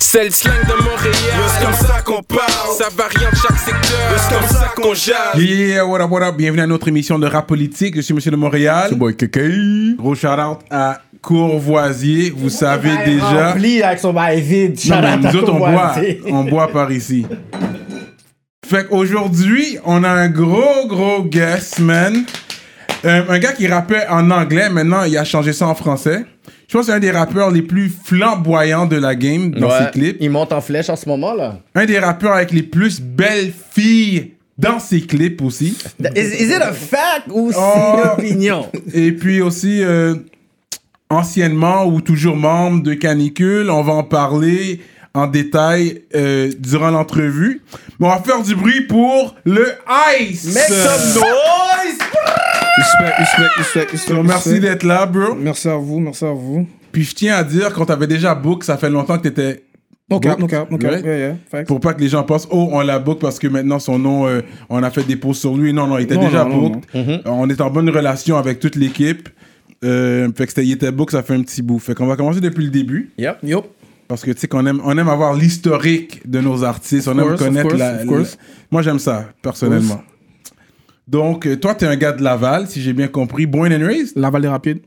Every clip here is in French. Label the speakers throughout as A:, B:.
A: C'est le slang de Montréal. C'est comme ça qu'on parle. Ça varie en chaque secteur. C'est comme ça qu'on jase.
B: Yeah, what up, what up? Bienvenue à notre émission de rap politique. Je suis Monsieur de Montréal.
C: boy KK.
B: Gros shout-out à Courvoisier. Vous savez
D: Ah,
B: déjà.
D: Rempli avec son bail vide.
B: Non, mais
D: Shout-out à
B: nous autres, on boit.
D: Courvoisier.
B: On boit par ici. Fait qu'aujourd'hui, on a un gros, gros guest, man. Euh, un gars qui rappait en anglais, maintenant, il a changé ça en français. Je pense que c'est un des rappeurs les plus flamboyants de la game dans
C: Ouais,
B: ses clips.
C: Il monte en flèche en ce moment là.
B: Un des rappeurs avec les plus belles filles dans ses clips aussi.
C: Is, is it a fact ou
B: Oh.
C: c'est une opinion?
B: Et puis aussi, euh, anciennement ou toujours membre de Canicule, on va en parler en détail euh, durant l'entrevue. Mais on va faire du bruit pour le Ice.
C: Make some noise!
E: Respect, respect, respect,
B: Je
E: respect,
B: te remercie
E: respect.
B: d'être là, bro.
E: Merci à vous, merci à vous.
B: Puis je tiens à dire qu'on t'avait déjà book, ça fait longtemps que t'étais
E: No cap,
B: book,
E: no cap, no cap.
B: right?
E: Yeah, yeah, facts.
B: Pour pas que les gens pensent, oh, on l'a book parce que maintenant son nom, euh, on a fait des pauses sur lui. Non, non, il était
E: Non,
B: déjà
E: non, non, Mhm.
B: book. On est en bonne relation avec toute l'équipe. Euh, fait que c'était, il était book, ça fait un petit bout. Fait qu'on va commencer depuis le début.
C: Yep.
E: Yup.
B: Parce que tu sais qu'on aime, on aime avoir l'historique de nos artistes, on
E: Of course,
B: aime
E: of
B: connaître
E: course,
B: la,
E: of course.
B: la- Moi j'aime ça, personnellement. Donc, euh, toi, t'es un gars de Laval, si j'ai bien compris. Born and raised?
E: Laval des Rapides.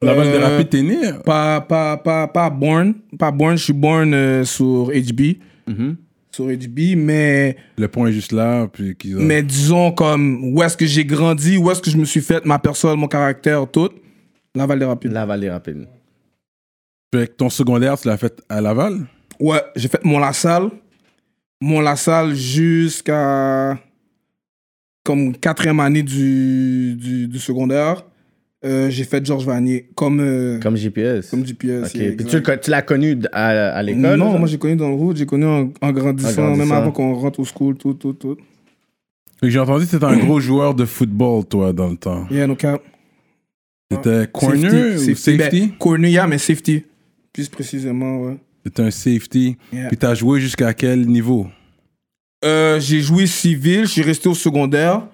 B: Laval de
E: Euh,
B: Rapide, t'es né?
E: Pas, pas, pas, pas born. Pas born, je suis born euh, sur HB.
B: Mm-hmm.
E: Sur HB, mais,
B: Le point est juste là. Puis qu'ils ont-
E: mais disons comme où est-ce que j'ai grandi, où est-ce que je me suis fait, ma personne, mon caractère, tout. Laval des Rapides.
C: La vallée rapide.
B: Fait que ton secondaire, tu l'as fait à Laval?
E: Ouais, j'ai fait mon la salle. Mon la salle jusqu'à comme quatrième année du, du, du secondaire. Euh, j'ai fait Georges Vanier comme, euh, comme,
C: Comme GPS.
E: GPS.
C: Ok.
E: yeah,
C: Puis
E: exact.
C: tu, le con- tu l'as connu d- à, à l'école?
E: Non,
C: genre?
E: moi j'ai connu dans le route, j'ai connu en,
C: En
E: en grandissant,
C: grandissant.
E: même avant qu'on rentre au school, tout, tout, tout.
B: Fait que j'ai entendu que t'étais un gros joueur de football, toi, dans le temps.
E: Yeah, no cap.
B: T'étais corner
E: Safety,
B: ou
E: safety. Ben,
B: safety?
E: corner, yeah, mais safety. Plus précisément, ouais.
B: T'étais un safety.
E: Yeah.
B: Puis t'as joué jusqu'à quel niveau?
E: Euh, j'ai joué civil, je suis resté au secondaire.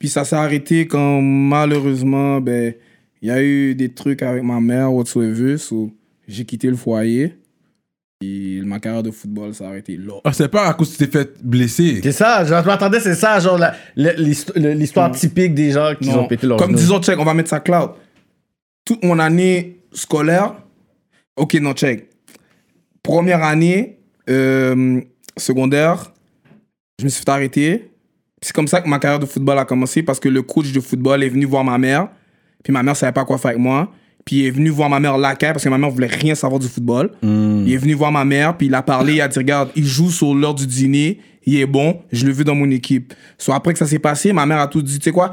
E: Puis ça s'est arrêté quand malheureusement, ben, il y a eu des trucs avec ma mère, whatsoever. So, j'ai quitté le foyer. Et ma carrière de football s'est arrêtée là.
B: Ah, c'est pas à cause que tu t'es fait blesser.
C: C'est ça, genre, je m'attendais, c'est ça, genre la- le- l'histo- le- l'histoire
B: Mm.
C: typique des gens qui
E: Non.
C: ont pété leur
E: Comme disons, check, on va mettre ça cloud. Toute mon année scolaire, ok, non, check. Première année euh, secondaire, je me suis fait arrêter. C'est comme ça que ma carrière de football a commencé parce que le coach de football est venu voir ma mère. Puis ma mère savait pas quoi faire avec moi. Puis il est venu voir ma mère laquais parce que ma mère voulait rien savoir du football.
B: Hmm.
E: Il est venu voir ma mère, puis il a parlé, il a dit Regarde, il joue sur l'heure du dîner, il est bon, je le veux dans mon équipe. Soit après que ça s'est passé, ma mère a tout dit Tu sais quoi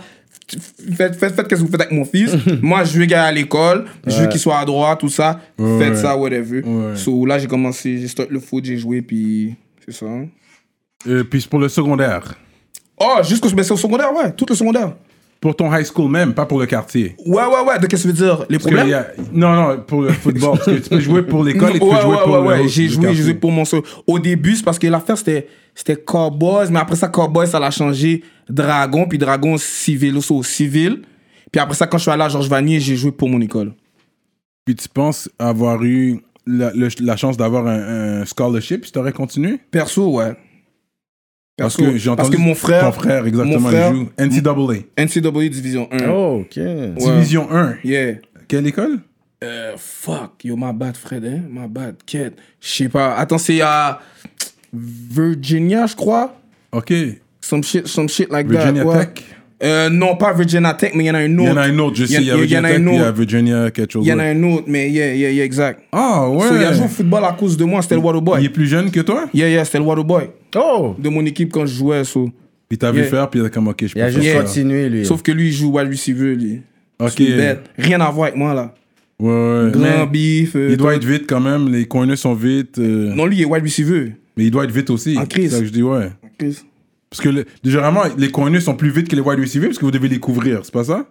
E: Faites, faites, faites qu'est-ce que vous faites avec mon fils. Moi, je veux qu'il aille à l'école, je veux qu'il soit à droite, tout ça.
B: Ouais,
E: faites
B: ouais.
E: ça, whatever.
B: Ouais.
E: So là, j'ai commencé, j'ai start le foot, j'ai joué, puis c'est ça. hein.
B: Euh, puis c'est pour le secondaire.
E: Oh, jusqu'au ben, c'est au secondaire, ouais, tout le secondaire.
B: Pour ton high school même, pas pour le quartier.
E: Ouais, ouais, ouais, de qu'est-ce que ça veut dire Les
B: Parce que
E: problèmes
B: y a- Non, non, pour le football. parce que tu peux jouer pour l'école et tu
E: ouais,
B: peux jouer
E: ouais,
B: pour
E: ouais,
B: le
E: ouais. J'ai
B: le
E: joué,
B: quartier.
E: j'ai joué pour mon seul. Au début, c'est parce que l'affaire, c'était, c'était Cowboys, mais après ça, Cowboys, ça l'a changé. Dragon, puis Dragon civil, aussi au civil. Puis après ça, quand je suis allé à Georges Vanier, j'ai joué pour mon école.
B: Puis tu penses avoir eu la, le- la chance d'avoir un, un scholarship si t'aurais continué?
E: Perso, ouais.
B: Parce
E: Perso,
B: que j'ai
E: parce
B: entendu
E: que mon frère,
B: ton frère, exactement,
E: mon frère-
B: il joue NCAA.
E: NCAA Division 1.
C: Oh, ok.
E: Ouais.
B: Division 1.
E: Yeah.
B: Quelle école?
E: Euh, fuck, yo, ma bad, Fred, hein. Ma bad, quête. Je sais pas. Attends, c'est à Virginia, je crois.
B: OK.
E: Some shit, some shit like
B: Virginia
E: that. ouais.
B: Tech?
E: Euh, non, pas Virginia Tech, mais il y en a un
B: Il
E: autre.
B: y en a un autre, je
E: Il y
B: sais.
E: en-
B: Il y a
E: il y en
B: Virginia
E: a
B: Tech,
E: un
B: puis il y a
E: autre.
B: Virginia quelque chose.
E: Il y en a
B: d'autre.
E: un autre, mais yeah, yeah, yeah, exact.
B: Ah, ouais.
E: So, il a joué au football à cause de moi, c'était le
B: Il est
E: Waterboy.
B: plus jeune que toi?
E: Yeah, yeah, c'était le Waterboy.
C: Oh!
E: De mon équipe quand je jouais. so.
B: Puis t'as vu
E: Yeah.
B: faire, puis il a comme, OK, je peux
C: Il a juste
B: faire ça.
C: continué, lui.
E: Sauf que lui, il joue wide receiver, lui.
B: OK.
E: C'est une bête. Rien à voir avec moi, là.
B: Ouais, ouais.
E: Grand beef. euh,
B: Il doit être vite quand même, les corners sont vite. euh,
E: Non, lui, il est wide receiver.
B: mais il doit être vite aussi.
E: En crise.
B: C'est ça que je dis, ouais.
E: Chris.
B: Parce que le- généralement, les corners sont plus vite que les wide receivers parce que vous devez les couvrir, c'est pas ça?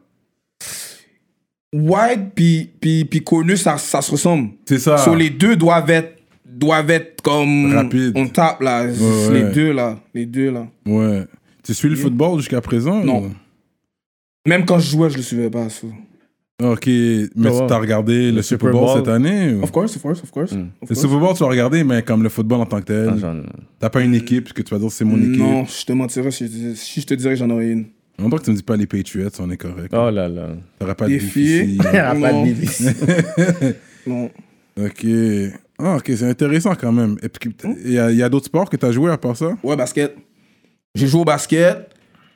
E: Wide puis, puis, puis connu, ça, ça se ressemble.
B: C'est ça.
E: So, les deux doivent être, doivent être comme.
B: Rapide.
E: On tape, là.
B: Ouais,
E: les
B: ouais.
E: deux, là. Les deux, là.
B: Ouais. Tu suis le football jusqu'à présent?
E: Non.
B: ou-
E: Même quand je jouais, je le suivais pas. so.
B: Ah, Ok, mais
C: Ouais.
B: tu as regardé le, Super
C: Super
B: Bowl,
C: Bowl.
B: cette année ou-
E: Of course, of course, of course. Of
B: Le
E: course.
B: Super Bowl, tu as regardé, mais comme le football en tant que
C: Ah,
B: tel,
C: j'en-
B: t'as pas une équipe que tu vas dire c'est mon
E: Non,
B: équipe.
E: je te mentirais si je, disais- si je te dirais que j'en aurais une.
B: En tant que tu me dis pas les Patriots, on est correct.
C: Oh là là.
B: T'aurais pas de
E: Des
B: beef
E: Ah. filles.
B: ici.
C: Ah, pas
E: Non.
C: de bif ici.
E: Non.
B: ok. Ah, ok, c'est intéressant quand même. Et puis, il y a, il y a d'autres sports que tu as joué à part ça
E: Ouais, basket. J'ai joué au basket,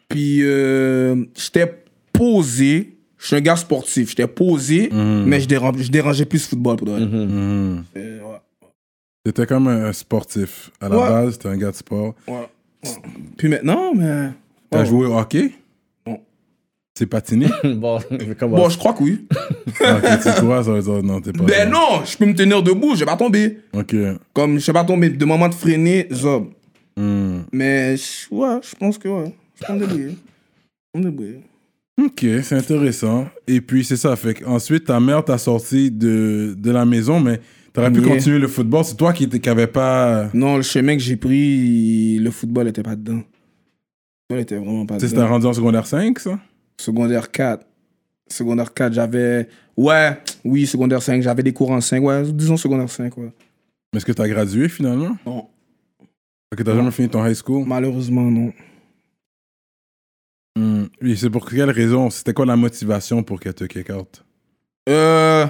E: puis euh, j'étais posé. Je suis un gars sportif. J'étais posé, mais je, dérange, je dérangeais plus le football pour de vrai.
B: Mhm.
E: Euh, ouais,
B: T'étais comme un sportif. À la
E: Ouais.
B: base, t'es un gars de sport.
E: ouais, ouais. Puis maintenant, mais.
B: T'as
E: Ouais.
B: joué au hockey
E: Oh. Non.
B: C'est patiné
C: Bon, comment
E: Bon, je crois que oui.
B: Ah, Ok, tu crois, ça veut dire non, t'es pas.
E: Ben non, je peux me tenir debout, je vais pas tomber.
B: Ok.
E: Comme je vais pas tomber, de moment de freiner, zob.
B: Hmm.
E: Mais je- ouais, je pense que ouais. Je peux me débrouiller. Je peux me débrouiller.
B: Ok, c'est intéressant. Et puis, c'est ça. Fait ensuite, ta mère t'a sorti de, de la maison, mais t'aurais pu
E: Yeah.
B: continuer le football. C'est toi qui n'avais pas.
E: Non, le chemin que j'ai pris, le football était pas dedans. Le football était vraiment pas
B: Tu sais, t'as
E: dedans.
B: rendu en secondaire 5, ça
E: Secondaire 4. Secondaire 4, j'avais. Ouais, oui, secondaire 5, j'avais des cours en 5, ouais, disons secondaire 5, ouais.
B: Mais est-ce que t'as gradué finalement
E: Non.
B: Fait que t'as jamais fini ton high school
E: Malheureusement, non.
B: Hmm. Et c'est pour quelle raison C'était quoi la motivation pour qu'elle te kick out
E: Euh.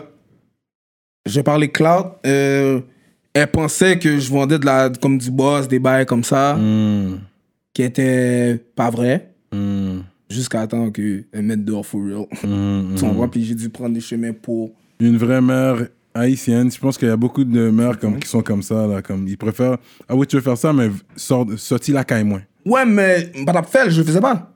E: J'ai parlé Cloud. Euh, elle pensait que je vendais de la, comme du boss, des bails comme ça,
B: Hmm.
E: qui était pas vrai,
B: Hmm.
E: jusqu'à temps qu'elle mette dehors for real.
B: Hmm.
E: Tu comprends? Puis j'ai dû prendre des chemins pour.
B: Une vraie mère haïtienne, je pense qu'il y a beaucoup de mères comme, qui sont comme ça. Là, comme, ils préfèrent. Ah oui, tu veux faire ça, mais sors- sortis la caille moins.
E: Ouais, mais pas faire, je le faisais pas.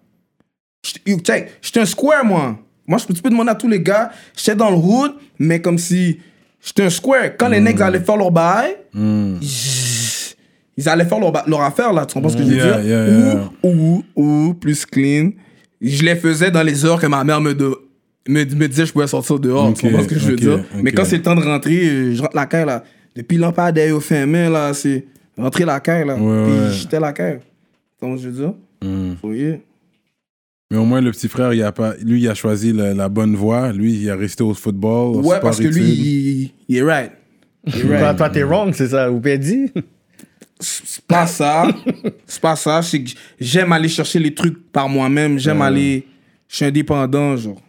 E: J'étais- yo, Check, j'étais un square, moi. Moi, je- tu peux demander à tous les gars, j'étais dans le hood, mais comme si j'étais un square. Quand
B: Mm.
E: les necks allaient faire leur bail,
B: Hmm.
E: j- ils allaient faire leur, ba- leur affaire, là. Tu comprends ce que je veux
B: Yeah,
E: dire?
B: yeah, yeah.
E: Ou, ou, ou, plus clean. Je les faisais dans les heures que ma mère me, de- me, me disait que je pouvais sortir dehors.
B: Ok,
E: tu comprends ce que je veux
B: ok,
E: dire?
B: ok.
E: Mais quand c'est le temps de rentrer, euh, je rentre la caille, là. Depuis l'empadaille au fin mai, là, c'est rentrer la caille, là.
B: Ouais,
E: Puis
B: ouais.
E: j'étais la caille. Tu comprends ce que je veux dire?
B: Hmm.
E: Oui.
B: Mais au moins, le petit frère, il a pas, lui, il a choisi la, la bonne voie. Lui, il a resté au football. au
E: Ouais,
B: sport
E: parce que lui,
B: études.
E: il, il est right. Il est
C: Toi,
E: right.
C: toi, t'es wrong, c'est ça, ou Pédi?
E: C'est pas ça. C'est pas ça. C'est que j'aime aller chercher les trucs par moi-même. J'aime aller. Je suis indépendant, genre.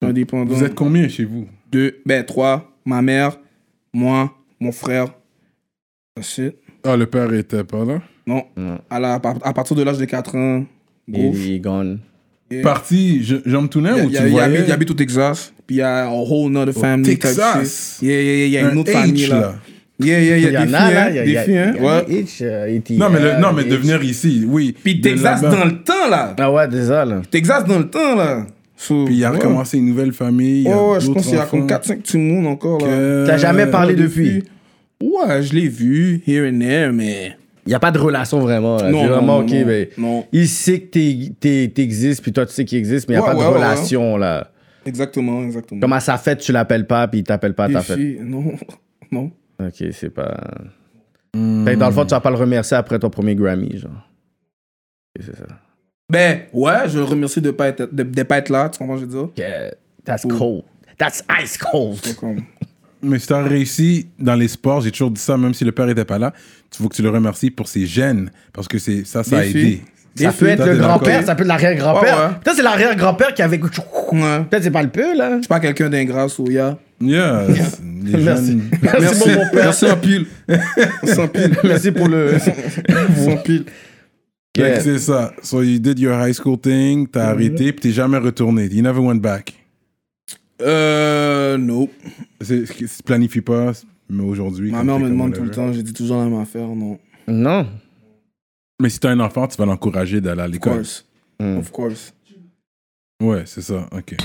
E: Je suis indépendant.
B: Vous êtes combien chez vous
E: deux, ben trois. Ma mère, moi, mon frère. That's it.
B: Ah, le père était pas là.
E: Non. À, la- à partir de l'âge de 4 ans, gros,
C: Il est gone.
B: Parti, Je- Jean
E: Il,
B: Tounet ou
E: il-
B: tu
E: il
B: voyais
E: habite, il habite au Texas. Puis il y a un whole nother family. type
B: Texas?
E: shit. Yeah, yeah, yeah. Il y a une
B: Un
E: autre
B: H,
E: famille, là.
B: là.
E: Yeah, yeah, yeah.
C: Il y en
E: des
C: a,
E: filles,
C: là.
E: hein,
C: il y a- il y
E: Des
C: a-
E: filles, hein.
C: il y a
E: Ouais.
C: des Hitch, euh, E.T.,
B: Non, mais, le-
C: euh,
B: non, mais
C: Hitch.
B: devenir ici, oui.
E: Puis
B: De
E: Texas
B: là-bas.
E: dans le temps, là.
C: Ah ouais, déjà, là.
E: Texas dans le temps, là. So,
B: Puis il a
E: ouais.
B: recommencé une nouvelle famille. il
E: Ouais,
B: a
E: ouais, je
B: d'autres
E: pense qu'il y a comme
B: enfants.
E: 4-5 petits monde encore, là.
B: Euh,
C: T'as jamais parlé depuis?
E: Ouais, je l'ai vu, here and there, mais.
C: Il n'y a pas de relation vraiment. Là.
E: Non,
C: C'est
E: non,
C: vraiment,
E: non,
C: ok,
E: non,
C: ben,
E: non.
C: il sait que t'es- t'es- t'existes, puis toi, tu sais qu'il existe, mais il n'y a
E: Ouais,
C: pas
E: ouais,
C: de
E: ouais,
C: relation, là.
E: Exactement, exactement.
C: Comme à sa fête, tu l'appelles pas, puis il t'appelle pas à
E: Des
C: ta fête.
E: filles, Non, non.
C: Ok, c'est pas. Fait que dans le fond, tu vas pas le remercier après ton premier Grammy, genre. Ok, c'est ça.
E: Ben, ouais, je le remercie de pas être, de, de pas être là, tu comprends, ce que je veux dire?
C: Ok, That's cold. That's ice cold.
E: C'est comme-
B: Mais si t'as réussi dans les sports, j'ai toujours dit ça, même si le père était pas là, tu faut que tu le remercies pour ses gènes, parce que c'est ça, ça a
E: Des
B: aidé.
E: filles.
C: Ça
E: Des
C: peut
E: filles,
C: être
B: toi,
C: le
B: t'es
C: grand-père,
B: d'accord.
C: ça peut être l'arrière-grand-père.
E: Ouais, ouais.
C: Peut-être c'est l'arrière-grand-père qui avait. Peut-être
E: Ouais. Je suis
C: c'est pas le peu, là.
E: pas quelqu'un d'ingrat, Souya.
B: Yeah, les
C: Merci.
B: jeunes-
C: Merci pour mon père.
E: Merci en pile. Merci en pile.
C: Merci pour le.
E: Merci en
B: Fait
E: pile.
B: que
C: Yeah.
B: C'est ça. So you did your high school thing, t'as arrêté, puis t'es jamais retourné. You never went back.
E: Euh, non.
B: C'est- c'est- Planifie pas, mais aujourd'hui.
E: Ma
B: comme
E: mère
B: t'es
E: me
B: comme
E: demande tout le
B: whatever.
E: temps, je dis toujours la même affaire, non.
C: Non.
B: Mais si t'as un enfant, tu vas l'encourager d'aller à
E: Of
B: l'école.
E: course.
C: Mm.
E: Of course.
B: Ouais, c'est ça. OK.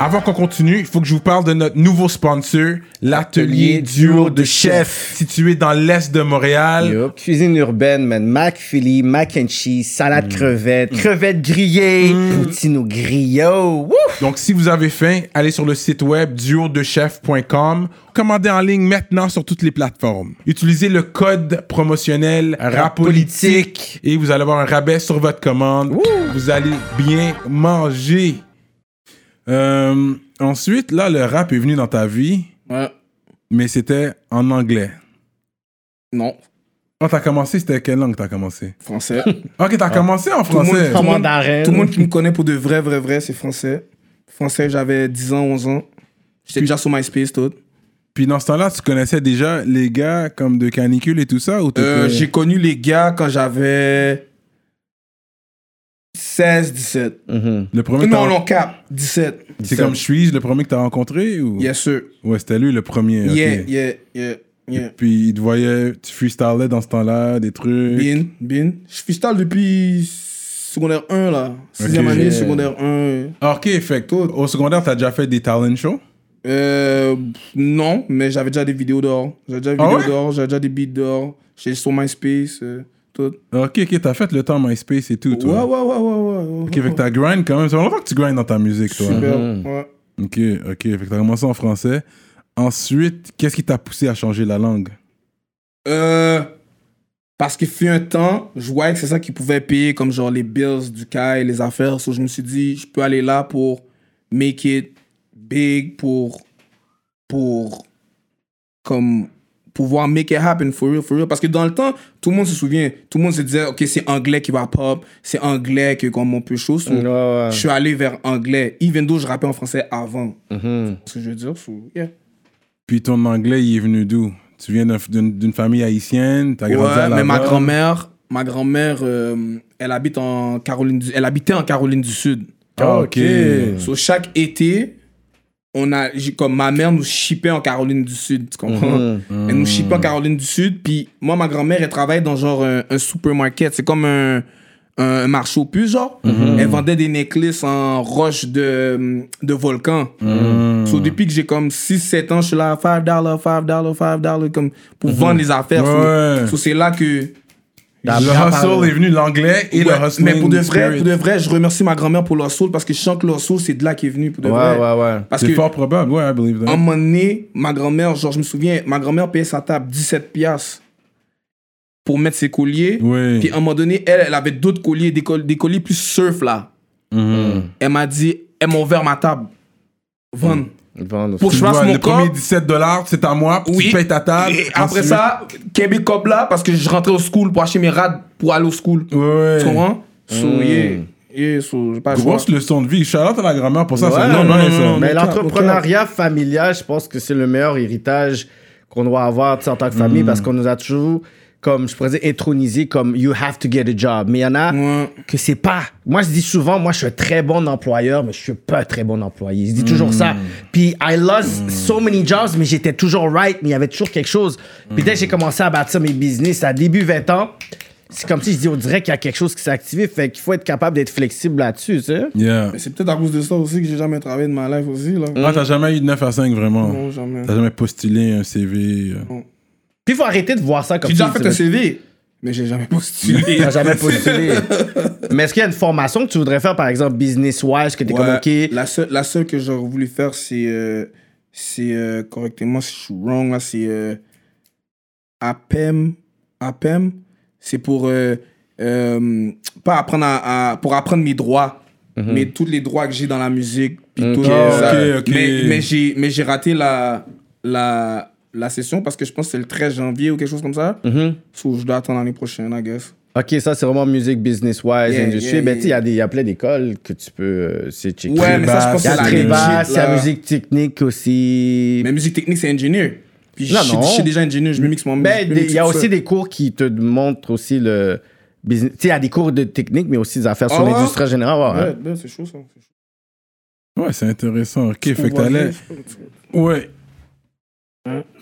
B: Avant qu'on continue, il faut que je vous parle de notre nouveau sponsor, l'atelier Duo de Chef, situé dans l'est de Montréal.
C: Yup. Cuisine urbaine, man. Mac Philly, mac and cheese, salade crevette, crevette grillée, poutine au griot. Wouh!
B: Donc, si vous avez faim, allez sur le site web duodechef.com. Commandez en ligne maintenant sur toutes les plateformes. Utilisez le code promotionnel RAPOLITIQUE
C: Rapolitique.
B: et vous allez avoir un rabais sur votre commande. Vous allez bien manger. Euh, Ensuite, là, le rap est venu dans ta vie,
E: Ouais.
B: mais c'était en anglais.
E: Non,
B: Quand t'as commencé, c'était quelle langue t'as commencé
E: français.
B: Ok, t'as commencé en
E: Ah. Tout le monde-
B: français.
E: tout le monde-
C: Mandarin.
E: Tout le monde qui me connaît pour de vrai, vrai, vrai, c'est français. Français, j'avais 10 ans, 11 ans. J'étais déjà sur MySpace, tout.
B: Puis dans ce temps-là, tu connaissais déjà les gars comme de canicule et tout ça ou t'étais-
E: Euh, J'ai connu les gars quand j'avais 16, 17.
C: Mhm.
B: le premier que t'as-
E: non, non, cap, 17.
B: C'est comme suis le premier que t'as rencontré ou
E: Yes, sir.
B: Ouais, c'était lui le premier. ok.
E: Yeah, yeah, yeah, yeah.
B: Puis il te voyait, tu freestylais dans ce temps-là, des trucs.
E: Bien, bien. Je freestyle depuis secondaire 1, là. Sixième
B: Ok.
E: année, secondaire 1.
B: Ah, Ok, fait que au secondaire, t'as déjà fait des talent shows.
E: Euh, non, mais j'avais déjà des vidéos dehors. J'avais déjà des
B: Ah
E: vidéos
B: ouais?
E: dehors, j'avais déjà des beats dehors. J'étais sur MySpace, euh, tout.
B: Ah, Ok, ok, t'as fait le temps MySpace et tout,
E: Ouais, ouais,
B: toi.
E: ouais, ouais, ouais. ouais.
B: Ok, fait que t'as grind quand même. Ça fait longtemps que tu grindes dans ta musique, toi.
E: Super, ouais.
B: Ok, ok, fait que t'as commencé en français. Ensuite, qu'est-ce qui t'a poussé à changer la langue
E: Euh, parce qu'il fut un temps, je voyais que c'est ça qui pouvait payer, comme genre les bills du CAI, les affaires. So, je me suis dit, je peux aller là pour make it big, pour. pour. comme. pouvoir make it happen for real, for real. Parce que dans le temps, tout le monde se souvient, tout le monde se disait, ok, c'est anglais qui va pop, c'est anglais que comme on peut chose. So,
C: Ouais, ouais.
E: Je suis allé vers anglais, even though je rappais en français avant.
C: Mhm.
E: C'est ce que je veux dire, so, yeah.
B: Puis ton anglais, il est venu d'où Tu viens d'un- d'une d'une famille haïtienne, t'as grandi à
E: Ouais,
B: la
E: mais ma grand-mère, ma grand-mère, euh, elle habite en Caroline, du- elle habitait en Caroline du Sud.
B: Ah, ok.
E: So, chaque été, on a, j'ai- comme ma mère nous shippait en Caroline du Sud, tu comprends?
B: Mhm.
E: Elle nous shippait en Caroline du Sud, puis moi, ma grand-mère, elle travaille dans genre un, un supermarket, c'est comme un, un marché aux puces, genre.
B: Mhm.
E: Elle vendait des necklaces en roche de, de volcan.
B: Hmm.
E: So, depuis que j'ai comme 6-7 ans, je suis là à 5 dollars, 5 dollars, 5 dollars, comme pour vendre les affaires. So-
B: Mhm. Ouais.
E: So, c'est là que.
C: T'as
B: Le
C: bien parlé.
B: hustle est venu, l'anglais et
E: Ouais,
B: le hustle.
E: mais pour de, vrai, pour de vrai, je remercie ma grand-mère pour leur soul parce que je sens que leur soul, c'est de là qu'est venu. Pour de
C: Ouais,
E: vrai.
C: ouais, ouais.
E: Parce
B: C'est
E: que,
B: fort probable, ouais, I believe
E: à un
B: that.
E: moment donné, ma grand-mère, genre, je me souviens, ma grand-mère payait sa table 17 piastres pour mettre ses colliers.
B: Oui.
E: Puis à un moment donné, elle, elle avait d'autres colliers, des, col- des colliers plus surf, là.
B: Mhm.
E: Elle m'a dit, elle m'a ouvert ma table. Vendre.
B: Mm.
C: Ils vendent
E: Pour que
B: Tu
E: je fasse
B: vois,
E: mon
B: le
E: corps.
B: premier 17 dollars, c'est à moi, tu payes ta table.
E: Et après
B: ensuite-
E: ça, Québec Cop là, parce que je rentrais au school pour acheter mes rades pour aller au school.
B: Ouais, ouais.
E: Tu comprends? So,
C: Mm.
E: yeah. Yeah, so, j'ai pas le choix.
B: Grosse leçon de vie. Charlotte à la grand-mère pour ça,
C: Ouais,
B: c'est hein.
C: non,
B: non, non,
C: non,
E: non, non,
B: ça.
C: Mais
E: Au cap,
C: l'entrepreneuriat familial, je pense que c'est le meilleur héritage qu'on doit avoir tu sais, en tant que famille parce qu'on nous a toujours, comme je pourrais dire, intronisé comme you have to get a job. Mais il y en a
E: Ouais.
C: que c'est pas. Moi, je dis souvent, moi, je suis un très bon employeur, mais je suis pas un très bon employé. Je dis toujours ça.
E: Hmm.
C: Puis, I lost so many jobs, mais j'étais toujours right, mais il y avait toujours quelque chose. Puis, dès que
E: Hmm.
C: j'ai commencé à bâtir mes business à début 20 ans, c'est comme si je dis, on dirait qu'il y a quelque chose qui s'est activé. Fait qu'il faut être capable d'être flexible là-dessus, tu sais.
B: Yeah.
E: Mais c'est peut-être à cause de ça aussi que j'ai jamais travaillé de ma life aussi, là.
B: Ah, t'as jamais eu de 9 à 5, vraiment.
E: Non, jamais.
B: T'as jamais postulé un CV. euh.
C: Puis, il faut arrêter de voir ça comme
E: J'ai déjà
C: si-
E: fait un CV, mais j'ai jamais postulé.
C: T'as jamais postulé. Mais est-ce qu'il y a une formation que tu voudrais faire, par exemple, business-wise, que t'es comme,
E: Ouais,
C: OK,
E: la, seule, la seule que j'aurais voulu faire, c'est. euh, c'est euh, correctement, si je suis wrong, là, c'est. euh, E APEM. APEM, E c'est pour. euh, euh, pas apprendre à, à- Pour apprendre mes droits.
C: Mhm.
E: Mais tous les droits que j'ai dans la musique. Puis tout
B: Ah,
E: ça.
B: ok, ok.
E: Mais, mais j'ai, mais j'ai raté la, la, la session parce que je pense que c'est le 13 janvier ou quelque chose comme ça.
C: Mhm.
E: So, je dois attendre l'année prochaine, I guess.
C: OK, ça, c'est vraiment musique business-wise,
E: Yeah,
C: industrie.
E: yeah,
C: Ben,
E: yeah.
C: tu sais, il y a des- il y, a plein d'écoles que tu peux, euh, c'est checker.
E: Ouais, mais ça, je pense
C: Il y a
E: que
B: Très
C: très
E: c'est la
C: basse, il y a
E: là.
C: musique technique aussi.
E: Mais musique technique, c'est ingénieur. Puis
C: Non,
E: je, suis-
C: non.
E: je suis déjà ingénieur, je me mixe mon
C: Ben,
E: je me
C: des-
E: mixe
C: il y a
E: tout
C: aussi
E: seul.
C: des cours qui te montrent aussi le business. Tu sais, il y a des cours de technique, mais aussi des affaires sur
E: Ah ouais?
C: l'industrie en général. ouais, ouais.
E: Ouais, ouais, ben, c'est chaud ça. c'est chaud.
B: Ouais, c'est intéressant. Ok, fait que
E: On voit
B: t'allais.
E: bien, c'est chaud.
B: Ouais.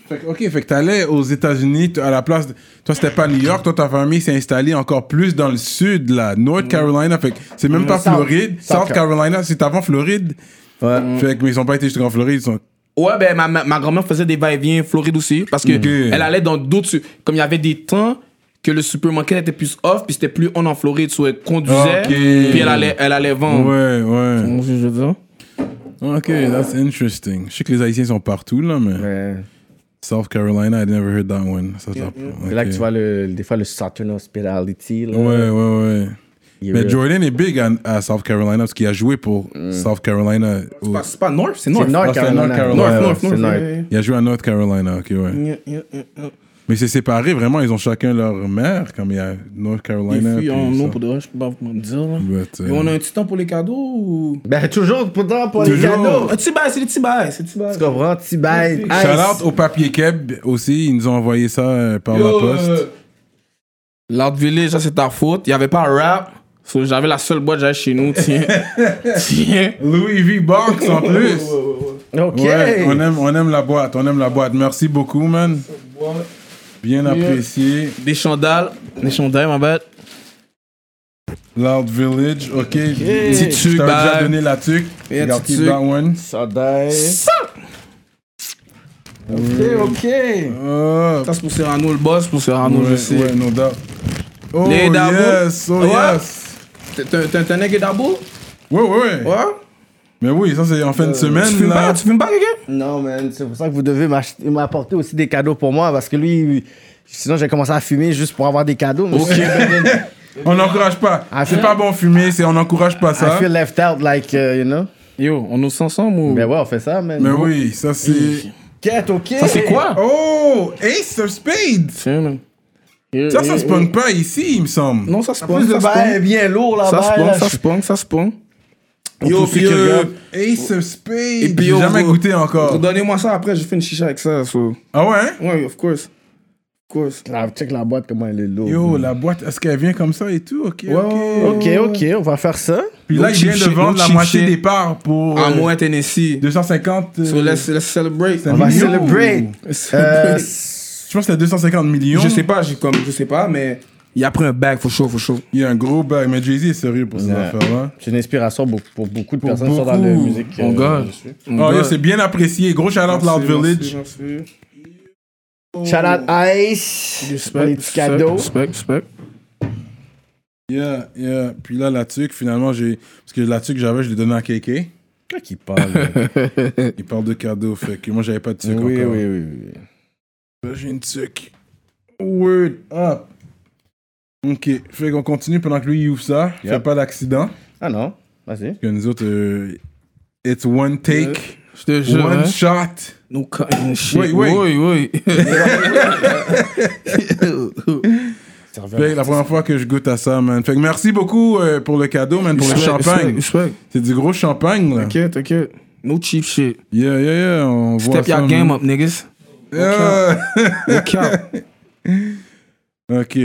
B: Fait que, ok, fait que t'allais aux États-Unis t- à la place. de- Toi, c'était pas New York. Toi, ta famille s'est installée encore plus dans le sud, là. North Carolina. Fait que c'est même pas
C: Mm. South-
B: Floride.
C: South Mm.
B: South Carolina, c'est avant Floride.
C: Ouais.
B: Fait que, mais ils sont pas été jusqu'en Floride. Ils sont.
E: Ouais, ben ma, ma, ma grand-mère faisait des va-et-vient Floride aussi parce que
B: Ok.
C: Mm-hmm.
E: elle allait dans d'autres. su- Comme il y avait des temps que le supermarket était plus off, puis c'était plus on en Floride, soit elle conduisait,
B: Ok.
E: puis elle allait, elle allait
C: Mm.
E: vendre.
B: Ouais, ouais.
E: Bon, je veux dire.
B: Ok, that's interesting. Je sais que les Haïtiens sont partout, là, mais.
C: Ouais.
B: South Carolina, I'd never heard that one. Ça, ça-
C: C'est là que
B: ok.
C: tu vois le, des fois le Southern Hospitality. là.
B: Ouais, ouais, ouais.
C: il
B: Mais
C: est-
B: Jordan est big à, à South Carolina parce qu'il a joué pour South Carolina. au-
E: Bah, C'est pas North, c'est
C: Mm. C'est
E: North.
C: North
B: Ah, c'est North
C: Carolina.
B: Carolina.
E: North,
C: Ouais,
E: North,
C: ouais,
E: North.
C: c'est
E: yeah,
B: Il a joué à North Carolina, ok, ouais.
E: yeah, yeah, yeah, yeah.
B: Mais c'est séparé, vraiment, ils ont chacun leur mère, comme il y a North
E: Les
B: Carolina.
E: filles,
B: puis
E: en nom
B: ça.
E: pour de vrai, je peux pas vous dire. là.
B: But, euh,
E: Et on a un petit temps pour les cadeaux ou.
C: Ben, toujours, pourtant, pour les
B: Toujours.
C: cadeaux.
E: Un petit bail, c'est les petits bails, c'est les petits bails.
C: Tu comprends? Petit bail.
B: Shout out au papier keb aussi, ils nous ont envoyé ça euh, par la poste.
E: L'art Village, ça c'est ta faute. Il n'y avait pas rap. So, J'avais la seule boîte que j'avais chez nous. Tiens. Tiens.
B: Louis V Box en plus.
C: OK.
B: Ouais, on aime, on aime la boîte, on aime la boîte. Merci beaucoup, man. Bien apprécié.
E: Des chandales. Des chandales, ma bête.
B: Loud Village, ok.
E: Petit
B: Je
E: truc,
B: t'avais déjà
E: bye.
B: donné la tuque.
E: Yeah,
B: You gotta
E: petit
B: keep
E: truc.
B: that one.
C: Ça daille.
E: Ça! Ok, ok.
B: Oh,
E: Ça c'est pour Serrano, le boss, pour Serrano, je
B: ouais,
E: sais.
B: ouais, no doubt. Oh,
E: Les dabos.
B: yes, oh,
E: Ouais.
B: yes.
E: T'es- T'es t'es un nègre d'abo?
B: Ouais, ouais, ouais.
E: Ouais?
B: Mais oui, ça, c'est en fin de
E: Euh, Tu
B: semaine,
E: fumes pas?
B: là.
E: Tu fumes pas, quelqu'un?
C: Non, man, c'est pour ça que vous devez m'ach- m'apporter aussi des cadeaux pour moi, parce que lui, sinon j'ai commencé à fumer juste pour avoir des cadeaux. mais
E: Ok.
B: On n'encourage pas.
C: Ah,
B: C'est
C: ouais.
B: pas bon fumer, c'est on n'encourage
E: Ah,
B: pas
C: I
B: ça.
C: feel left out, like, euh, you know.
E: Yo, on nous sent ensemble ou?
C: Ben ouais, on fait ça, man.
B: Mais oui, ça, c'est.
C: Quête, OK.
E: Ça c'est quoi?
B: Oh, Ace of Spades.
E: Tiens, man. Yeah,
B: Ça, ça
E: yeah,
B: se pogne pas ici, il me semble.
E: yeah. Euh, Non, ça se
C: En plus,
E: pogne.
C: le
E: Ça se
C: bail est
E: pogne.
C: bien lourd là-bas.
E: Ça se pogne,
C: là.
E: ça se pogne, ça se pogne.
B: Yo,
E: Yo,
B: puis,
E: puis,
B: euh,
E: regarde.
B: Ace of Spades.
E: Et puis,
B: J'ai
E: yo,
B: jamais
E: gros,
B: goûté encore.
E: Donnez-moi ça après, je fais une chicha avec ça. so.
B: Ah ouais? hein?
E: Ouais, of course. Of course.
C: Ah, check la boîte, comment elle est lourde.
B: Yo, la boîte, est-ce qu'elle vient comme ça et tout? Ok,
E: ouais,
B: ok.
C: OK, OK, on va faire ça.
B: Puis là,
E: Donc,
B: il vient
E: cheap
B: de
E: shit,
B: vendre
E: donc Ah,
B: la
E: cheap
B: moitié
E: shit.
B: des parts pour euh,
E: À moi, Tennessee.
B: 250. euh,
E: So let's, let's celebrate.
B: c'est
C: On va
B: Yo.
C: celebrate. Euh,
B: Je pense que c'est 250 millions.
E: Je sais pas, j'ai comme, je sais pas, mais il a pris un bag, faut chaud, faut chaud.
B: Il y a un gros bag, mais Jay-Z est sérieux pour ces
C: Ouais.
B: affaires-là.
C: c'est une inspiration pour, pour beaucoup de
B: Pour
C: personnes qui sont dans la
B: beaucoup.
C: musique. euh,
E: On gagne.
B: Oh, yo, c'est bien apprécié. Gros shout out Loud Village.
C: Shout out Ice. Pour les petits cadeaux.
E: Respect, respect.
B: Yeah, yeah. Puis là, la tuque, finalement, j'ai. Parce que la tuque que j'avais, je l'ai donnée à KK.
C: Quoi qu'il parle. là?
B: Il parle de cadeaux, fait que moi, j'avais pas de tuque
C: oui,
B: encore.
C: oui, oui, oui.
B: Là, j'ai une tuque. Word up. Ok, fait qu'on continue pendant que lui il ouvre ça. Fait pas d'accident.
C: Ah non, vas-y.
B: Parce que nous autres, euh, it's one take,
E: Je te jure.
B: one
E: hein.
B: shot.
E: No cutting shit.
B: Oui, oui.
E: oui.
B: Fait que la première fois que je goûte à ça, man. Fait que merci beaucoup euh, pour le cadeau, man, pour le
E: Respect,
B: champagne.
E: Respect.
B: C'est du gros champagne, là.
E: T'inquiète, t'inquiète. No cheap shit.
B: Yeah, yeah, yeah, on voit
E: Step
B: ça.
E: your game up, niggas.
B: man. Yeah.
E: Look out.
B: ok.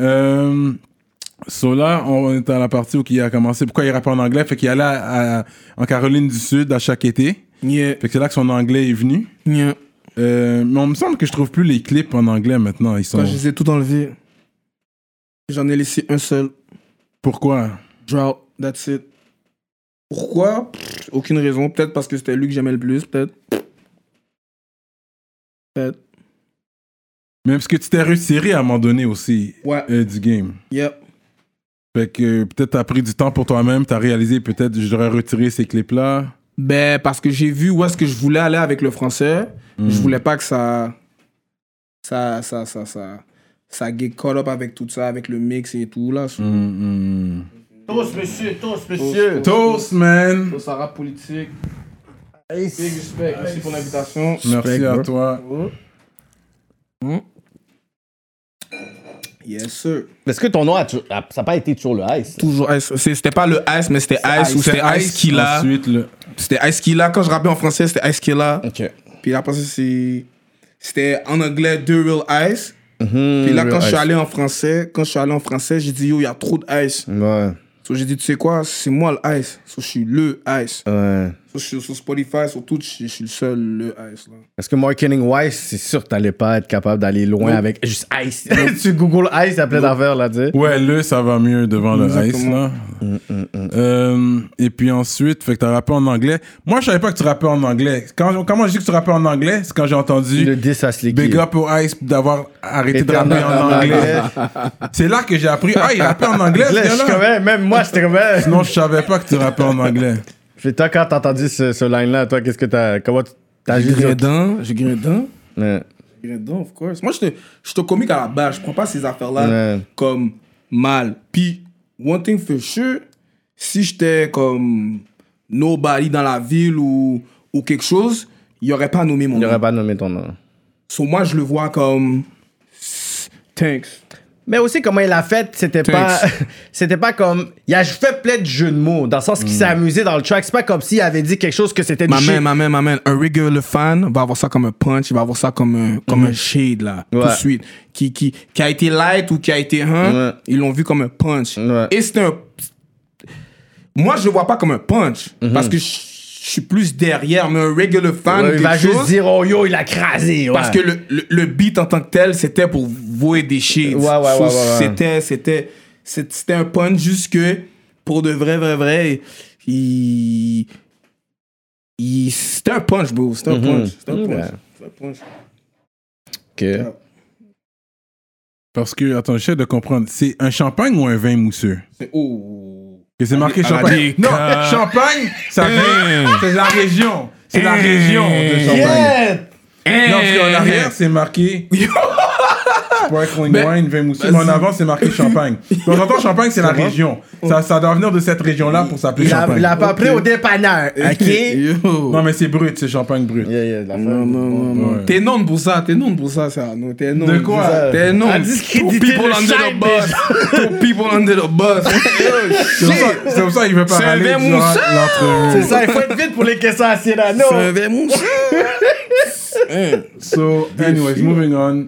B: Euh, so là, on est à la partie où il a commencé. Pourquoi il rappe en anglais? Fait qu'il allait à- à- en Caroline du Sud à chaque été.
E: Yeah,
B: Fait que c'est là que son anglais est venu.
E: yeah.
B: Euh, mais on me semble que je trouve plus les clips en anglais maintenant. Ils sont...
E: Quand je les ai tout enlevés, j'en ai laissé un seul.
B: Pourquoi?
E: Drought, that's it. Pourquoi Pff, Aucune raison. Peut-être parce que c'était lui que j'aimais le plus, peut-être. Peut-être.
B: Mais parce que tu t'es retiré à un moment donné aussi
E: Ouais.
B: euh, du game.
E: Yep.
B: Fait que euh, peut-être t'as pris du temps pour toi-même, t'as réalisé peut-être je devrais retirer ces clips-là.
E: Ben, parce que j'ai vu où est-ce que je voulais aller avec le français. Je voulais pas que ça. Ça, ça, ça, ça. Ça get caught up avec tout ça, avec le mix et tout, là.
B: Mm, mm.
C: Toast, monsieur, toast, monsieur.
B: Toast, man!
E: Ça rap politique.
C: Ice.
E: respect. Merci pour l'invitation.
B: Merci à
C: bro.
B: toi.
E: Yes, sir.
C: Est-ce que ton nom, a tu- a- ça n'a pas été toujours le Ice?
E: Toujours Ice. C'est- C'était pas le Ice, mais c'était Ice, ou Ah, c'était Ice, qui l'a.
B: Ensuite, le...
E: C'était Ice qui l'a. Quand je rappais en français, c'était Ice qui l'a.
C: OK.
E: Puis après ça, c'est- c'était en anglais The Real Ice.
C: Mhm,
E: Puis là, quand
C: le
E: je suis
C: Ice.
E: allé en français, quand je suis allé en français, j'ai dit, yo, il y a trop de Ice.
C: Ouais,
E: So, j'ai dit, tu sais quoi, c'est moi le Ice. So, je suis le Ice.
C: ouais.
E: So, je suis sur Spotify, sur tout, je je suis le seul, le Ice. Là.
C: Parce que marketing-wise, c'est sûr que t'allais pas être capable d'aller loin
E: Non.
C: avec juste Ice. tu Google Ice, t'as plein d'affaires là, tu sais.
B: Ouais, le, ça va mieux devant le Ice, là.
E: Exactement.
C: Mm,
B: Euh, et puis ensuite, fait que t'as rappé en anglais. Moi, je savais pas que tu rappais en anglais. Quand, quand moi, je dis que tu rappais en anglais, c'est quand j'ai entendu...
C: Le 10 à se liquider.
B: Big up au Ice d'avoir arrêté de
C: Était
B: rapper en anglais. C'est là que j'ai appris. Ah, il rappait en anglais, ce
C: Là, je suis quand
B: gars-là.
C: même, même moi, j'étais quand même.
B: Non, je savais pas que tu rappais en anglais.
C: Puis toi, quand t'as entendu ce, ce line-là, toi, qu'est-ce que t'as. Comment tu- t'as juste.
E: dents, j'ai dents.
C: Ouais.
E: Gredin, of course. Moi, je te, je te comique à la base. Je prends pas ces affaires-là
C: Ouais.
E: comme mal. Puis, one thing for sure, si j'étais comme nobody dans la ville ou, ou quelque chose, il aurait pas nommé mon
C: Il
E: nom.
C: n'aurait pas nommé ton nom.
E: So, moi, je le vois comme. Thanks.
C: Mais aussi, comment il a fait, c'était pas, c'était pas comme, il a fait plein de jeux de mots, dans le sens qu'il s'est amusé dans le track. C'est pas comme s'il avait dit quelque chose que c'était du
E: Ma
C: shit.
E: main, ma main, ma main. Un regular fan va avoir ça comme un punch, il va avoir ça comme un, comme un shade, là, tout
C: Mhm. Ouais.
E: de suite. Qui, qui, qui a été light ou qui a été hein,
C: Ouais.
E: ils l'ont vu comme un punch.
C: Ouais.
E: Et c'est un. Moi, je le vois pas comme un punch,
C: Mhm.
E: parce que je je suis plus derrière, mais un regular fan,
C: Ouais, il
E: quelque
C: va juste
E: chose,
C: dire, oh yo, il a crasé. ouais.
E: Parce que le, le, le beat en tant que tel, c'était pour vouer des shades.
C: Ouais, ouais, ouais, ouais, ouais.
E: C'était, c'était, c'est- c'était un punch juste que, pour de vrai, vrai, vrai, il... il- c'était un punch, bro. C'était un
C: Mhm.
E: punch. C'était un punch.
C: Ouais.
E: C'était un punch.
C: Ok.
B: Parce que, attends, j'essaie de comprendre. C'est un champagne ou un vin mousseux?
E: C'est- Oh.
B: Que c'est marqué
E: Arabica.
B: champagne. Non, champagne, ça vient. C'est la région. C'est la région de champagne. Non, parce qu'en arrière, c'est marqué. Sparkling wine, vin mousseux. Mais en avant, c'est marqué champagne. Quand on entend champagne, c'est la région. Ça, ça doit venir de cette région-là pour s'appeler
C: Il a,
B: champagne.
C: il a pas pris au dépanneur. Ok. Yeah,
E: Yo.
B: Non, mais c'est brut, c'est champagne brut.
C: yeah, la femme.
E: Non, non, non, non.
B: Ouais.
E: T'es non pour ça, t'es non pour ça, ça. Non, t'es non.
B: De quoi?
E: pour ça. T'es non.
C: À discréditer
E: Pour people
C: le
E: under the
C: shine
E: bus. Pour people under the bus. Yo,
B: C'est pour ça- c'est pour ça qu'il veut pas
E: C'est un
B: aller
E: vin
B: durant
E: mousseux.
B: l'entrevue.
C: C'est ça, il faut être vite pour les questions à Cyrano.
E: C'est un verre mousseux. Hein.
B: So, anyways, moving on.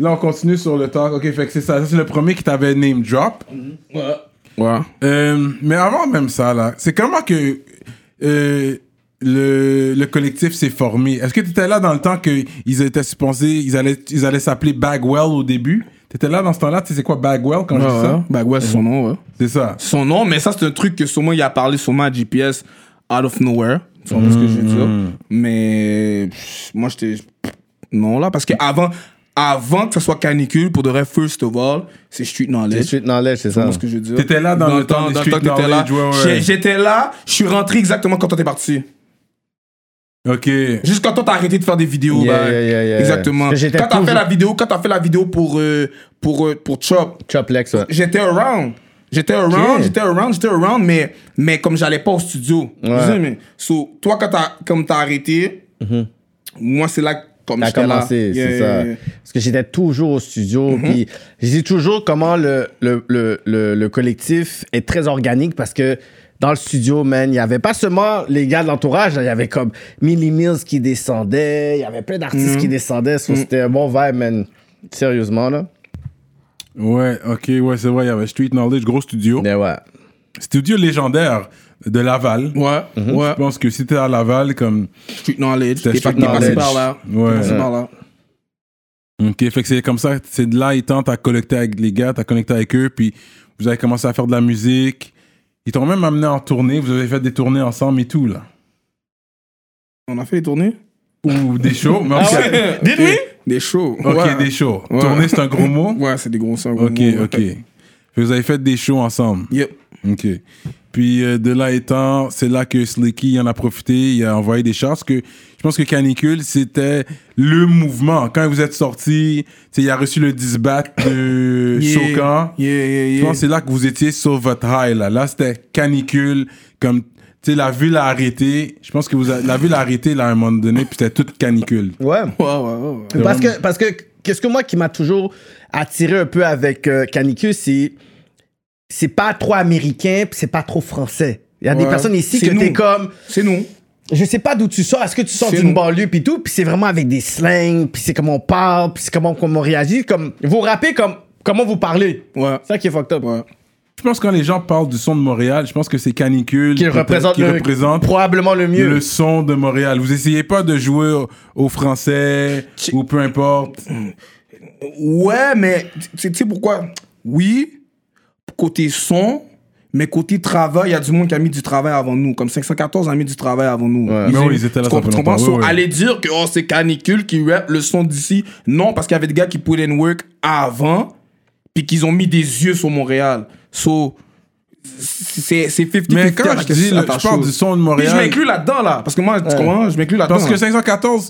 B: Là, on continue sur le talk. Ok, fait que c'est ça. Ça, c'est le premier qui t'avait name drop.
E: Mm-hmm. Ouais.
B: Euh, mais avant même ça, là, c'est comment que euh, le, le collectif s'est formé? Est-ce que tu étais là dans le temps qu'ils étaient supposés, ils allaient ils allaient s'appeler Bagwell au début? Tu étais là dans ce temps-là, tu sais c'est quoi Bagwell quand je dis ça?
E: Bah ouais, c'est son nom, ouais.
B: C'est ça.
E: Son nom, mais ça, c'est un truc que sûrement il a parlé sûrement à GPS out of nowhere. Tu vois ce que je veux dire? Mais pff, moi, j'étais. Non, là, parce que avant, avant que ça soit canicule, pour de vrai, first of all, c'est street knowledge.
C: suite knowledge, c'est
E: Tu
C: ça.
E: vois ce que je veux dire?
B: T'étais là dans le temps des
E: dans
B: street
E: que t'étais là.
B: knowledge, ouais, ouais.
E: J'ai- J'étais là, je suis rentré exactement quand toi t'es parti.
B: Ok.
E: Juste quand toi t'as arrêté de faire des vidéos.
C: Yeah,
E: bah,
C: yeah, yeah, yeah.
E: Exactement.
C: Parce que j'étais
E: Quand t'as fait
C: toujours-
E: la vidéo, quand t'as fait la vidéo pour, euh, pour, euh, pour Chop,
C: Choplex, ouais.
E: j'étais around. J'étais around,
C: Ok.
E: j'étais around, j'étais around, mais, mais comme j'allais pas au studio. Tu
C: Ouais.
E: sais, mais- so, toi, quand t'as, comme t'as arrêté, moi, c'est là que
C: Mhm.
E: comme
C: T'as
E: j'étais là.
C: commencé,
E: Yeah,
C: c'est
E: yeah,
C: ça.
E: yeah.
C: Parce que j'étais toujours au studio, puis je dis toujours comment le, le, le, le, le collectif est très organique parce que dans le studio, man, il y avait pas seulement les gars de l'entourage, là, il y avait comme Millie Mills qui descendait, il y avait plein d'artistes qui descendaient, so c'était un bon vibe, man. Sérieusement, là.
B: Ouais, ok, ouais, c'est vrai, il y avait Street Knowledge, gros studio.
C: Mais ouais.
B: Studio légendaire de Laval.
E: Ouais,
C: Mhm.
E: ouais.
B: Je pense que si t'es à Laval, comme.
E: Street knowledge.
B: C'était
E: T'es pas
B: street
E: t'es passé
C: knowledge.
E: par là.
B: Ouais.
E: T'es passé par là.
B: Ok, fait que c'est comme ça, c'est de là, étant, t'as connecté avec les gars, t'as connecté avec eux, puis vous avez commencé à faire de la musique. Ils t'ont même amené en tournée, vous avez fait des tournées ensemble et tout, là.
E: On a fait les tournées?
B: Ou des shows, mais en tout cas-
E: Dites-lui! Des shows.
B: Ok,
E: Ah ouais.
B: des shows.
E: Ouais.
B: Tournée, c'est un gros mot?
E: Ouais, c'est des gros sons. gros
B: Ok,
E: mots, ouais.
B: ok. Fait que Vous avez fait des shows ensemble.
E: Yep.
B: Ok. Puis euh, de là étant, c'est là que Slicky en a profité, il a envoyé des chars. parce que je pense que Canicule, c'était le mouvement. Quand vous êtes sorti, il a reçu le 10 bat de
E: Yeah.
B: Shokan.
E: Yeah, yeah,
B: Je
E: yeah.
B: pense que c'est là que vous étiez sur votre high. Là, là c'était canicule. Comme, tu sais, la ville a arrêté. Je pense que vous a- la ville a arrêté là, à un moment donné, puis c'était toute canicule.
C: Ouais.
E: Ouais, ouais, ouais. ouais.
C: Parce que, parce que, qu'est-ce que moi qui m'a toujours attiré un peu avec euh, Canicule, c'est c'est pas trop américain, puis c'est pas trop français. Il y a des
E: Ouais.
C: personnes ici
E: C'est
C: que t'es
E: nous.
C: comme,
E: C'est nous.
C: je sais pas d'où tu sors, est-ce que tu sors
E: C'est
C: d'une
E: nous.
C: banlieue puis tout, puis c'est vraiment avec des slangs, puis c'est comment on parle, puis c'est comment, comment on réagit, comme vous rappez comme comment vous parlez.
E: Ouais.
C: C'est ça qui est fucked up.
E: Ouais.
B: Je pense que quand les gens parlent du son de Montréal, je pense que c'est canicule
C: Qui représente,
B: qui
C: le-
B: représente
C: probablement le mieux.
B: le son de Montréal. Vous essayez pas de jouer au- aux Français
E: Chi-
B: ou peu importe.
E: Ouais, mais tu tu sais pourquoi Oui, côté son, mais côté travail, il y a du monde qui a mis du travail avant nous. Comme 514 a mis du travail avant nous.
C: Ouais.
B: Mais oui, ils étaient là ça
E: tu comprends-
B: fait
E: tu comprends?
B: longtemps.
E: So,
B: Ouais, ouais.
E: Aller dire que oh, c'est Canicule qui rap le son d'ici, non, parce qu'il y avait des gars qui put in work avant, puis qu'ils ont mis des yeux sur Montréal. So, c'est c'est 50
B: Mais quand je dis, là, je parle du son de Montréal.
E: je m'inclus là-dedans, là. Parce que moi, tu comprends? Je m'inclus là-dedans.
B: Parce que 514,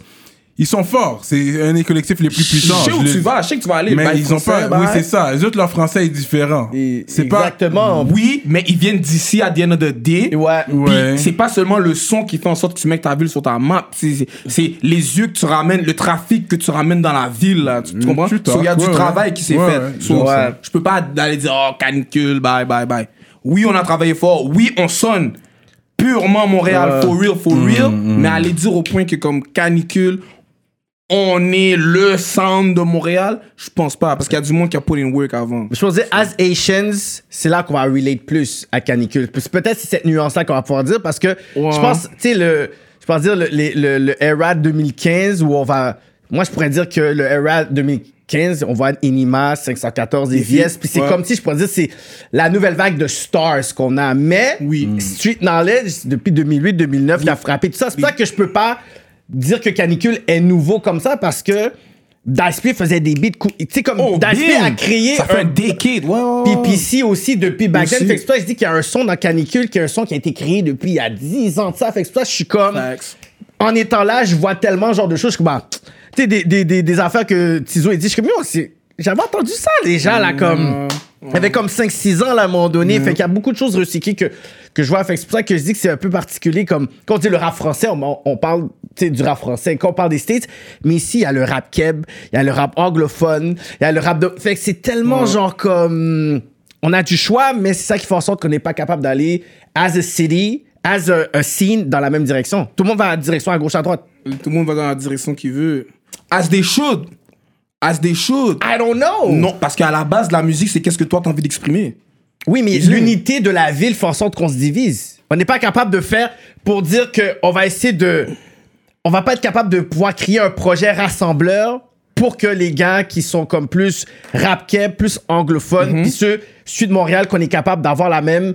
B: Ils sont forts. C'est un des collectifs les plus puissants.
E: Je sais où
B: je le
E: tu
B: dis.
E: vas, je sais que tu vas aller.
B: Mais
E: bail
B: ils ont
E: français,
B: pas. Oui,
E: bail.
B: c'est ça. Les autres, leur français est différent.
C: Et-
B: C'est pas.
C: Exactement.
E: Oui, mais ils viennent d'ici à the end of the day.
C: Ouais.
E: Puis
B: Ouais.
E: c'est pas seulement le son qui fait en sorte que tu mets ta ville sur ta map, c'est- c'est c'est les yeux que tu ramènes, le trafic que tu ramènes dans la ville, là, tu, tu comprends?
B: Mm, tu
E: So, Il
B: t'as-
E: y a du
B: ouais,
E: travail
B: ouais.
E: qui s'est
B: Ouais,
E: fait.
B: ouais,
E: So,
C: ouais.
E: Je peux pas aller dire, oh, canicule, bye, bye, bye. Oui, on a travaillé fort, oui, on sonne purement Montréal,
C: Ouais.
E: for real, for
B: Mm,
E: real, mais aller dire au point que comme canicule, on est le sound de Montréal, je pense pas, parce qu'il y a du monde qui a put in work avant.
C: Mais Je pense que, as Asians, c'est là qu'on va relate plus à canicule. Puis c'est Peut-être c'est cette nuance-là qu'on va pouvoir dire parce que
E: Ouais.
C: je pense, tu sais, le, je pense dire le, les- le, le era 2015 où on va. Moi, je pourrais dire que le era 2015, on voit Inima, 514, EVS. Puis c'est
E: Ouais.
C: comme si je pourrais dire c'est la nouvelle vague de stars qu'on a. Mais Mm.
E: Oui. Mm.
C: Street Knowledge, depuis 2008-2009, qui a frappé tout ça. C'est pour ça que je peux pas dire que Canicule est nouveau comme ça parce que Dice P faisait des beats. cou- Tu sais, comme
E: Oh,
C: Dice P
E: damn!
C: a créé
E: Ça fait
C: un
E: un decade, ouais, ouais, ouais.
C: PPC aussi depuis back then.
E: Aussi.
C: Fait que c'est pour ça que je dis qu'il y a un son dans Canicule, qui est un son qui a été créé depuis il y a 10 ans de ça. Fait que c'est pour ça que je suis comme.
E: Facts.
C: En étant là, je vois tellement genre de choses que, bah, tu sais, des, des, des, des affaires que Tizo a dit. Je suis comme, yo, c'est- j'avais entendu ça déjà, là, comme. Il y avait comme 5-6 ans, là, à un moment donné. Fait qu'il y a beaucoup de choses recyclées que, que je vois. Fait que c'est pour ça que je dis que c'est un peu particulier. Comme, quand on dit le rap français, on, on- on parle, tu sais, du rap français. Quand on parle des States, mais ici, il y a le rap keb, il y a le rap anglophone, il y a le rap de. Fait que c'est tellement genre comme on a du choix, mais c'est ça qui fait en sorte qu'on n'est pas capable d'aller as a city, as a, a scene dans la même direction. Tout le monde va à direction à gauche à droite.
E: Tout le monde va dans la direction qu'il veut. As they should. As they should.
C: I don't know.
E: Non, parce qu'à la base, la musique, c'est qu'est-ce que toi, t'as envie d'exprimer.
C: Oui, mais
E: Ils-
C: l'unité de la ville fait en sorte qu'on se divise. On n'est pas capable de faire pour dire que on va essayer de, on va pas être capable de pouvoir créer un projet rassembleur pour que les gars qui sont comme plus rap-quai, plus anglophones,
E: Mhm.
C: puis ceux sud de Montréal qu'on est capable d'avoir la même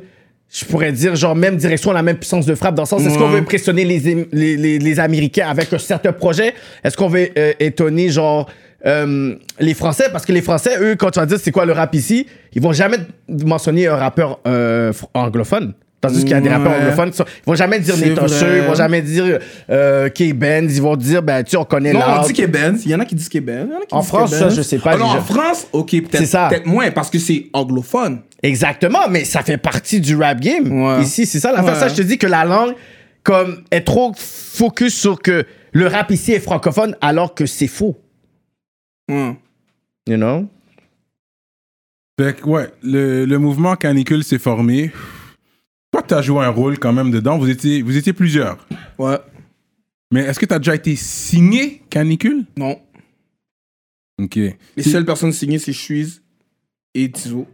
C: je pourrais dire, genre, même direction, la même puissance de frappe, dans le sens, est-ce qu'on
E: Ouais.
C: veut impressionner les, Am- les, les, les Américains avec un certain projet? Est-ce qu'on veut euh, étonner, genre, euh, les Français? Parce que les Français, eux, quand tu vas dire c'est quoi le rap ici, ils vont jamais te mentionner un rappeur euh, fr- anglophone. Tandis qu'il y a des rappeurs
E: Ouais.
C: anglophones, qui sont- ils vont jamais dire
E: C'est
C: Nétocheux, ils
E: vrai.
C: vont jamais dire euh, K-Benz, ils vont dire, ben, tu sais, on connaît
E: Non,
C: Loud.
E: on dit Québec. Il y en a qui disent Québec. il y en a qui
C: En
E: disent
C: France,
E: Québec.
C: ça, je sais pas,
E: Ah non,
C: déjà.
E: en France, ok,
C: C'est ça.
E: peut-être peut moins, parce que c'est anglophone.
C: Exactement, mais ça fait partie du rap game.
E: Ouais.
C: Ici, c'est ça l'affaire.
E: Ouais.
C: Ça, je te dis que la langue, comme, est trop focus sur que le rap ici est francophone, alors que c'est faux.
E: Ouais.
C: You know?
B: Fait que, ouais, le, le mouvement canicule s'est formé. Toi, t'as joué un rôle quand même dedans. Vous étiez, vous étiez plusieurs.
E: Ouais.
B: Mais est-ce que t'as déjà été signé canicule
E: Non.
B: Ok.
E: Les seules personnes signées, c'est Chuiz et Tizo,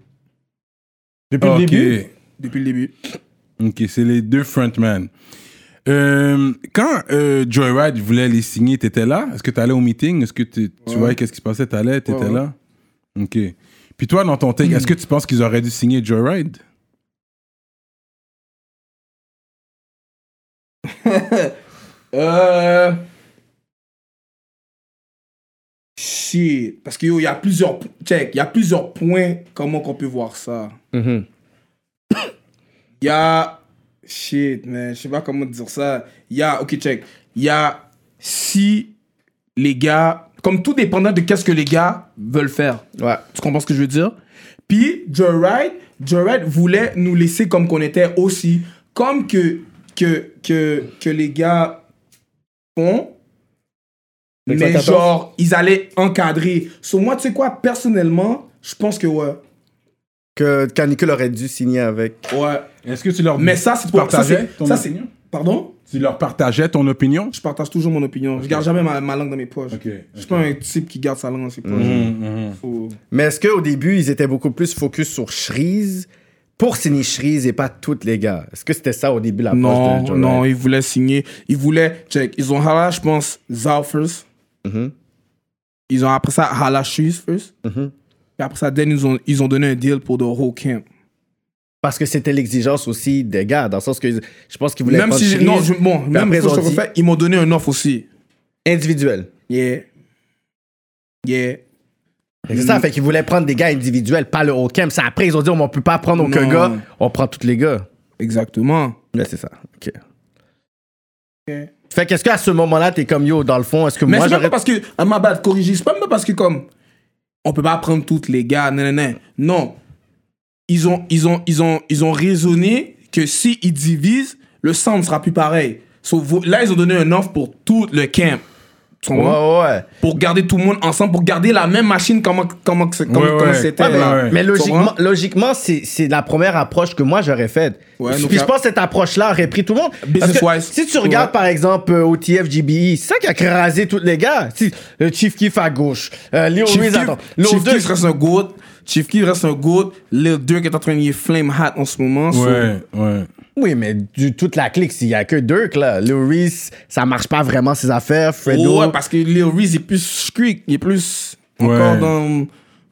C: Depuis
B: Ok.
E: depuis le début.
B: Ok, c'est les deux frontmen. Euh, quand euh, Joyride voulait les signer, t'étais là Est-ce que t'allais au meeting Est-ce que tu- tu voyais qu'est-ce qui se passait T'allais, t'étais
E: Ouais, ouais.
B: là Ok. Puis toi, dans ton take, est-ce que tu penses qu'ils auraient dû signer Joyride
E: Euh... Shit. Parce qu'il y a plusieurs... Check, il y a plusieurs points comment qu'on peut voir ça.
C: Mhm.
E: Il y a. Shit, man. Je sais pas comment dire ça. Il y a. Ok, check. Il y a. Si les gars. Comme tout dépendant de qu'est-ce que les gars veulent faire.
C: Ouais.
E: Tu comprends ce que je veux dire? Puis, Jared, Jared voulait nous laisser comme qu'on était aussi. Comme que, que, que, que les gars font. Mais
C: 514.
E: genre, ils allaient encadrer. Sur moi, tu sais quoi? Personnellement, je pense que ouais.
C: Que Canicule aurait dû signer avec.
E: Ouais.
B: Est-ce que tu leur
E: Mais ça, c'est
B: tu
E: pour ça.
B: partageais
E: c'est-
B: ton
E: ça, c'est-
B: opinion
E: Pardon?
B: Tu leur partageais ton opinion
E: je partage toujours mon opinion. Je garde jamais ma, ma langue dans mes poches.
B: Ok,
E: Je suis
B: ok.
E: pas un type qui garde sa langue dans ses
C: Mm.
E: poches. Faut-
C: Mais est-ce qu'au début, ils étaient beaucoup plus focus sur Shreeze pour signer Shreeze et pas toutes les gars? Est-ce que c'était ça au début la
E: Non,
C: de Joe
E: non,
C: Ride?
E: ils voulaient signer. Ils voulaient, check, ils ont Hala, je pense, Zao first.
C: Mhm.
E: Ils ont après ça Hala Shoes first.
C: Mhm.
E: Et après ça, then, ils ont, ils ont donné un deal pour The Whole Camp.
C: Parce que c'était l'exigence aussi des gars, dans le sens que je pense qu'ils voulaient
E: Même
C: prendre
E: si, j'ai-
C: Shreeze
E: non, je- bon,
C: puis
E: même
C: après,
E: si
C: ils
E: je
C: ont dit-
E: refais, ils m'ont donné un offre aussi.
C: individuel.
E: Yeah. Yeah.
C: Fait que C'est
E: Mm.
C: ça, fait qu'ils voulaient prendre des gars individuels, pas le whole camp. Ça, après, ils ont dit, on ne peut pas prendre aucun
E: Non.
C: gars, on prend tous les gars.
E: Exactement.
C: Là, c'est ça. OK. Fait qu'est-ce qu'à ce moment-là, t'es comme yo, dans le fond, est-ce que
E: Mais
C: moi
E: c'est même
C: j'aurais.
E: pas parce que, à ma bad, corrigez, c'est pas même pas parce que comme, on peut pas prendre toutes les gars, non, non, non. Non. Ils ont, ils ont, ils ont, ils ont raisonné que s'ils ils divisent, le sang ne sera plus pareil. So, vous- là, ils ont donné un offre pour tout le camp. Tu
C: Ouais,
E: comprends?
C: ouais, ouais.
E: Pour garder tout le monde ensemble, pour garder la même machine comment comment que c'est- comment-
B: Ouais, ouais.
E: comment c'était.
B: Ouais, mais-
E: là.
B: ouais.
C: Mais
E: Tu
C: logiquement,
E: comprends?
C: logiquement c'est, c'est la première approche que moi j'aurais faite.
E: Ouais,
C: Puis
E: donc
C: je
E: la-
C: pense que cette approche-là aurait pris tout le monde. Parce que
E: Business-wise.
C: Si tu regardes
E: Ouais.
C: par exemple euh, OTF GBE, c'est ça qui a crasé tous les gars. Si, le Chief Keef à gauche, euh, Léo
E: Chief
C: Ruiz à
E: Keef-
C: droite, Léo
E: Chief
C: Deux-
E: Keef reste un goat. Chief Keef reste un goat. Lil Durk est en train de y flame hat en ce moment. so-
B: Ouais, ouais.
C: Oui, mais du, toute la clique, s'il y a que Dirk, là. Léo Ruiz, ça marche pas vraiment ses affaires. Fredo.
E: Ouais, parce que Lil Reese est plus streak, il est plus
B: Ouais.
E: encore dans,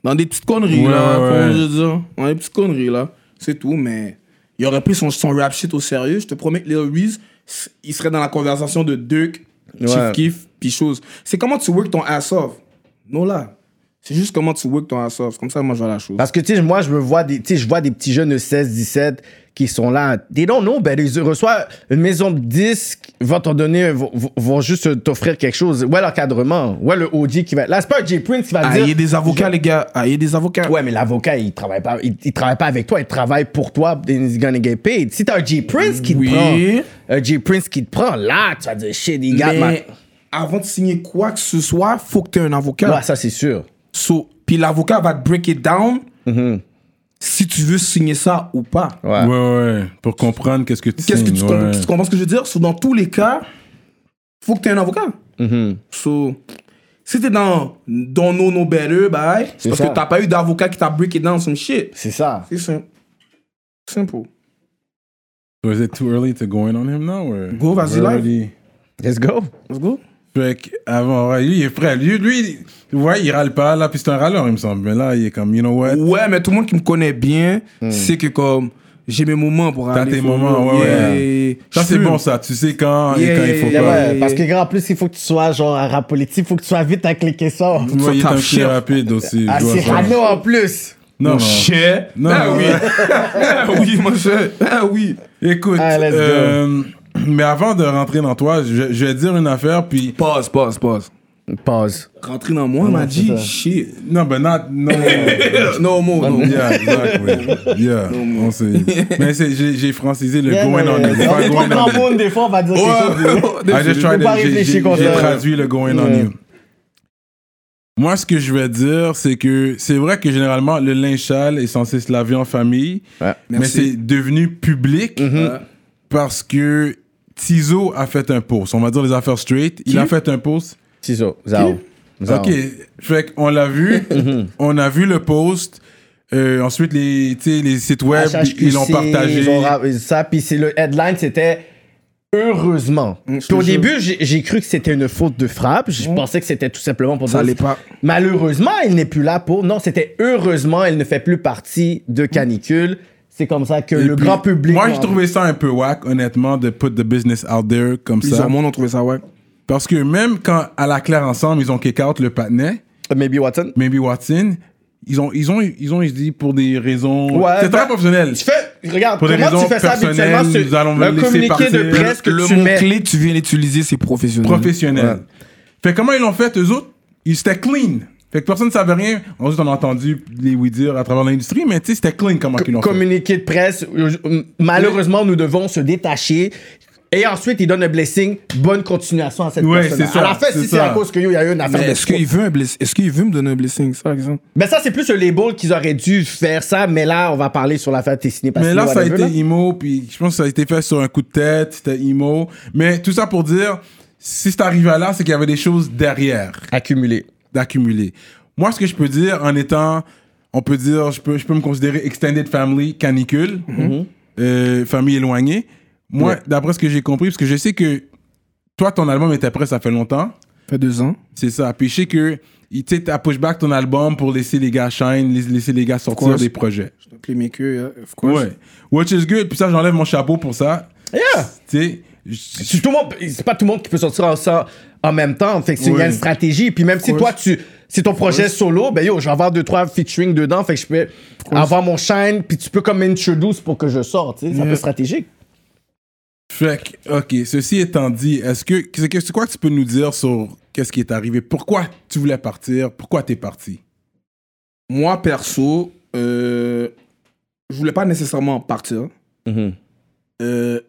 E: dans des petites conneries,
B: Ouais,
E: là.
B: ouais.
E: comme je veux dire. Dans des petites conneries, là. C'est tout, mais il aurait pris son, son rap shit au sérieux. Je te promets que Lil Reese, s- il serait dans la conversation de Duke,
C: Ouais.
E: Chief Keef, pis chose. C'est comment tu work ton ass off. Non, là. C'est juste comment tu work ton ass off. C'est Comme ça, moi, je vois la chose.
C: Parce que, tu sais, moi, je me vois des, tu sais, je vois des petits jeunes de 16, 17 qui sont là. They don't know, ben, ils reçoivent une maison de disques, vont t'en donner, vont, vont- vont juste t'offrir quelque chose. Ouais, l'encadrement. Ouais, le OG qui va être là. C'est pas un J. Prince qui va te
E: Ah, il y a
C: dire.
E: des avocats, les gars. Ah, il y a des avocats.
C: Ouais, mais l'avocat, il travaille pas, il, il travaille pas avec toi, il travaille pour toi, and he's gonna get paid. Si t'as un J. Prince qui te
E: Oui.
C: prend, un J. Prince qui te prend, là, tu vas dire shit, il got my-
E: mais avant de signer quoi que ce soit, faut que tu aies un avocat.
C: Ouais, ça, c'est sûr.
E: So, puis l'avocat va te break it down
B: Mm-hmm.
E: si tu veux signer ça ou pas.
C: Ouais.
B: Ouais, ouais. Pour comprendre qu'est-ce que tu
E: Qu'est-ce que tu,
B: signes,
E: com-
B: Mm-hmm. ouais.
E: tu comprends ce que je veux dire? So, dans tous les cas, faut que tu aies un avocat.
C: Mm-hmm.
E: So, si t'es dans dans no no better, bye, c'est parce
C: ça.
E: que t'as pas eu d'avocat qui t'a break it down some shit.
C: C'est ça.
E: C'est simple. Simple.
B: Was it too early to go in on him now? or-
E: Go, vas-y,
B: We're
E: live.
B: already-
C: Let's go.
E: Let's go.
B: Fait que, avant, ouais, lui, il est prêt. Lui, lui, ouais, il râle pas, là, puis c'est un râleur, il me semble. Mais là, il est comme, you know what?
E: Ouais, mais tout le monde qui me connaît bien sait que comme j'ai mes moments pour aller.
B: Mm. tes
E: follow.
B: moments, ouais, ouais.
E: Je
B: Ça, c'est
E: fume.
B: bon, ça. Tu sais quand et
E: Yeah,
B: quand il
E: yeah,
B: faut
E: yeah,
B: pas.
E: ouais.
C: Ouais, parce que grand plus, il faut que tu sois genre un rap politique, il faut que tu sois vite à cliquer ça.
B: Moi, il est
E: Faut
B: un
E: taper
B: petit
E: cher.
B: rapide aussi.
C: À
B: je dois
C: Cyrano
B: savoir.
C: en plus.
B: Non, non.
E: Cher.
B: Non,
E: ah,
B: non.
E: oui. ah oui, mon cher. Ah oui.
B: Écoute,
C: Ah, let's go.
B: euh, mais avant de rentrer dans toi, je, je vais dire une affaire, puis...
E: Pause, pause, pause.
C: Pause.
E: Rentrer dans moi, m'a dit shit.
B: Non, ben, not... Non,
E: No more, no more.
B: Yeah, exactly. Yeah, on sait. Mais c'est- j'ai j'ai francisé le going on.
C: on
B: him. Pas
C: est trop
B: going on
C: grand
B: him.
C: monde, des fois, on va dire quelque chose.
B: I just tried
C: Faut
B: to-
C: pas
B: j'ai-
C: réfléchir
B: j'ai-
C: contre
B: j'ai
C: ça.
B: traduit le going on
C: Ouais.
B: you. Moi, ce que je vais dire, c'est que c'est vrai que généralement, le linge sale est censé se laver en famille,
C: Ouais. Mm-hmm.
B: mais
E: Merci.
B: c'est devenu public parce que Tizo a fait un post. On va dire les affaires straight. Il a fait un post.
C: Ciseaux, Zao. Zao.
B: Ok, fait qu'on l'a vu.
C: Mm-hmm.
B: on a vu le post. Euh, ensuite, les, tu sais, les sites web,
C: HHQC,
B: ils l'ont partagé.
C: ils ont ra- ça, puis c'est le headline, c'était heureusement.
B: Mm,
C: Puis au
E: sûr.
C: début, j'ai j'ai cru que c'était une faute de frappe. Je pensais que c'était tout simplement pour
E: Ça
C: dire-
E: l'est pas.
C: Malheureusement, il n'est plus là pour. Non, c'était heureusement, elle ne fait plus partie de canicule. C'est comme ça que
B: Mm. Et
C: le
B: puis,
C: grand public.
B: Moi, j'ai trouvé ça un peu whack, honnêtement, de put the business out there comme ça.
E: Plusieurs mondes ont trouvé ça, ouais.
B: Parce que même quand à la claire ensemble, ils ont kick out le patinet,
C: Maybe Watson.
B: maybe Watson, ils ont, ils ont, ils ont, ils se dit pour des raisons.
C: Ouais,
B: c'est
C: ben,
B: très professionnel.
C: Tu fais, regarde,
B: Pour des
C: comment tu
B: raisons
C: fais ça
B: personnelles,
C: habituellement sur
B: nous allons le
C: un
B: laisser
C: communiqué de
B: partir.
C: presse que
E: le
C: tu mets.
E: mot-clé, tu viens l'utiliser, c'est professionnel.
B: Professionnel.
C: Ouais.
B: Fait comment ils l'ont fait, eux autres Ils étaient clean. Fait que personne ne savait rien. Ensuite, on a entendu les oui dire à travers l'industrie, mais tu sais, c'était clean comment ils l'ont fait.
C: communiqué de presse. euh, Malheureusement, nous devons se détacher. Et ensuite, il donne un blessing. Bonne continuation à cette
B: Ouais,
C: personne.
B: c'est ça,
C: à la fin, si
B: c'est
C: c'est
B: ça.
C: à cause que yo, il y a eu une affaire
E: Mais
C: de
E: est-ce qu'il veut, un bless- est-ce qu'il veut me donner un blessing, ça, par exemple?
C: Mais ça, c'est plus le label qu'ils auraient dû faire ça. Mais là, on va parler sur l'affaire t'es signé par
B: Mais
C: Sino,
B: là, ça a
C: whatever,
B: été
C: là.
B: emo, puis je pense que ça a été fait sur un coup de tête, c'était emo. Mais tout ça pour dire, si c'est arrivé à là, c'est qu'il y avait des choses derrière
C: accumulé.
B: d'accumuler. Moi, ce que je peux dire en étant, on peut dire, je peux, je peux me considérer extended family, canicule,
E: Mhm.
B: euh, famille éloignée. Moi, d'après ce que j'ai compris, parce que je sais que toi, ton album était prêt, ça fait longtemps.
E: Fait deux ans.
B: C'est ça. Puis je sais que tu sais, t'as push back ton album pour laisser les gars shine, lais- laisser les gars sortir
E: course.
B: des projets.
E: Je t'appelais mes queues, euh, of course.
B: Ouais. Which is good. Puis ça, j'enlève mon chapeau pour ça.
C: Yeah.
B: Tu sais, je-
C: C'est tout le monde- c'est pas tout le monde qui peut sortir en, ça en même temps. Fait que c'est- il y
B: Oui.
C: a une stratégie. Puis même si
E: course.
C: toi, tu, c'est ton projet solo, ben yo, je vais avoir deux, trois featuring dedans. Fait que je peux avoir mon shine. Puis tu peux comme introduce pour que je sorte. tu sais. C'est un peu stratégique.
B: Fait que, ok, ceci étant dit, est-ce que c'est que- c'est quoi que tu peux nous dire sur qu'est-ce qui est arrivé, pourquoi tu voulais partir, pourquoi t'es parti?
E: Moi, perso, euh, je voulais pas nécessairement partir. Mm-hmm.
C: Mhm.
E: Euh,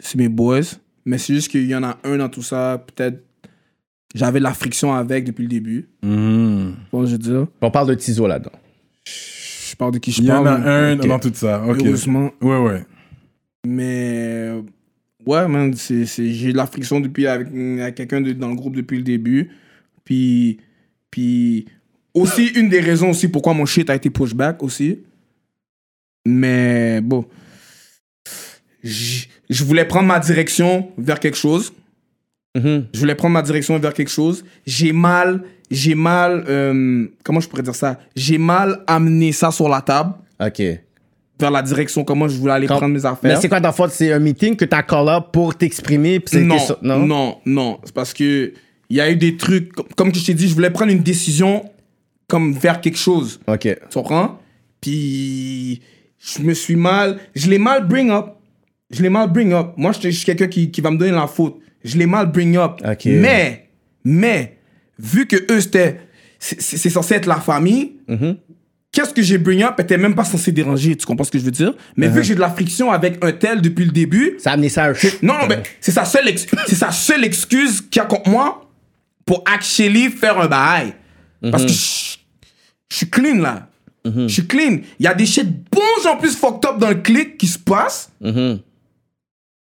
E: c'est mes boys. Mais c'est juste qu'il y en a un dans tout ça, peut-être. J'avais de la friction avec depuis le début. Bon, je veux dire.
C: On parle de Tizo là-dedans.
E: Je parle de qui je
B: Il y en
E: parle.
B: a un
C: ok.
B: dans tout ça. Ok.
E: Heureusement.
B: Ouais, ouais.
E: Mais euh, ouais, man, c'est, c'est- j'ai de la friction depuis avec, avec quelqu'un de- dans le groupe depuis le début. Puis, puis aussi, une des raisons aussi pourquoi mon shit a été pushback aussi. Mais bon, J- je voulais prendre ma direction vers quelque chose.
C: Mhm.
E: Je voulais prendre ma direction vers quelque chose. J'ai mal, j'ai mal, euh, comment je pourrais dire ça? J'ai mal amené ça sur la table,
C: Ok.
E: vers la direction, comment je voulais aller
C: Quand-
E: prendre mes affaires.
C: Mais c'est quoi, dans le fond, c'est un meeting que t'as call up pour t'exprimer? puis c'était
E: non,
C: ça-
E: non, non, C'est parce que il y a eu des trucs. com- Comme je t'ai dit, je voulais prendre une décision comme vers quelque chose.
C: Ok.
E: Tu comprends? Puis je me suis mal. Je l'ai mal bring up. Je l'ai mal bring up. Moi, je je suis quelqu'un qui, qui va me donner la faute. Je l'ai mal bring up.
C: Ok.
E: Mais, mais, vu que eux, c'était. C'est c'est censé être la famille. Qu'est-ce que j'ai bring up était même pas censé déranger. Tu comprends ce que je veux dire? Mais vu que j'ai de la friction avec un tel depuis le début,
C: Ça a amené ça à un
E: que- Non, non, mais c'est sa seule, ex- c'est sa seule excuse qu'il y a contre moi pour actually faire un bail. Parce que je je suis clean, là. Je suis clean. Il y a des shit bons en plus fucked up dans le clic qui se passent
C: Mm-hmm.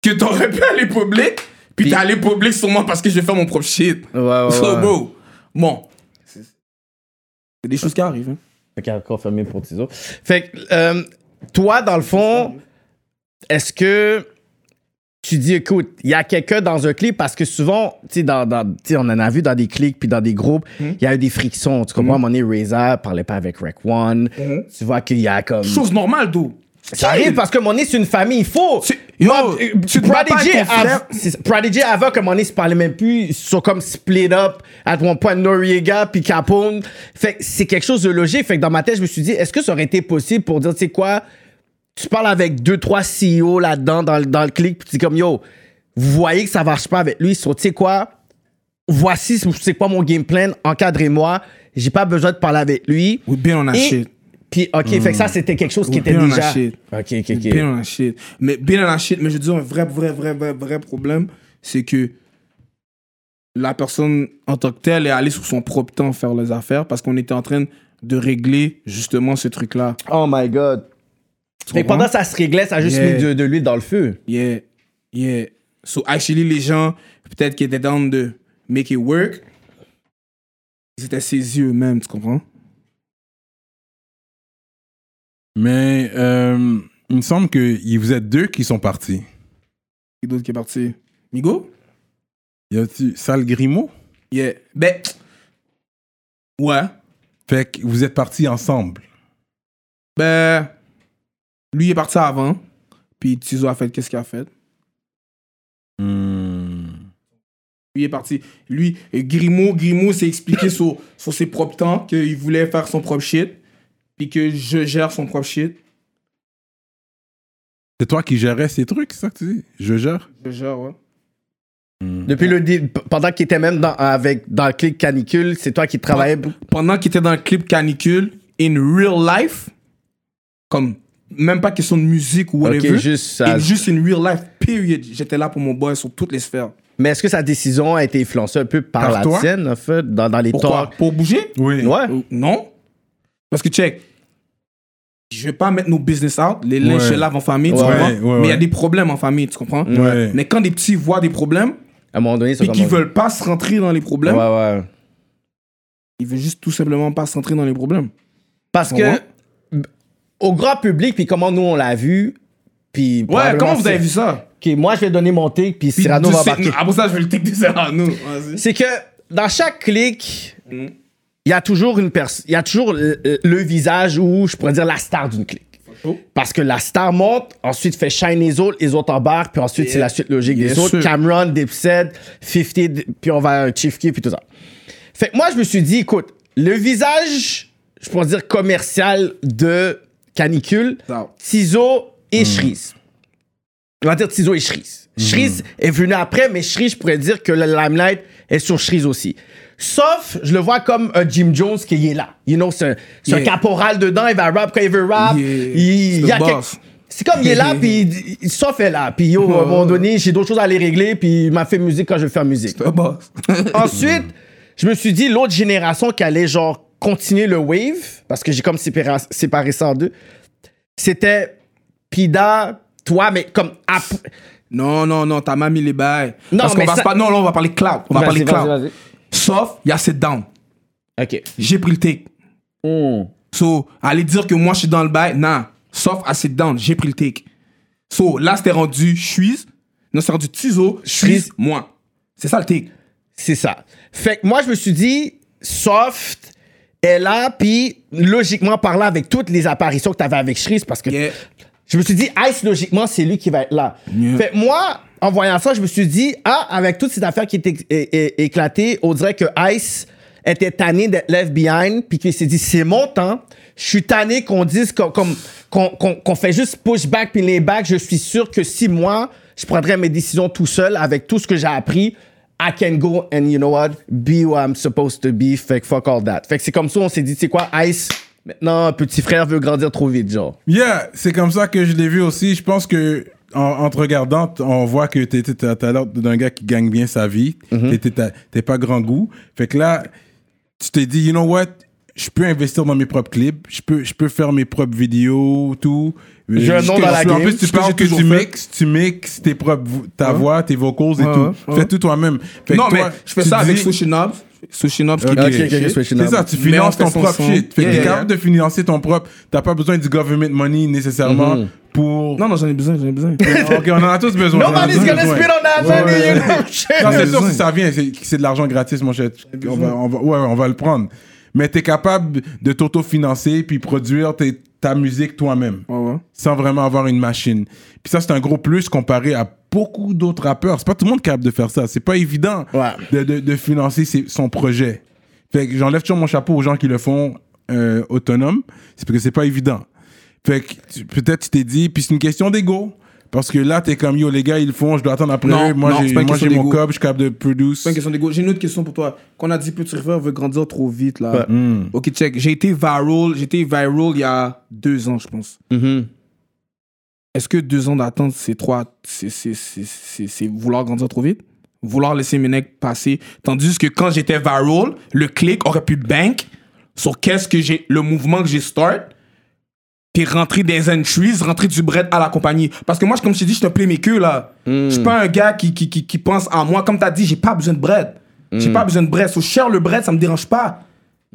E: que t'aurais pu aller public, puis t'es allé public sur moi parce que je vais faire mon propre shit.
C: Ouais, ouais,
E: So,
C: ouais.
E: bro, bon. C'est c'est des choses qui arrivent. hein.
C: Fait qu'il y a encore fermé pour Tizo. Fait que, euh, toi, dans le fond, est-ce que tu dis, écoute, il y a quelqu'un dans un clip, parce que souvent, tu sais, dans, dans- tu sais, on en a vu dans des clics puis dans des groupes, il y a eu des frictions. Tu comprends, à un moment donné, Razor parlait pas avec Rec One. Tu vois qu'il y a comme.
E: Chose normale, d'où
C: Ça arrive parce que mon c'est une famille, il faut.
E: Tu- yo,
C: Moi, euh,
E: tu te bats pas
C: Prodigy,
E: avec ton
C: av-
E: frère.
C: c'est ça. Prodigy avant que mon se parlait même plus, ils sont comme split up à mon point Noriega puis Capone. Fait que c'est quelque chose de logique. Fait que dans ma tête, je me suis dit, est-ce que ça aurait été possible pour dire, tu sais quoi, tu parles avec deux, trois CEO là-dedans, dans, le- dans le clic, puis tu dis comme, yo, vous voyez que ça marche pas avec lui, so, tu sais quoi, voici ce- c'est quoi mon game plan, encadrez-moi, j'ai pas besoin de parler avec lui.
E: We've been on that
C: Et-
E: Ah, shit.
C: Puis, OK, fait que ça, c'était quelque chose qui
E: We've
C: était
E: been on
C: déjà...
E: that shit.
C: OK, OK, OK.
E: Bien dans la shit. Mais bien dans la shit, mais je dis un vrai, vrai, vrai, vrai, vrai problème, c'est que la personne en tant que telle est allée sur son propre temps faire les affaires parce qu'on était en train de régler justement ce truc-là.
C: Oh my God.
E: Tu
C: Fait que
E: comprends?
C: pendant que ça se réglait, ça a juste
E: Yeah.
C: mis de, de l'huile dans le feu.
E: Yeah, yeah. So actually, les gens, peut-être qui étaient down de make it work, ils étaient saisis eux-mêmes, tu comprends?
B: Mais euh, il me semble que y- vous êtes deux qui sont partis.
E: Et d'autres qui est parti. Migo?
B: Y a-tu Sal Grimaud?
E: Yeah. Ben, ouais.
B: Fait que vous êtes partis ensemble.
E: Ben, lui il est parti avant. Puis Tizo a fait qu'est-ce qu'il a fait. Lui est parti. Lui, et Grimaud, Grimaud s'est expliqué sur, sur ses propres temps qu'il voulait faire son propre shit. Puis que je gère son propre shit.
B: C'est toi qui gérais ces trucs, ça, que tu dis? Je gère?
E: Je gère, ouais. Mm.
C: Depuis le dé- p- pendant qu'il était même dans, avec, dans le clic canicule, c'est toi qui travaillais. pour-
E: Pendant qu'il était dans le clip Canicule, in real life, comme même pas question de musique ou whatever.
C: Ok, juste ça.
E: in- juste in real life, period. J'étais là pour mon boy sur toutes les sphères.
C: Mais est-ce que sa décision a été influencée un peu par,
B: Par
C: la
B: toi?
C: tienne, en fait, dans, dans les
E: Pourquoi
C: torts?
E: Pour bouger
B: Oui.
C: Ouais.
E: Euh, Non. Parce que check, je vais pas mettre nos business out, les linges
B: Ouais.
E: se lavent en famille, tu
C: Ouais,
E: comprends?
B: ouais, ouais.
E: Mais il y a des problèmes en famille, tu comprends?
B: Ouais.
E: Mais quand des petits voient des problèmes,
C: À un moment donné, c'est
E: puis
C: comme...
E: qu'ils veulent pas se rentrer dans les
C: Ouais,
E: problèmes,
C: ouais.
E: ils veulent juste tout simplement pas se rentrer dans les problèmes.
C: Parce que,
E: Ouais.
C: au grand public, puis comment nous, on l'a vu, puis...
E: Ouais,
C: probablement
E: comment vous
C: c'est-
E: avez vu ça?
C: OK, moi, je vais donner mon take, puis
E: Puis
C: Cyrano
E: du-
C: va
E: c'est-
C: embarquer.
E: Ah, pour ça, je vais le take de Cyrano. Vas-y.
C: C'est que, dans chaque clic,
E: Mhm.
C: il y a toujours une personne, il y a toujours le, le visage ou je pourrais dire la star d'une clique.
E: Oh.
C: Parce que la star monte, ensuite fait shine les autres, les autres embarquent, puis ensuite c'est la suite logique des
E: Bien
C: autres.
E: sûr.
C: Cameron, Dipset, 50, d- puis on va à Chief Keef, puis tout ça. Fait que moi, je me suis dit, écoute, le visage, je pourrais dire commercial de Canicule,
E: Ça.
C: Tizo et Shreeze. on va dire Tizo et Shreeze.
E: Hmm.
C: Shreeze est venu après, mais Shreeze, je pourrais dire que le limelight est sur Shreeze aussi. Sauf, je le vois comme euh, Jim Jones qui est là. You know, c'est un, c'est un
E: Yeah.
C: caporal dedans, il va rap quand il veut rap.
E: Yeah.
C: Il, il y a
E: C'est le
C: quelque-
E: boss.
C: C'est comme il est là, puis il- il- sauf est là. Puis yo, à un moment donné, j'ai d'autres choses à aller régler, puis il m'a fait musique quand je veux faire musique.
E: Le boss.
C: Ensuite, je me suis dit l'autre génération qui allait genre continuer le wave, parce que j'ai comme séparé, séparé ça en deux, c'était Pida, toi, mais comme après-
E: Non, non, non, t'as même mis les bails.
C: Non,
E: Parce qu'on
C: mais
E: va
C: ça-
E: se pas... Non, là, on va parler cloud. On va
C: Vas-y,
E: parler
C: vas-y,
E: cloud.
C: vas-y.
E: Sauf, il y a cette down.
C: Ok.
E: J'ai pris le take. Hmm. So, aller dire que moi, je suis dans le bail, non. Sauf à sit down, j'ai pris le take. So, là, c'était rendu suis. Non, c'est rendu Tizo, suis,
C: Suisse.
E: moi. C'est ça le take.
C: C'est ça. Fait que moi, je me suis dit, soft est là, puis logiquement parlant, avec toutes les apparitions que tu avais avec Shreeze, parce que
E: Yeah.
C: je me suis dit, Ice, logiquement, c'est lui qui va être là. Fait que moi, en voyant ça, je me suis dit, ah, avec toute cette affaire qui est é- é- éclatée, on dirait que Ice était tanné d'être left behind, puis qu'il s'est dit, c'est mon temps. Je suis tanné qu'on dise qu'on comme- qu'on qu'on- qu'on fait juste push back puis les back. Je suis sûr que si moi, je prendrais mes décisions tout seul avec tout ce que j'ai appris, I can go and you know what, be who I'm supposed to be. Fait que fuck all that. Fait que c'est comme ça, on s'est dit, tu sais quoi, Ice, maintenant, petit frère veut grandir trop vite, genre.
B: Yeah, c'est comme ça que je l'ai vu aussi. Je pense que en, en te regardant, t- on voit que t'es- t'es- t'as t'as l'air d'un gars qui gagne bien sa vie.
E: Mm-hmm.
B: T'es- t'es- t'as- T'es pas grand goût. Fait que là, tu t'es dit, you know what, je peux investir dans mes propres clips, je peux, je peux faire mes propres vidéos, tout. Euh,
C: J'ai un nom
B: ce que-
C: dans la
B: En
C: game,
B: plus, tu
E: ce que
B: parles
E: j'ai
B: que tu
E: toujours fait.
B: mixes, tu mixes tes propres, vo- ta voix, tes vocals et
E: Ouais,
B: tout.
E: ouais, ouais.
B: Fais tout toi-même. Fait que
E: non, mais
B: toi,
E: je fais
B: tu
E: ça avec
B: dis-
E: Sushi Knobs. Sushi Knobs qui
B: Ok,
E: crée
C: ok,
E: le shit.
C: ok, Sushi
B: c'est ça, tu
E: Mais on
B: finances
E: fait
B: ton
E: son
B: propre
E: son.
B: shit. Fait que
E: Yeah,
B: t'es
E: yeah.
B: capable de financer ton propre. T'as pas besoin du government money nécessairement pour.
E: Mm-hmm. Non, non, j'en ai besoin, j'en ai besoin.
B: ok, on en a tous besoin. On
C: Nobody's
B: en a tous
C: gonna
B: besoin.
C: spit on that
B: Ouais,
C: money,
B: ouais,
C: you
B: ouais.
C: know, shit.
B: Non, c'est
E: Besoin.
B: sûr que ça vient, c'est c'est de l'argent gratis, mon cher. On va, on va- ouais, on va le prendre. Mais t'es capable de t'auto-financer puis produire tes- ta musique toi-même
E: Ouais, ouais.
B: sans vraiment avoir une machine. Puis ça, c'est un gros plus comparé à beaucoup d'autres rappeurs. C'est pas tout le monde capable de faire ça. C'est pas évident
C: Ouais.
B: de, de- de financer ses- son projet. Fait que j'enlève toujours mon chapeau aux gens qui le font euh, autonome. C'est parce que c'est pas évident. Fait que tu- peut-être tu t'es dit, puis c'est une question d'ego. Parce que là, t'es comme, yo, les gars, ils le font, je dois attendre après
E: Non,
B: eux. Moi,
E: non,
B: j'ai
E: c'est pas une
B: moi,
E: question
B: j'ai mon
E: d'ego.
B: cob, je suis capable de produce.
E: C'est pas une question d'ego. J'ai une autre question pour toi. Qu'on a dit Petit River veut grandir trop vite, là. Ok, check. J'ai été viral. J'ai été viral il y a deux ans, je pense.
C: Mm-hmm,
E: Est-ce que deux ans d'attente, c'est trois, c'est- c'est- c'est c'est- c'est vouloir grandir trop vite? Vouloir laisser mes necks passer. Tandis que quand j'étais viral, le clic aurait pu bank sur qu'est-ce que j'ai, le mouvement que j'ai start, puis rentrer des entries, rentrer du bread à la compagnie. Parce que moi, comme je t'ai dit, je te plais mes queues, là. Je suis pas un gars qui, qui, qui, qui pense à moi. Comme t'as dit, j'ai pas besoin de bread. J'ai pas besoin de bread. So, cher le bread, ça me dérange pas.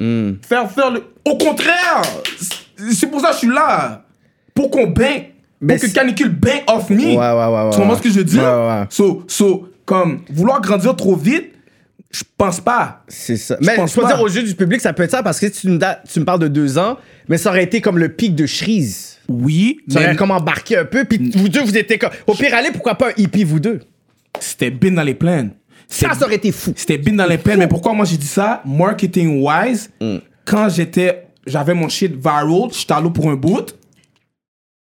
C: mm-hmm.
E: Faire, faire le... Au contraire! C'est- C'est pour ça que je suis là. Pour qu'on bank.
C: Mais
E: Pour que
C: c'est-
E: Canicule bank off me.
C: Ouais, ouais, ouais, ouais,
E: Tu comprends
C: ouais.
E: ce que je veux dire?
C: Ouais, ouais, ouais.
E: So, so, comme, vouloir grandir trop vite, je pense pas.
C: C'est ça. Mais
E: pense
C: je peux
E: pas.
C: dire aux yeux du public, ça peut être ça parce que si tu me, da- tu me parles de deux ans, mais ça aurait été comme le pic de Shreeze.
E: Oui,
C: Ça aurait
E: mais
C: comme embarqué un peu,
B: Mm.
C: puis vous deux, vous étiez comme. Au pire, allez, pourquoi pas un hippie, vous deux
E: c'était bin dans les plaines.
C: Ça, ça aurait été fou.
E: C'était bin dans les plaines. Mais pourquoi moi j'ai dit ça? Marketing wise,
C: Mm.
E: quand j'étais, j'avais mon shit viral, j'étais à l'eau pour un boot.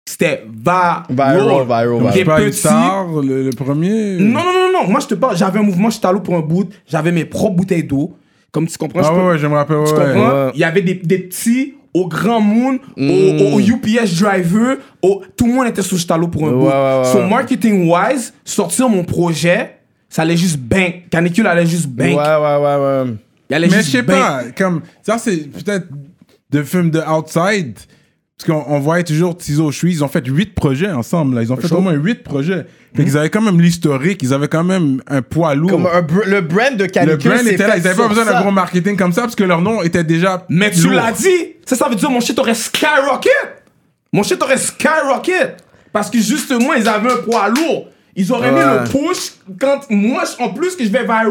E: C'était viral.
C: Viral, viral,
E: Des
B: C'est pas une
E: petits-
B: star, le, le premier.
E: Non, non, non, non. Moi, je te parle. J'avais un mouvement, j'étais à l'eau pour un boot. J'avais mes propres bouteilles d'eau. Comme tu comprends, je
B: Ah
E: peux-
B: ouais, ouais, je me rappelle. ouais,
E: Tu
B: ouais.
E: comprends?
C: Ouais.
E: Il y avait des, des petits au grand monde, au, au- au UPS driver, au- tout le monde était sous Stalo pour un bout.
C: Mm. Ouais, ouais, ouais,
E: so,
C: ouais.
E: marketing wise, sortir mon projet, ça allait juste bank. Canicule allait juste bank.
C: ouais, ouais.
E: Il allait
B: Mais je
E: juste ben
B: sais
E: bank.
B: pas, comme ça, c'est peut-être de films de Outside. Parce qu'on on voyait toujours Tizo Chui, ils ont fait huit projets ensemble. Là. Ils ont fait au moins huit projets. Fait
E: Mm-hmm.
B: qu'ils avaient quand même l'historique, ils avaient quand même un poids lourd.
C: Comme un br- le brand de
B: le
C: Canicule.
B: brand
C: c'est
B: était là,
C: fait
B: ils avaient
C: sur
B: pas besoin d'un
C: ça.
B: gros marketing comme ça parce que leur nom était déjà.
E: Mais tu
B: lourd.
E: l'as dit. Ça, ça veut dire mon shit aurait skyrocket. Mon shit aurait skyrocket. Parce que justement, ils avaient un poids lourd. Ils auraient mis
C: Ouais.
E: le push quand moi, en plus que je vais viral,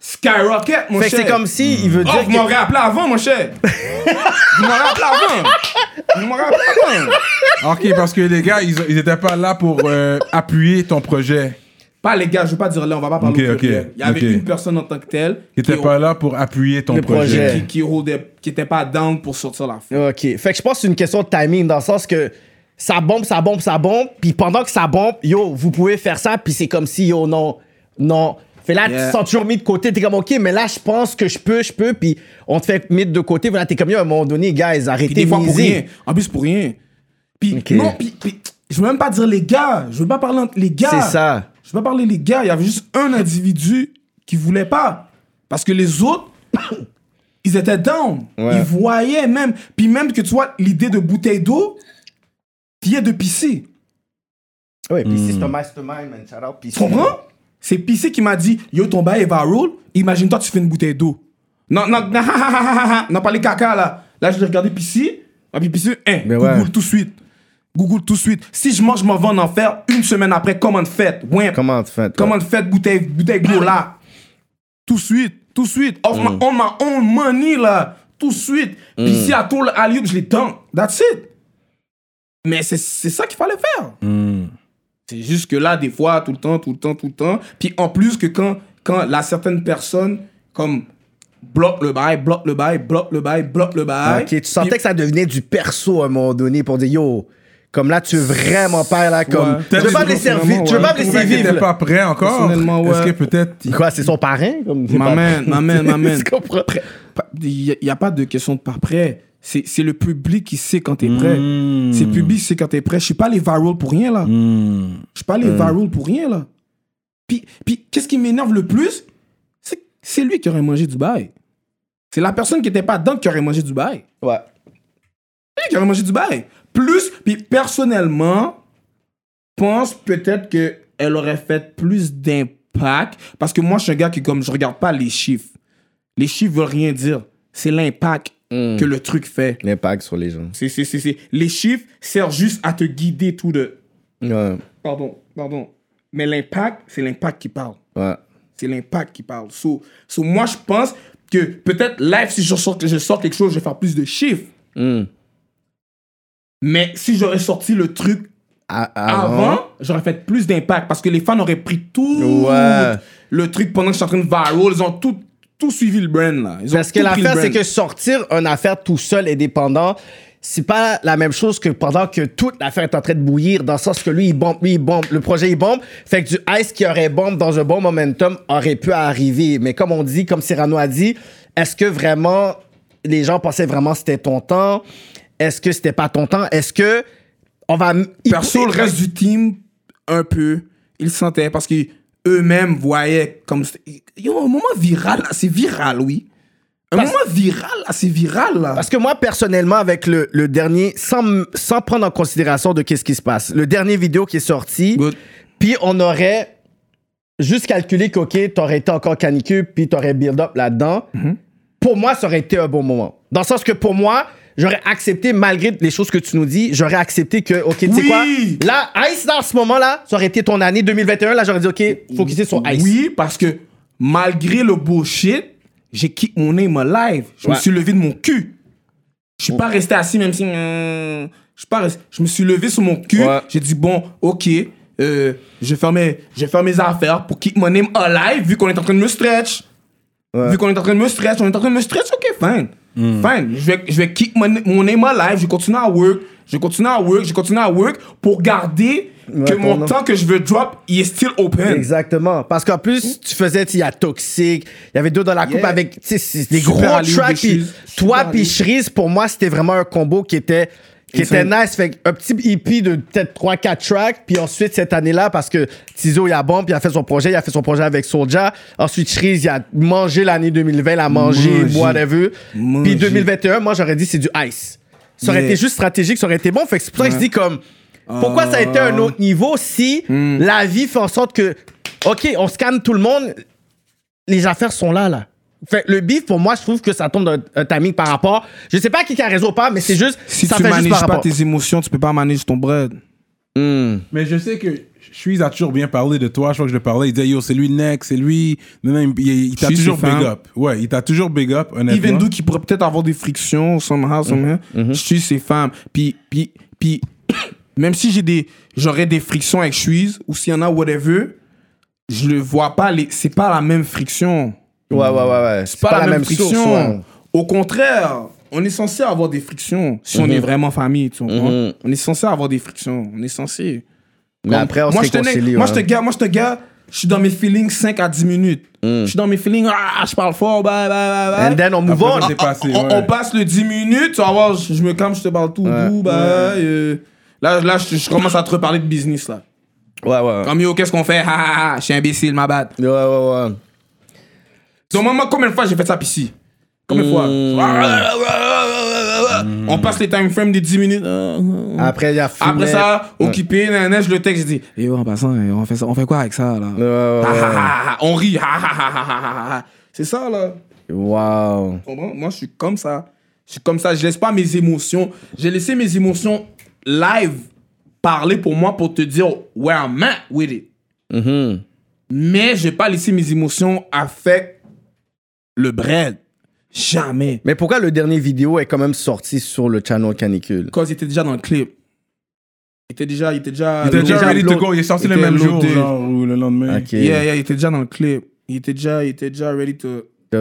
E: skyrocket, mon
C: Fait que
E: cher.
C: c'est comme si il
B: Mm.
C: veut
E: Oh,
C: dire.
E: vous m'aurez
C: que-
E: appelé avant, mon cher. vous m'aurez appelé avant. Vous m'aurez appelé avant.
B: Ok, parce que les gars, ils, ils étaient pas là pour euh, appuyer ton projet.
E: Pas les gars, je veux pas dire là, on va pas parler
B: Ok,
E: au
B: ok,
E: pluriel. Il y avait
B: ok.
E: une personne en tant que telle
B: Ils étaient
E: qui-
B: pas là pour appuyer ton
C: Le
B: projet.
C: projet.
E: qui, qui, rodait- qui était pas down pour sortir la fin.
C: Ok. Fait que je pense que c'est une question de timing dans le sens que ça bombe, ça bombe, ça bombe. Puis pendant que ça bombe, yo, vous pouvez faire ça. Puis c'est comme si, yo, non, non. Fait là, tu te sens toujours mis de côté. T'es comme, OK, mais là, je pense que je peux, je peux. Puis on te fait mettre de côté. Voilà, t'es comme, yo, à un moment donné, guys, arrêtez
E: Puis des fois
C: de
E: pour
C: niaiser.
E: rien. En plus pour rien.
D: Puis,
C: Ok.
D: non, puis, puis, je veux même pas dire les gars. Je veux pas parler entre les gars.
C: C'est ça.
D: Je veux pas parler les gars. Il y avait juste un individu qui voulait pas. Parce que les autres, ils étaient down.
C: Ouais.
D: Ils voyaient même. Puis même que tu vois, l'idée de bouteille d'eau qui est de pisser.
C: Ouais, puis si c'est un mastermind, man. Shout out, puis
D: Tu comprends? C'est Pissé qui m'a dit Yo, ton bail est viral. Imagine-toi, tu fais une bouteille d'eau. Non, non, non, non, pas les caca là. Là, je l'ai regardé Pissé. Ah, puis Pissé, hein,
C: Mais
D: Google
C: ouais.
D: tout de suite. Google tout de suite. Si je mange, je m'en vais en enfer une semaine après. Comment de fête? Ouais.
C: Comment tu fais? toi?
D: Comment de fête, bouteille, bouteille d'eau là? Tout de suite, tout de suite. Off
C: Mm.
D: my, on my own money là. Tout de suite. Pissé à tout à Lyon, je les dunk. That's it. Mais c'est c'est ça qu'il fallait faire.
C: Mm.
E: C'est juste que là, des fois, tout le temps, tout le temps, tout le temps. Puis en plus que quand, quand la certaine personne, comme, bloque le bail, bloque le bail, bloque le bail, bloque le bail.
C: Ah, Ok, tu sentais que ça devenait du perso à un moment donné pour dire yo, comme là tu veux vraiment pas là comme. Tu veux pas me laisser
E: Personnellement,
C: vivre, tu veux
E: ouais.
C: pas me
B: Tu
C: laisser
B: trouvais qu'il
C: vivre.
B: était
C: là.
B: pas prêt encore.
E: Personnellement, ouais.
B: Est-ce que peut-être. il-
C: Quoi, c'est son parrain comme
E: M'amène, m'amène, m'amène.
C: Tu comprends?
E: Il n'y a, pas de question de pas prêt. C'est c'est le public qui sait quand t'es
C: Mm.
E: prêt.
A: Hmm.
E: C'est le public qui sait quand t'es prêt. Je suis pas allé viral pour rien, là.
C: Mm.
E: Je suis pas allé viral pour rien, là. Puis, puis qu'est-ce qui m'énerve le plus? C'est c'est lui qui aurait mangé du bail. C'est la personne qui était pas dedans qui aurait mangé du bail.
C: Ouais.
E: Hey, qui aurait mangé du bail. Plus, puis personnellement, pense peut-être que elle aurait fait plus d'impact parce que moi, je suis un gars qui, comme je regarde pas les chiffres, les chiffres veulent rien dire. C'est l'impact
C: Mm.
E: que le truc fait.
C: L'impact sur les gens.
E: C'est, c'est, c'est, c'est- Les chiffres servent juste à te guider tout de.
C: Ouais,
E: Pardon, pardon. Mais l'impact, c'est l'impact qui parle.
C: ouais.
E: C'est l'impact qui parle. So, so moi, je pense que peut-être live, si je sors, je sors quelque chose, je vais faire plus de chiffres.
C: Mm.
E: Mais si j'aurais sorti le truc
C: À-
E: avant, j'aurais fait plus d'impact parce que les fans auraient pris tout
C: Ouais.
E: le truc pendant que je suis en train de viral. Ils ont tout, tout suivi le brand là. Ils ont
C: Parce que
E: tout pris le
C: l'affaire, c'est
E: brand.
C: que sortir une affaire tout seul et dépendant, c'est pas la même chose que pendant que toute l'affaire est en train de bouillir, dans le sens que lui, il bombe, lui, il bombe, le projet, il bombe. Fait que du ice qui aurait bombe dans un bon momentum aurait pu arriver. Mais comme on dit, comme Cyrano a dit, est-ce que vraiment les gens pensaient vraiment que c'était ton temps? Est-ce que c'était pas ton temps? Est-ce que on va.
E: perso, le reste du team, un peu, ils sentaient parce que eux-mêmes voyaient comme. c'était- Yo, un moment viral là, c'est viral, oui. Un
C: Parce-
E: moment viral là, c'est viral là.
C: Parce que moi, personnellement, avec le, le dernier, sans, m- sans prendre en considération de qu'est-ce qui se passe, le dernier vidéo qui est sorti,
E: Good.
C: puis on aurait juste calculé que, OK, t'aurais été encore canicule, puis t'aurais build-up là-dedans.
E: Mhm.
C: Pour moi, ça aurait été un bon moment. Dans le sens que pour moi, j'aurais accepté, malgré les choses que tu nous dis, j'aurais accepté que, OK, tu sais
E: Oui.
C: quoi, là, Ice, dans ce moment-là, ça aurait été ton année 2021, là, j'aurais dit, OK, focuser sur Ice.
E: Oui, parce que malgré le bullshit, j'ai kick mon name alive. Je
C: Ouais.
E: me suis levé de mon cul. Je suis pas resté assis même si. euh, Je suis pas resté- Je me suis levé sur mon cul.
C: Ouais.
E: J'ai dit bon, ok, euh, je vais faire mes, je vais faire mes affaires pour kick mon name alive vu qu'on est en train de me stretch.
C: Ouais. Hmm.
E: Vu qu'on est en train de me stretch, on est en train de me stretch, ok, fine. Fine. Je vais, je vais kick mon, mon name alive, je continue à work, je continue à work, je continue à work pour garder que
C: ton
E: mon
C: nom.
E: temps que je veux drop, il est still open.
C: Exactement. Parce qu'en plus, tu faisais, tu sais, il y a Toxic, il y avait deux dans la coupe
E: Yeah.
C: avec, tu sais, c'est des
E: Super
C: gros
E: alley-oop
C: tracks.
E: de
C: puis
E: Shreeze.
C: Toi
E: Super
C: puis
E: alley-oop.
C: Shreeze, pour moi, c'était vraiment un combo qui était, qui était nice. Fait un petit EP de peut-être 3-4 tracks. Puis ensuite, cette année-là, parce que Tizo, il a bombe, puis il a fait son projet, il a fait son projet avec Soulja. Ensuite, Shreeze, il a mangé l'année 2020, il a mangé,
E: Mangé.
C: whatever. Puis
E: Mangé.
C: 2021, moi, j'aurais dit, c'est du ice. Ça aurait
E: Yeah.
C: été juste stratégique, ça aurait été bon. Fait que c'est pour ça que je dis comme, pourquoi ça a été un autre niveau si
E: Hmm.
C: la vie fait en sorte que, OK, on scanne tout le monde, les affaires sont là, là. Fait, le bif, pour moi, je trouve que ça tombe d'un un timing par rapport. Je sais pas qui a raison ou pas, mais c'est juste,
E: Si
C: ça
E: tu
C: fait juste
E: manages
C: par
E: pas
C: rapport.
E: tes émotions, tu peux pas manager ton bread.
B: Mais je sais que Suis a toujours bien parlé de toi. Je crois que je le parlais. Il disait Yo, c'est lui le next, c'est lui. Non, non, il, il- il t'a
E: Shreeze,
B: toujours
E: c'est
B: big
E: femme.
B: up. Ouais, il t'a toujours big up,
E: Even
B: honnêtement.
E: though qui pourrait peut-être avoir des frictions, somehow, somehow, je suis ses femmes. Puis, puis, puis même si j'ai des, j'aurais des frictions avec Suisse, ou s'il y en a, whatever, je le vois pas, les- c'est pas la même friction.
C: Ouais, ouais, ouais, ouais. C'est
E: pas, la, même, friction. Au contraire, on est censé avoir des frictions si
C: Mm-hmm.
E: on est vraiment famille, tu comprends?
C: Mhm.
E: On est censé avoir des frictions, on est censé.
C: Mais après, on se
E: moi, je tenais-
C: réconcilie.
E: moi,
C: ouais.
E: je te gars, moi, je te gars, je suis dans mes feelings 5 à 10 minutes. Je suis dans mes feelings, ah, je parle fort, bah, bah, bah, bah.
C: And then, on move
B: Après,
C: on.
B: je t'ai passé,
E: on,
B: ouais.
E: on passe le 10 minutes, tu vas voir, je, je me calme, je te parle tout doux, bah, euh, là, là je, je commence à te reparler de business, là.
C: Ouais, ouais.
E: Comme yo, qu'est-ce qu'on fait? Ah, ah, ah, je suis imbécile, ma bad.
C: Ouais, ouais, ouais.
E: Donc, maman, combien de fois j'ai fait ça ici? Combien de fois?
C: Mm.
E: Ah, On passe les time frames des 10 minutes.
C: Après, il y a
E: Après
C: fumée.
E: ça, occupé, nanana, je le texte, je dis, yo, en passant, on fait, ça, on fait quoi avec ça, là?
C: Ouais, ouais,
E: Ah,
B: Euh.
C: ouais.
E: ah, ah, ah, on rit. Ah, ah, ah, ah, ah, ah, ah. C'est ça, là.
C: Wow.
E: Tu comprends? Moi, je suis comme ça. Je suis comme ça. Je laisse pas mes émotions. J'ai laissé mes émotions live parler pour moi pour te dire where I'm at with it.
C: Mhm.
E: Mais j'ai pas laissé mes émotions affecter le bread. Jamais.
C: Mais pourquoi le dernier vidéo est quand même sorti sur le channel Canicule?
E: Cause il était déjà dans le clip. Il était déjà. Il était déjà.
B: Il était déjà
E: loadé.
B: ready to go. Il est sorti le
E: était
B: même jour,
E: loadé.
B: genre, ou le lendemain.
C: Ok.
E: Yeah, yeah, il était déjà dans le clip. Il était déjà, il était déjà ready to.
C: Tu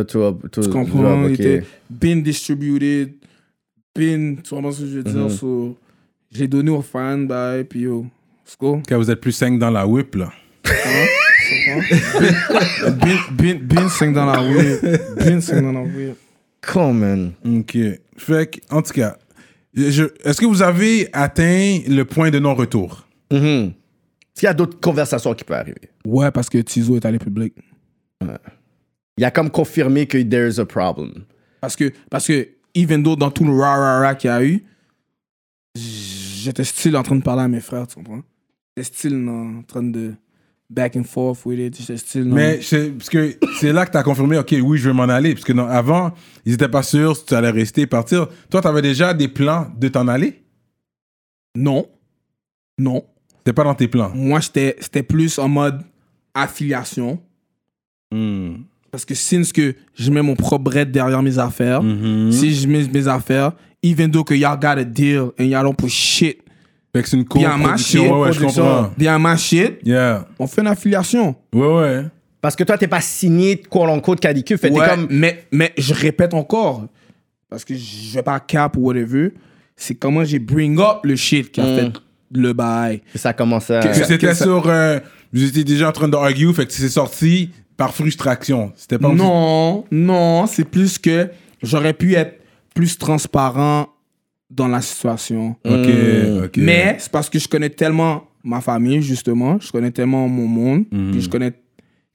E: Tu comprends? Il était been distributed, been, tu comprends ce que je veux dire? So, j'ai donné aux fans, bye, puis yo, let's go.
B: Quand vous êtes plus 5 dans la whip, là.
E: Been, been, been sing dans la rue. Been sing dans la rue.
C: Con, man.
B: OK. Fait que, en tout cas, je- est-ce que vous avez atteint le point de non-retour?
C: Mhm. Est-ce qu'il y a d'autres conversations qui peuvent arriver?
E: Ouais, parce que Tizo est allé public.
C: Il a comme confirmé que there's a problem.
E: Parce que, parce que, even though dans tout le rah rah rah qu'il y a eu, j'étais still en train de parler à mes frères, tu comprends? J'étais still en train de back and forth with it. J'étais still. dans-
B: Mais c'est- parce que c'est là que tu as confirmé, OK, oui, je veux m'en aller. Parce que non, avant, ils n'étaient pas sûrs si tu allais rester, partir. Toi, tu avais déjà des plans de t'en aller?
E: non. Non.
B: C'était pas dans tes plans.
E: Moi, j'étais c'était plus en mode affiliation. Parce que since que je mets mon propre bread derrière mes affaires, si je mets mes affaires, even though que y'all got a deal and y'all don't put shit
B: Fait que c'est une
E: Puis en marché,
B: co-production. Ouais, ouais, je
E: production.
B: comprends.
E: behind my shit,
B: Yeah.
E: on fait une affiliation.
B: Ouais, ouais.
C: Parce que toi, t'es pas signé de quoi code Canicule. Fait que
E: Ouais,
C: t'es comme.
E: mais, mais je répète encore, parce que je vais pas à cap ou whatever, c'est comment j'ai bring up le shit qui a
C: Mm.
E: fait le bail.
C: Ça commence à.
B: Que
E: Que
B: c'était
E: ça-
B: sur. euh, vous étiez déjà en train de argue, fait que c'est sorti par frustration. C'était pas.
E: Non, non, c'est plus que j'aurais pu être plus transparent dans la situation. Euh,
B: Ok, ok.
E: Hmm. Mais c'est parce que je connais tellement ma famille, justement. Je connais tellement mon monde.
B: Mhm.
E: Puis je connais.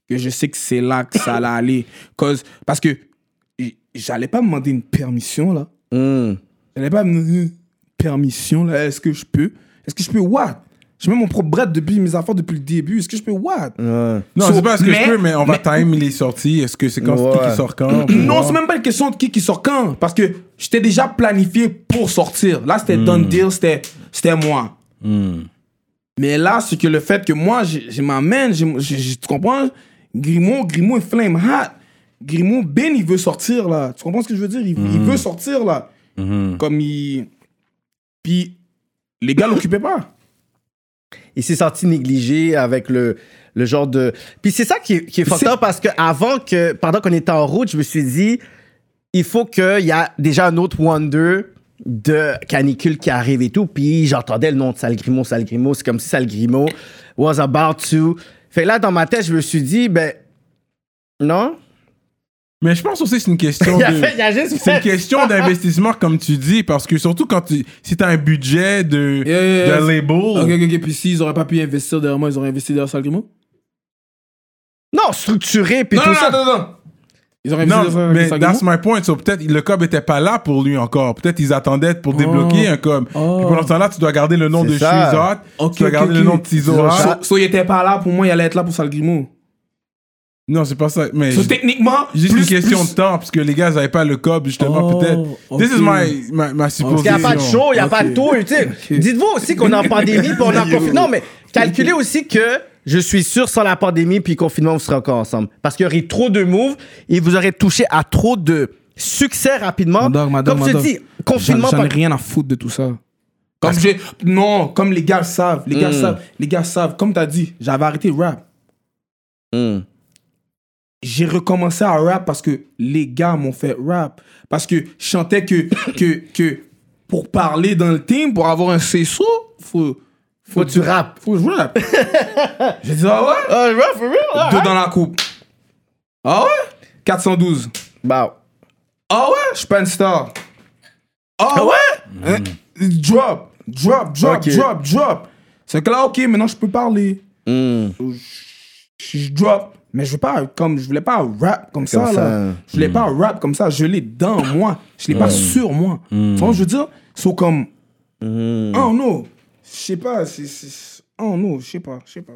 E: Que je sais que c'est là que ça allait aller. Cause, parce que j- j'allais pas demander une permission, là.
B: Hmm.
C: Mhm.
E: J'allais pas me demander une permission, là. Est-ce que je peux Est-ce que je peux what Je mets mon propre bras depuis mes affaires depuis le début. Est-ce que je peux what
C: Ouais.
B: Non,
E: So,
B: c'est pas ce que
E: mais-
B: je peux, mais on va
E: mais-
B: time les sorties. Est-ce que c'est quand c'est qui
C: Ouais.
B: qui sort quand pour
E: Non,
B: voir?
E: c'est même pas une question de qui qui sort quand. Parce que j'étais déjà planifié pour sortir. Là, c'était done deal, c'était c'était moi. Mais là, c'est que le fait que moi, je je m'amène, je, je- je- tu comprends? Grimaud, Grimaud est flame hot. Grimaud, Ben, il veut sortir, là. Tu comprends ce que je veux dire? Il, il veut sortir, là. Comme il... Puis, les gars l'occupaient pas.
C: Il s'est senti négligé avec le, le genre de. Puis c'est ça qui est, qui est fucked
E: C'est-
C: up parce que avant que, pendant qu'on était en route, je me suis dit, il faut qu'il y a déjà un autre Wonder de canicule qui arrive et tout. Puis j'entendais le nom de Salgrimo, Salgrimo. C'est comme si Salgrimo was about to. Fait que là, dans ma tête, je me suis dit, ben, non.
B: Mais je pense aussi que c'est une question
C: Il y a,
B: de.
C: fait- il y a juste
B: C'est une
C: fait-
B: question d'investissement, comme tu dis, parce que surtout quand tu. Si t'as un budget de.
E: Yeah, yeah, yeah.
B: d'un label.
E: Ok, ok, ok. Puis s'ils auraient pas pu investir derrière moi, ils auraient investi derrière ça, Grimaud?
C: Non, structuré, puis
E: Non,
C: tout
E: non,
C: ça.
E: non, non, non. Ils auraient investi
B: Non,
E: derrière
B: mais
E: Salgrimo?
B: that's my point. So, peut-être le cob était pas là pour lui encore. Peut-être ils attendaient pour débloquer
E: Oh.
B: un cob. Puis pendant ce temps-là, tu dois garder le nom
C: C'est
B: de
C: ça.
B: Shoes Hot,
E: Ok,
B: tu dois
E: ok,
B: garder
E: ok.
B: le nom de Tizo hein? Hot.
E: So, so, il était pas là pour moi, il allait être là pour Salgrimo.
B: Non, c'est pas ça. Mais
E: So techniquement,
B: Juste
E: plus-
B: une question
E: plus-
B: de temps, parce que les gars, ils n'avaient pas le cob, justement,
E: Oh,
B: peut-être. This is
E: ok.
B: my, my, ma
C: Parce qu'il
B: supposition.
C: n'y a pas de show, il n'y a pas de
E: Ok.
C: tour. tu sais. Dites-vous aussi qu'on est en pandémie puis on est en confinement. Non, mais calculez aussi que je suis sûr, sans la pandémie puis confinement, vous serez encore ensemble. Parce qu'il y aurait trop de moves et vous aurez touché à trop de succès rapidement.
E: Madame, madame,
C: Comme je
E: madame.
C: dis,
E: J'en
C: confinement,
E: j'en ai
C: pas-
E: rien à foutre de tout ça. Comme j'ai- Non, comme les gars le savent, les gars
C: Mm.
E: savent, les gars savent. Comme t'as dit, j'avais arrêté le rap.
C: Hmm.
E: j'ai recommencé à rap parce que les gars m'ont fait rap. Parce que je chantais que, que, que pour parler dans le team, pour avoir un CSO, faut,
C: Faut que tu rappes.
E: faut que je rappe. j'ai dit, ah ouais?
C: Ah, rap, for real? Ah,
E: Deux dans la coupe. Ah ouais? 412.
C: Bah,
E: Ah ouais? Je suis pas une star. Ah ouais? Hein? Drop, drop, drop,
C: Ok.
E: drop, drop. C'est que là, ok, maintenant je peux parler. Mm.
C: hmm.
E: Je je drop. Mais je veux pas, comme, je voulais pas rap comme, ça, Mm.
C: ça,
E: là.
C: hein.
E: Je voulais pas rap comme ça. Je l'ai dans moi. Je l'ai pas sur moi. Tu vois, je veux dire, c'est comme, oh non, je sais pas, c'est, c'est- oh non, je sais pas, je sais pas.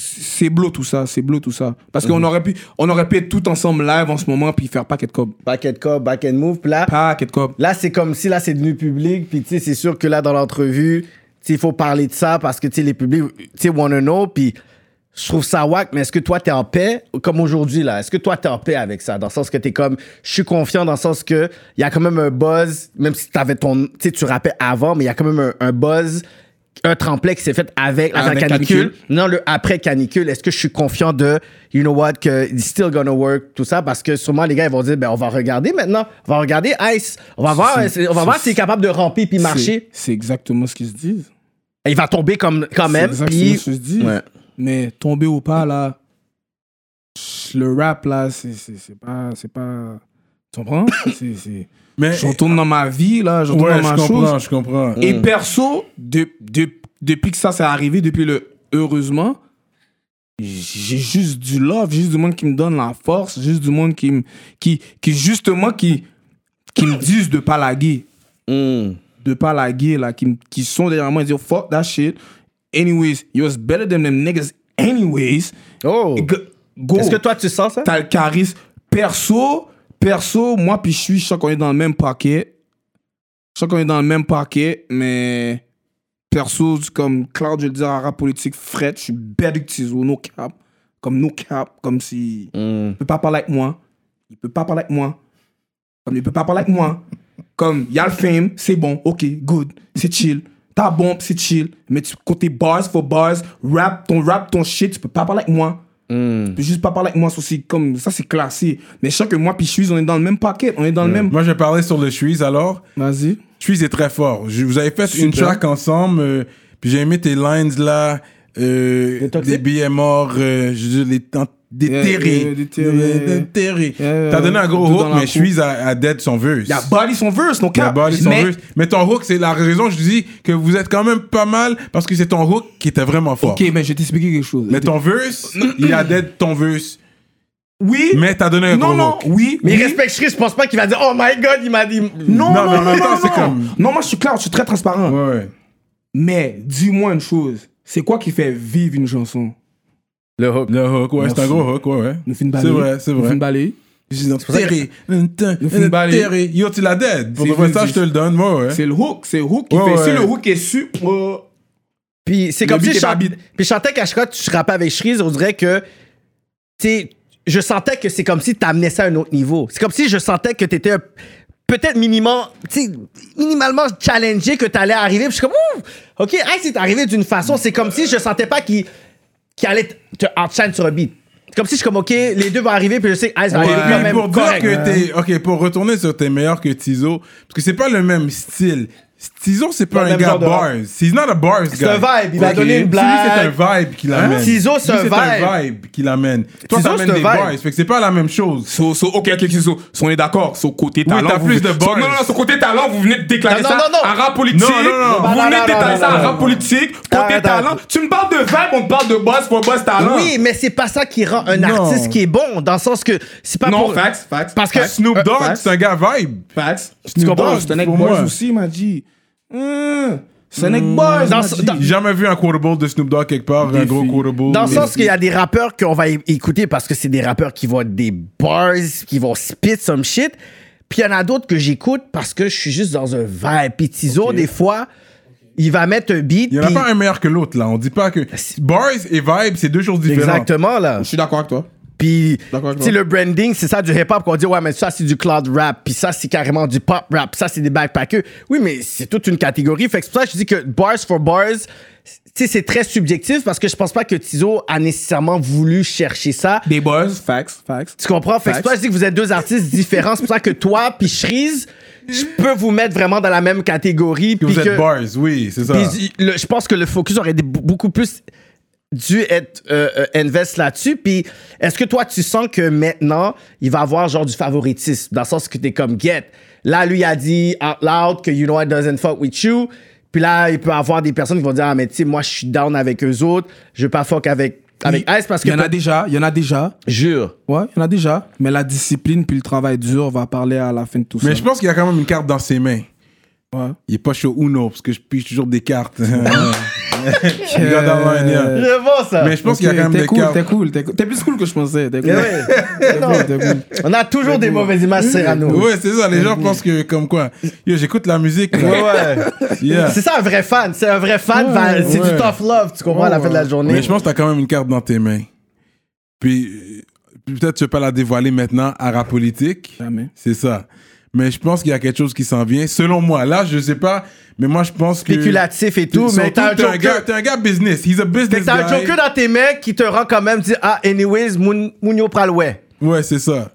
E: C'est c'est bleu tout ça, c'est bleu tout ça. Parce qu'on aurait pu, on aurait pu être tout ensemble live en ce moment puis faire paquet de cob.
C: Back and cop, back and move. Puis là,
E: Paquet de cob.
C: là c'est comme si là, c'est devenu public. Puis, tu sais, c'est sûr que là, dans l'entrevue, tu sais, il faut parler de ça parce que, tu sais, les publics, tu sais, wanna know. Puis, je trouve ça wack, mais est-ce que toi, t'es en paix, comme aujourd'hui, là? Est-ce que toi, t'es en paix avec ça? Dans le sens que t'es comme, je suis confiant, dans le sens que il y a quand même un buzz, même si t'avais ton, tu sais, tu rappais avant, mais il y a quand même un, un buzz, un tremplin qui s'est fait avec, la
E: Avec
C: canicule.
E: canicule.
C: Non, le après canicule, est-ce que je suis confiant de, you know what, que it's still gonna work, tout ça, parce que sûrement les gars, ils vont dire, ben, on va regarder maintenant, on va regarder Ice, on va voir,
E: c'est-
C: on va voir
E: c'est-
C: s'il est capable de ramper puis marcher.
E: C'est c'est exactement ce qu'ils se disent.
C: Et Il va tomber comme, quand
E: C'est
C: même,
E: exactement
C: puis
E: ce qu'ils se disent.
C: Ouais.
E: Mais tomber ou pas, là, le rap, là, c'est c'est- c'est pas, c'est pas... Tu comprends? C'est- c'est-
B: Mais,
E: Je retourne dans ma vie, là, je retourne
B: Euh, ouais,
E: dans
B: je
E: ma
B: comprends,
E: chose.
B: je comprends.
C: Mm.
E: Et perso, de, de- depuis que ça s'est arrivé, depuis le heureusement, j'ai juste du love, juste du monde qui me donne la force, juste du monde qui me- qui, qui justement qui, qui me disent de pas laguer,
C: Hmm.
E: de pas laguer là, qui, me- qui sont derrière moi et disent fuck that shit. Anyways, you're better than them niggas. Anyways,
C: Oh!
E: G- go.
C: Est-ce que toi, tu sens ça?
E: T'as le charisme. Perso, perso, moi puis je suis, je sens qu'on est dans le même paquet. Je sens qu'on est dans le même paquet, mais perso, c'est comme Claude, je le dis, en rap politique, Fred, je suis bête que Tizo, no cap. Comme no cap, comme si. Il peut pas parler avec moi. Il peut pas parler avec moi. Comme il peut pas parler avec moi. Comme il y a le fame, c'est bon, ok, good, c'est chill. Ta bombe, c'est chill. Mais tu, côté bars for bars, rap, ton rap, ton shit, tu peux pas parler avec moi.
B: Hmm.
E: Tu peux juste pas parler avec moi, ça c'est comme ça c'est classé. Mais je sais que moi puis suis on est dans le même paquet, on est dans le même.
B: Moi, je vais parler sur le Suisse alors.
E: Vas-y.
B: Suisse est très fort. Je, vous avez fait
E: Super.
B: une track ensemble, euh, puis j'ai aimé tes lines là, euh,
C: toxiques.
B: des billets morts, euh, je veux dire, les temps- déterrés.
E: Yeah, yeah, déterrés.
B: Des- déterrés.
E: Yeah,
B: T'as donné un gros
E: tout dans
B: hook,
E: la
B: mais
E: coupe.
B: Suisse a, a dead son verse.
E: La body son verse, non cap.
B: La balle, ils sont
E: Mais-
B: russes. Mais ton hook, c'est la raison, je dis que vous êtes quand même pas mal parce que c'est ton hook qui était vraiment fort.
E: Ok, mais je vais t'expliquer quelque chose.
B: Mais ton verse, il a dead ton verse.
E: Oui.
B: Mais t'as donné un
E: non
B: gros
E: non,
B: hook.
E: oui.
C: Mais
E: oui.
C: il respecte Chris, je pense pas qu'il va dire Oh my god, il m'a dit.
B: Non,
E: Non, non,
B: mais en
E: non,
B: même temps,
E: non,
B: c'est
E: non.
B: comme-
E: Non, moi, je suis clair, je suis très transparent.
B: Ouais, ouais.
E: Mais dis-moi une chose, c'est quoi qui fait vivre une chanson
C: Le hook.
B: Le hook, ouais, c'est un
E: Merci.
B: gros hook, ouais, ouais.
E: Nous fait une
B: C'est vrai, c'est
E: Nous fait
B: vrai.
E: une balayée.
B: Terry,
E: fait une balle.
B: Terry, yo, tu l'as dead. Pour
E: C'est
B: de vrai, ça,
E: venu
B: je te le donne, ouais, ouais.
E: C'est le hook, c'est le hook qui
B: Ouais,
E: fait. Si
B: ouais.
E: le hook est su, euh,
C: Puis c'est
E: Le
C: comme si
E: beat
C: je
E: est pas
C: chante-
E: beat.
C: Puis je chantais qu'à chaque fois que tu rappais avec Chris, on dirait que. Tu sais, je sentais que c'est comme si t'amenais ça à un autre niveau. C'est comme si je sentais que t'étais un- Peut-être minimum, tu sais, minimalement challengé que t'allais arriver. Puis je suis comme, Ouh, OK, hey, c'est arrivé d'une façon. C'est comme si je sentais pas qu'il qu'il allait te enchaîner sur un beat. C'est comme si je suis comme, OK, les deux vont arriver, puis je sais que hey, ça va
B: Et
C: arriver quand
B: puis
C: même.
B: pour dire
C: correct.
B: que t'es. Ok, pour retourner sur t'es meilleur que Tizo, parce que c'est pas le même style. Tizo, c'est pas
C: le
B: un
C: même
B: gars
C: genre de rap.
B: bars. He's not a bars guy.
C: C'est un vibe, il va
B: Ok.
C: donner une
B: Lui,
C: blague. Hein?
B: C'est un vibe qui l'amène.
C: Tizo, c'est
B: Lui,
C: un
B: un vibe qui l'amène. Toi,
C: Tizo,
B: t'amènes
C: c'est un
B: des
C: vibe.
B: bars. Fait que c'est pas la même chose.
E: so, so, ok, ok, ok, so, so, on est d'accord. Son côté talent.
B: t'as
E: vous-
B: plus de
E: so-
B: bars.
E: non, non, non, son côté talent, vous venez de déclarer
C: Non,
E: ça
C: non, non, Bah, non.
E: en rap politique.
B: Non, non, non.
E: Vous
C: Non,
E: venez
C: non,
E: de
C: non,
E: déclarer ça
C: non,
E: en
C: non,
E: rap politique. Côté
C: Arrête, arrête.
E: talent. Tu me parles de vibe, on te parle de boss pour boss talent.
C: Ah Oui, mais c'est pas ça qui rend un
B: Ah. Non.
C: artiste qui est bon, dans le sens que c'est pas
E: Non,
C: bah, pour.
E: facts, facts.
C: Parce que
E: facts,
B: Snoop
E: euh,
B: Dogg,
E: facts,
B: c'est un gars vibe.
E: facts. Tu
B: Snoop
E: comprends?
B: Dogg,
E: C'est un mec
B: pour
E: boss
B: moi.
E: aussi, il m'a dit. Hum, C'est un mec boss.
C: Dans
E: m'a
C: ce-
E: dit.
C: dans-
B: J'ai jamais vu un quarterback de Snoop Dogg quelque part, un
E: Défi.
B: gros quarterback.
C: Dans le sens qu'il y a des rappeurs qu'on va é- écouter parce que c'est des rappeurs qui vont être des bars, qui vont spit some shit. Puis il y en a d'autres que j'écoute parce que je suis juste dans un vibe. Puis Tizo, des fois, il va mettre un beat.
B: Il y en a
C: puis-
B: pas un meilleur que l'autre, là. On dit pas que.
C: C'est-
B: Bars et vibe, c'est deux choses différentes.
C: Exactement, là.
E: Je suis d'accord avec toi.
C: Puis, tu
B: D'accord avec
C: sais,
B: toi.
C: le branding, c'est ça du hip-hop qu'on dit, ouais, mais ça, c'est du cloud rap, puis ça, c'est carrément du pop rap, puis ça, c'est des backpackers. Oui, mais c'est toute une catégorie. Fait que c'est pour ça que je dis que bars for bars, tu sais, c'est très subjectif parce que je pense pas que Tizo a nécessairement voulu chercher ça.
E: Des boys, facts, facts.
C: Tu comprends? Fait que c'est pour ça que je dis que vous êtes deux artistes différents. C'est pour ça que toi, puis Shreeze, je peux vous mettre vraiment dans la même catégorie.
B: Puis
C: puis
B: vous êtes
C: que-
B: bars, oui, c'est ça.
C: puis, le- je pense que le focus aurait été beaucoup plus dû être euh, euh, invest là-dessus. Puis est-ce que toi, tu sens que maintenant, il va avoir genre du favoritisme, dans le sens que t'es comme get. Là, lui il a dit out loud que you know it doesn't fuck with you. Puis là, il peut avoir des personnes qui vont dire ah mais tu sais moi je suis down avec eux autres, je veux pas fuck avec avec Ice parce que
E: Il y en a déjà, il y en a déjà.
C: jure.
E: Ouais, il y en a déjà. Mais la discipline puis le travail dur va parler à la fin de tout ça.
B: Mais je pense qu'il y a quand même une carte dans ses mains.
E: Ouais.
B: Il est pas chaud Uno, parce que je pige toujours des cartes. Il regarde en ligne, yeah.
C: Je vois ça.
B: Mais je pense
E: Ok,
B: qu'il y a quand même
E: t'es
B: des
E: cool,
B: cartes.
E: T'es cool, t'es cool. T'es plus cool que je pensais. T'es cool.
C: Eh ouais.
E: T'es cool, t'es cool.
C: On a toujours des mauvaises images Serrano.
B: Ouais, c'est ça, les gens pensent que, comme quoi, yo, j'écoute la musique.
C: Ouais,
B: là.
C: ouais.
B: Yeah.
C: C'est ça un vrai fan, c'est un vrai fan, va- c'est du
B: ouais.
C: tough love, tu comprends à la fin de la journée.
B: Mais je pense que t'as quand même une carte dans tes mains. Puis, euh, puis peut-être tu veux pas la dévoiler maintenant à rap politique.
E: Jamais.
B: C'est ça. Mais je pense qu'il y a quelque chose qui s'en vient. Selon moi, là, je sais pas, mais moi, je pense que.
C: spéculatif et tout,
B: Surtout,
C: mais t'as un
B: t'es un, gars-
C: joker.
B: t'es un gars business. He's a business
C: T'as un
B: guy.
C: joker dans tes mains qui te rend quand même dire Ah, anyways, Moun- Mouno Pralway.
B: Ouais, c'est ça.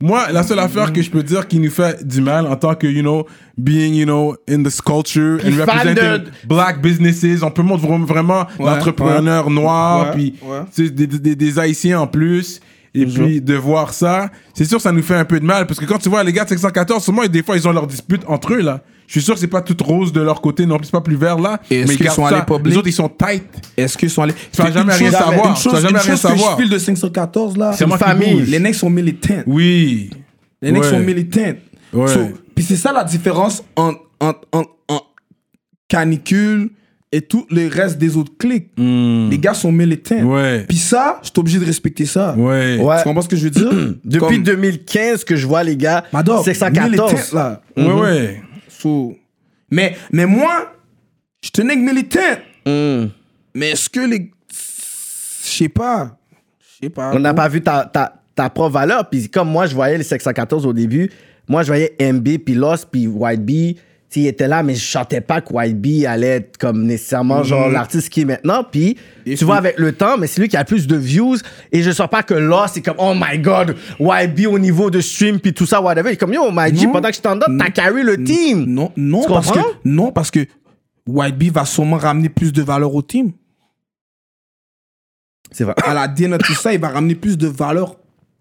B: Moi, la seule affaire que je peux dire qui nous fait du mal en tant que, you know, being, you know, in this culture
C: Puis
B: and
C: fan
B: representing
C: de-
B: black businesses, on peut montrer vra- vraiment l'entrepreneur noir,
E: ouais,
B: puis
E: ouais.
B: tu sais, des, des- des Haïtiens en plus. Et puis de voir ça, c'est sûr ça nous fait un peu de mal parce que quand tu vois les gars de 514, souvent des fois ils ont leurs disputes entre eux là. Je suis sûr que c'est pas toute rose de leur côté non plus, c'est pas plus vert là.
E: Et est-ce
B: mais ils
E: qu'ils
B: gardent
E: sont allés
B: ça.
E: public?
B: Les autres ils sont tight.
E: Est-ce qu'ils sont allés.
B: Tu vas
E: Une
B: jamais rien
E: chose-
B: savoir.
E: Une
B: Tu vas
E: chose,
B: jamais
E: une
B: rien
E: chose que
B: savoir.
E: je file de 514 là.
B: moi
C: une
B: qui
C: famille.
B: bouge.
E: Les necks sont militants.
B: Oui.
E: Les necks
B: Ouais.
E: sont militants.
B: Ouais.
E: So, Puis c'est ça la différence entre, entre- entre- entre canicule et tout le reste des autres clics. Les gars sont militants.
B: Hmm. Ouais.
E: Puis ça, je suis obligé de respecter ça.
B: Ouais.
C: Ouais.
E: Tu comprends ce que je veux dire
C: Depuis
E: Comme-
C: 2015 que je vois les gars,
E: Madame, militant,
C: 614.
E: là.
B: Ouais, ouais.
E: So, mais, mais moi, je tenais que militant.
C: Hmm.
E: Mais est-ce que les. Je sais pas. Je sais pas.
C: On n'a pas vu ta, ta, ta propre valeur. Puis comme moi, je voyais les 614 au début, moi, je voyais MB, puis Lost, puis White Bee. Tu sais, il était là, mais je chantais pas que White Bee allait être comme nécessairement
E: Mm-hmm.
C: genre l'artiste qui est maintenant. Puis tu vois, avec le temps, mais c'est lui qui a le plus de views. Et je sens pas que Lost, c'est comme, oh my god, White Bee au niveau de stream, puis tout ça, whatever. Il est comme, yo, my G,
E: Non.
C: pendant que je t'en donne, t'as
E: Non.
C: carry le team.
E: Non, non,
C: Tu
E: parce que,
C: comprends?
E: non, parce que White Bee va sûrement ramener plus de valeur au team.
C: C'est vrai.
E: À la DNA, tout ça, il va ramener plus de valeur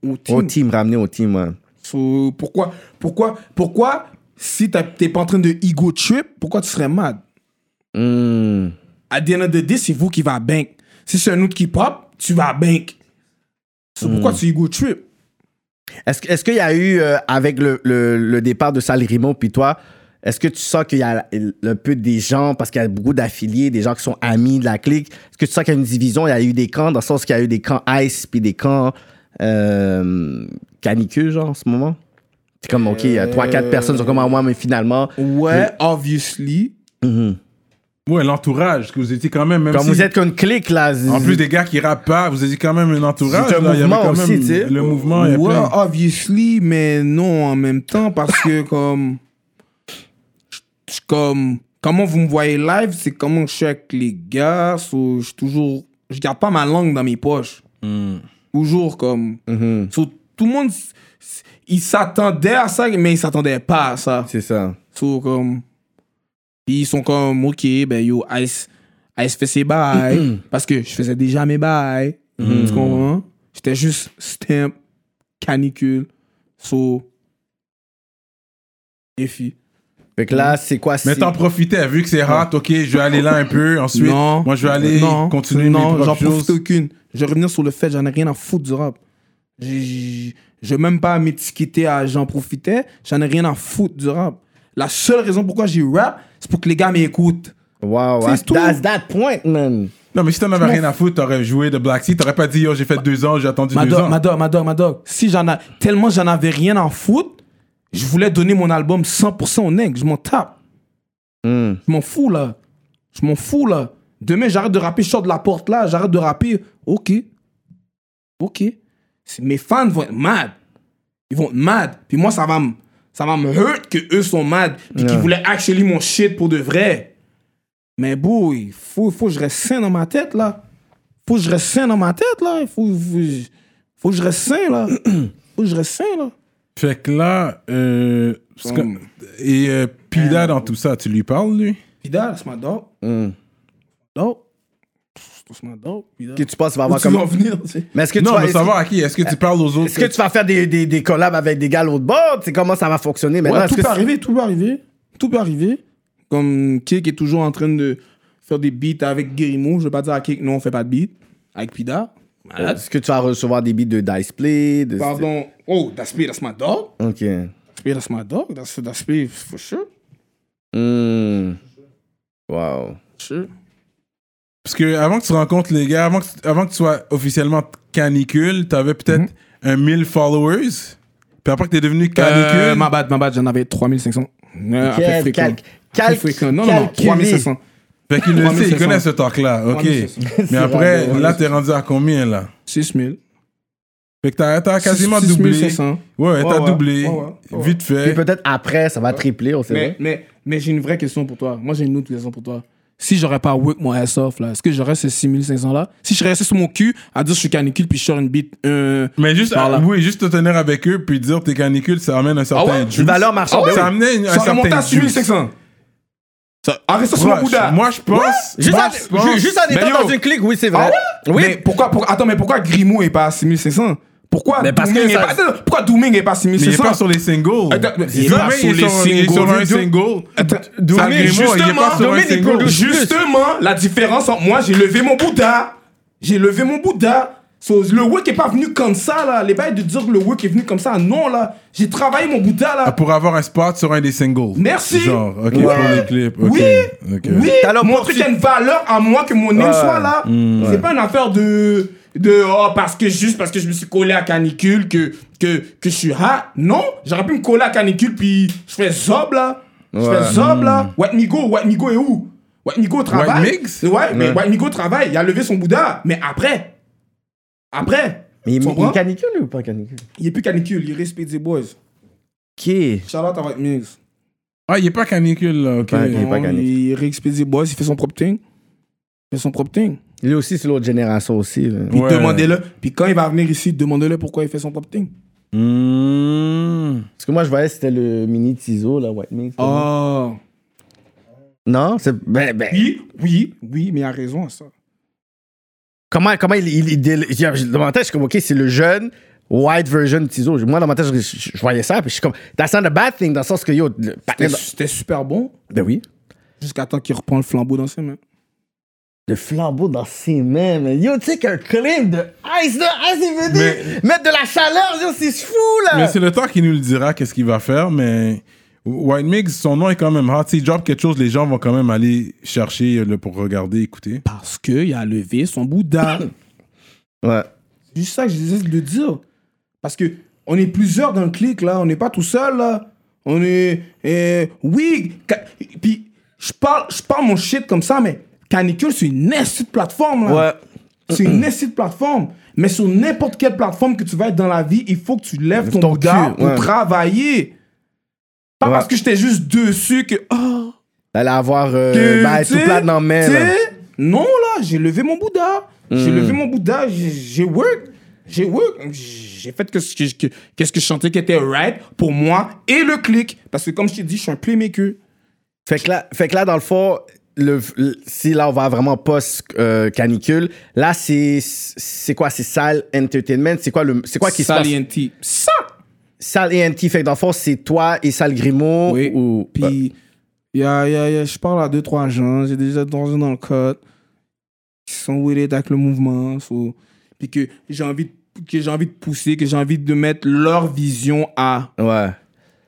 E: au team.
C: Au team, ramené au team, ouais.
E: So, pourquoi, pourquoi, pourquoi, si t'as- t'es pas en train de ego trip, pourquoi tu serais mad
C: Hmm.
E: À the end of the day, c'est vous qui va à bank. Si c'est un autre qui pop, tu vas à bank. So, pourquoi tu ego trip
C: Est-ce que- est-ce qu'il y a eu, euh, avec le, le- le départ de Salerimo puis toi, est-ce que tu sens qu'il y a il- un peu des gens, parce qu'il y a beaucoup d'affiliés, des gens qui sont amis de la clique, est-ce que tu sens qu'il y a une division, il y a eu des camps, dans le sens qu'il y a eu des camps ice puis des camps euh, canicules, genre, en ce moment? C'est comme, OK, il y a
B: Euh,
C: 3-4 personnes qui sont comme à moi, mais finalement...
E: Ouais, obviously.
B: Ouais, l'entourage, parce que vous étiez quand même. même
C: Quand
B: si-
C: vous êtes qu'une clique, là...
B: En plus des gars qui rappent pas, vous étiez quand même un entourage.
C: Mhm. C'est un
B: là, il y avait
C: mouvement
B: quand
C: aussi,
B: même
C: tu sais.
B: Le mouvement, il y a
E: ouais,
B: plein.
E: obviously, mais non en même temps parce que comme je- je- comme comment vous me voyez live, c'est comment je suis avec les gars, so, je toujours je garde pas ma langue dans mes poches. Hmm. Toujours comme So, tout le monde s- s- il s'attendait à ça mais il s'attendait pas à ça.
C: C'est ça.
E: So, comme puis ils sont comme OK, ben yo Ice Ice fait ses
B: Mm-hmm.
E: bails parce que je faisais déjà mes bails. Tu comprends J'étais juste stamp canicule. So Effie.
C: Fait que là, c'est quoi?
B: Mais
C: c'est-
B: t'en profitais, vu que c'est hot, ok, je vais aller là un peu, ensuite,
E: non.
B: moi je vais aller
E: non,
B: continuer mes
E: Non, j'en
B: propres
E: profite
B: choses.
E: aucune. Je vais revenir sur le fait, j'en ai rien à foutre du rap. J'ai- j'ai- Je vais même pas à m'étiqueter à j'en profitais, j'en ai rien à foutre du rap. La seule raison pourquoi j'ai rap, c'est pour que les gars m'écoutent.
C: Wow,
E: C'est tout.
C: that's that point, man.
B: Non, mais si t'en avais rien à foutre, t'aurais joué de Black Sea, t'aurais pas dit, yo, j'ai fait deux ans, j'ai attendu
E: Ma
B: deux
E: dog,
B: ans.
E: ma dog, ma dog, ma dog. Si j'en a, tellement j'en avais rien à foutre, je voulais donner mon album 100% au nègre. Je m'en tape.
C: Hmm.
E: Je m'en fous, là. Je m'en fous, là. Demain, j'arrête de rapper, je sors de la porte, là. J'arrête de rapper. OK. OK. c'est- mes fans vont être mad. Ils vont être mad. Puis moi, ça va me ça va me hurt que eux sont mad. Puis qu'ils voulaient actually mon shit pour de vrai. Mais bon, il faut, faut que je reste sain dans ma tête, là. Faut que je reste sain dans ma tête, là. Il faut, faut, faut que je reste sain, là. faut que je reste sain, là.
B: Fait que là, euh, parce que- et euh, Pida dans tout ça, tu lui parles, lui
E: Pida, that's my dog. Dog. That's my dog, Pida.
C: Que tu penses, tu vas
E: Où
C: avoir
E: tu vas
C: comme.
E: en venir, tu sais?
C: Mais est-ce que tu
B: Non,
C: vas.
B: mais
C: Est-ce
B: savoir à qui Est-ce que tu parles aux autres
C: est-ce que tu vas faire des, des, des collabs avec des gars à l'autre bord? C'est comment ça va fonctionner maintenant?
E: Ouais,
C: Est-ce que
E: tout peut
C: c'est-
E: arriver, tout peut arriver. Tout peut arriver. Comme Kik est toujours en train de faire des beats avec Guérimo. Je veux pas dire à Kik, non, on fait pas de beat. Avec Pida. Malade.
C: Est-ce que tu vas recevoir des beats de Dice Play? De...
E: Pardon. Oh, that's me, that's my dog.
C: Ok.
E: That's me, that's my dog. That's, that's me, for sure.
C: Hmm. Wow.
E: Sure.
B: Parce que avant que tu rencontres les gars, avant que, tu- avant que tu sois officiellement canicule, t'avais peut-être un 1000 followers. Puis après que t'es devenu canicule.
E: Mhm. Euh, ma bad, ma bad, j'en avais 3500. Euh, après
C: Quel-
E: fréquent.
C: calc-
E: Après
C: calc-
E: fréquent. Non, non, non,
C: calculé.
E: 3500.
B: Fait qu'il le sait, il
E: 3500.
B: connaît ce talk-là. OK.
E: 3500.
B: Mais après, là, t'es rendu à combien, là
E: 6000.
B: Fait que t'as t'as quasiment
E: Six- six mille
B: doublé.
E: cinq cents.
B: Ouais, t'as
E: ouais.
B: doublé.
E: Ouais, ouais, ouais.
B: Vite
C: Puis
B: fait.
C: peut-être après, ça va tripler, on sait
E: Mais,
C: pas.
E: mais, mais j'ai une vraie question pour toi. Moi, j'ai une autre question pour toi. Si j'aurais pas work mon ass off, là, est-ce que j'aurais ces 6500 là Si je restais sur mon cul à dire je suis canicule puis je sors une bite. euh,
B: Mais juste,
E: par là. Ah
B: oui, juste te tenir avec eux puis dire tes canicules, ça amène un certain
E: ouais?
B: juice.
C: Une valeur marchande.
B: Ça
C: ben oui.
B: amenait une- un
E: ça aurait monté
B: certain
E: à
B: juice.
E: 6500. Ça, arrête ça sur
B: Moi,
E: mon Bouddha.
B: je- Moi, je pense.
C: Juste,
B: moi,
C: en,
B: je pense-
C: ju- juste en étant
E: Mais yo.
C: dans une clique, oui, c'est
E: Ah
C: vrai.
E: ouais
C: oui.
E: Mais pourquoi, pour- attends, mais pourquoi Grimaud est pas à 6500 Pourquoi
C: Mais parce que
E: Dooming est
C: ça-
E: pas- attends, Pourquoi Dooming est pas à
B: Mais il est
E: 6500
B: pas sur les singles.
E: Attends, mais
B: Il est pas sur les singles. Sur un single.
E: Attends,
B: Dooming,
E: Dooming,
B: justement, il est pas sur un
E: Dooming, il
B: single.
E: produit Justement, la différence entre moi, j'ai levé mon Bouddha. J'ai levé mon Bouddha. So, le work est pas venu comme ça, là. Les bails de dire que le work est venu comme ça, non, là. J'ai travaillé mon Bouddha, là.
B: Ah, Pour avoir un spot sur un des singles.
E: Merci.
B: Genre, ok,
E: Ouais.
B: pour les clips. ok,
E: Oui,
B: ok.
E: oui.
C: T'as l'opportun-
E: Montrer qu'il y a une valeur à moi que mon name
C: Ouais.
E: soit là. c'est pas une affaire de de oh parce que juste parce que je me suis collé à canicule que que que je suis hot. Non, j'aurais pu me coller à canicule puis je fais zob là. Je
C: Ouais. Mm.
E: fais zob là. White Migo, White Migo est où? White Migo travaille.
B: White Mix?
E: Ouais, mais White Migo travaille. Il a levé son Bouddha, mais après, après,
C: Mais il,
E: Tu
C: il
E: comprends?
C: est canicule ou pas canicule?
E: il est plus canicule, il respecte des boys.
C: Ok.
E: Shout out à White Mix.
B: Ah, il est pas canicule, là, ok.
C: Pas- Il est pas
E: Non,
C: canicule.
E: Il respecte des boys, il fait son propre thing. Il fait son propre thing.
C: Lui aussi, c'est l'autre génération aussi. là.
E: Puis
B: Ouais.
E: demandez-le. Puis quand il va venir ici, demandez-le pourquoi il fait son propre thing.
B: Mmh.
C: Parce que moi, je voyais, c'était le mini Tizo, là, White Mix.
E: Oh.
C: Non, c'est. Ben, ben.
E: Oui, oui, oui, mais il a raison à ça.
C: Comment, comment il, il, il dél- il- Dans ma tête, je suis comme, OK, c'est le jeune white version de Tizo. Moi, dans ma tête, je, je- je voyais ça, puis je suis comme, that's not a bad thing, dans le sens que, yo, le
E: C'était
C: partenaire dans-
E: c'était super bon
C: Ben oui.
E: jusqu'à temps qu'il reprend le flambeau dans ses mains.
C: Le flambeau dans ses mains, man. Yo, tu sais qu'un clip de Ice, là, Ice, il veut dire mettre de la chaleur, yo, c'est fou, là.
B: Mais c'est le temps qui nous le dira, qu'est-ce qu'il va faire, mais White Mix, son nom est quand même hot. S'il drop quelque chose, les gens vont quand même aller chercher le, pour regarder, écouter.
E: Parce qu'il a levé son Bouddha.
C: Ouais.
E: C'est juste ça que je disais de dire. Parce que on est plusieurs dans le clic, là. On n'est pas tout seul, là. On est... euh, oui. ca- Puis je parle, je parle mon shit comme ça, mais Canicule, c'est une petite plateforme, là. C'est une esti de plateforme. Mais sur n'importe quelle plateforme que tu vas être dans la vie, il faut que tu lèves ton,
C: Ton
E: regard
C: cul, ouais.
E: pour travailler. Pas parce que j'étais juste dessus que. Oh,
C: D'aller avoir euh,
E: que,
C: ben,
E: tu
C: tout
E: sais,
C: plat dans la main,
E: tu
C: là. Hmm.
E: sais. Non, là, j'ai levé mon Bouddha. J'ai levé mon Bouddha. J'ai j'ai work. J'ai work. J'ai fait que ce que, que- qu'est-ce que je chantais qui était right pour moi et le clic. Parce que comme je t'ai dit, je suis un playmaker.
C: Fait que là, fait que là dans le fond, le, le- si là on va vraiment post-canicule, là c'est c'est quoi C'est Sal Entertainment C'est quoi, le, c'est quoi qui se passe
E: Salienti. Ça!
C: Sal ENT, fait que dans le fond, c'est toi et Sal Grimaud
E: Oui. Bah,
C: ou.
E: Puis,
C: Euh,
E: y a, y a- y a- je parle à deux, trois gens, j'ai déjà dansé dans le code, qui sont weird avec le mouvement. so- Puis que j'ai envie, de- que j'ai envie de pousser, que j'ai envie de mettre leur vision à,
C: ouais.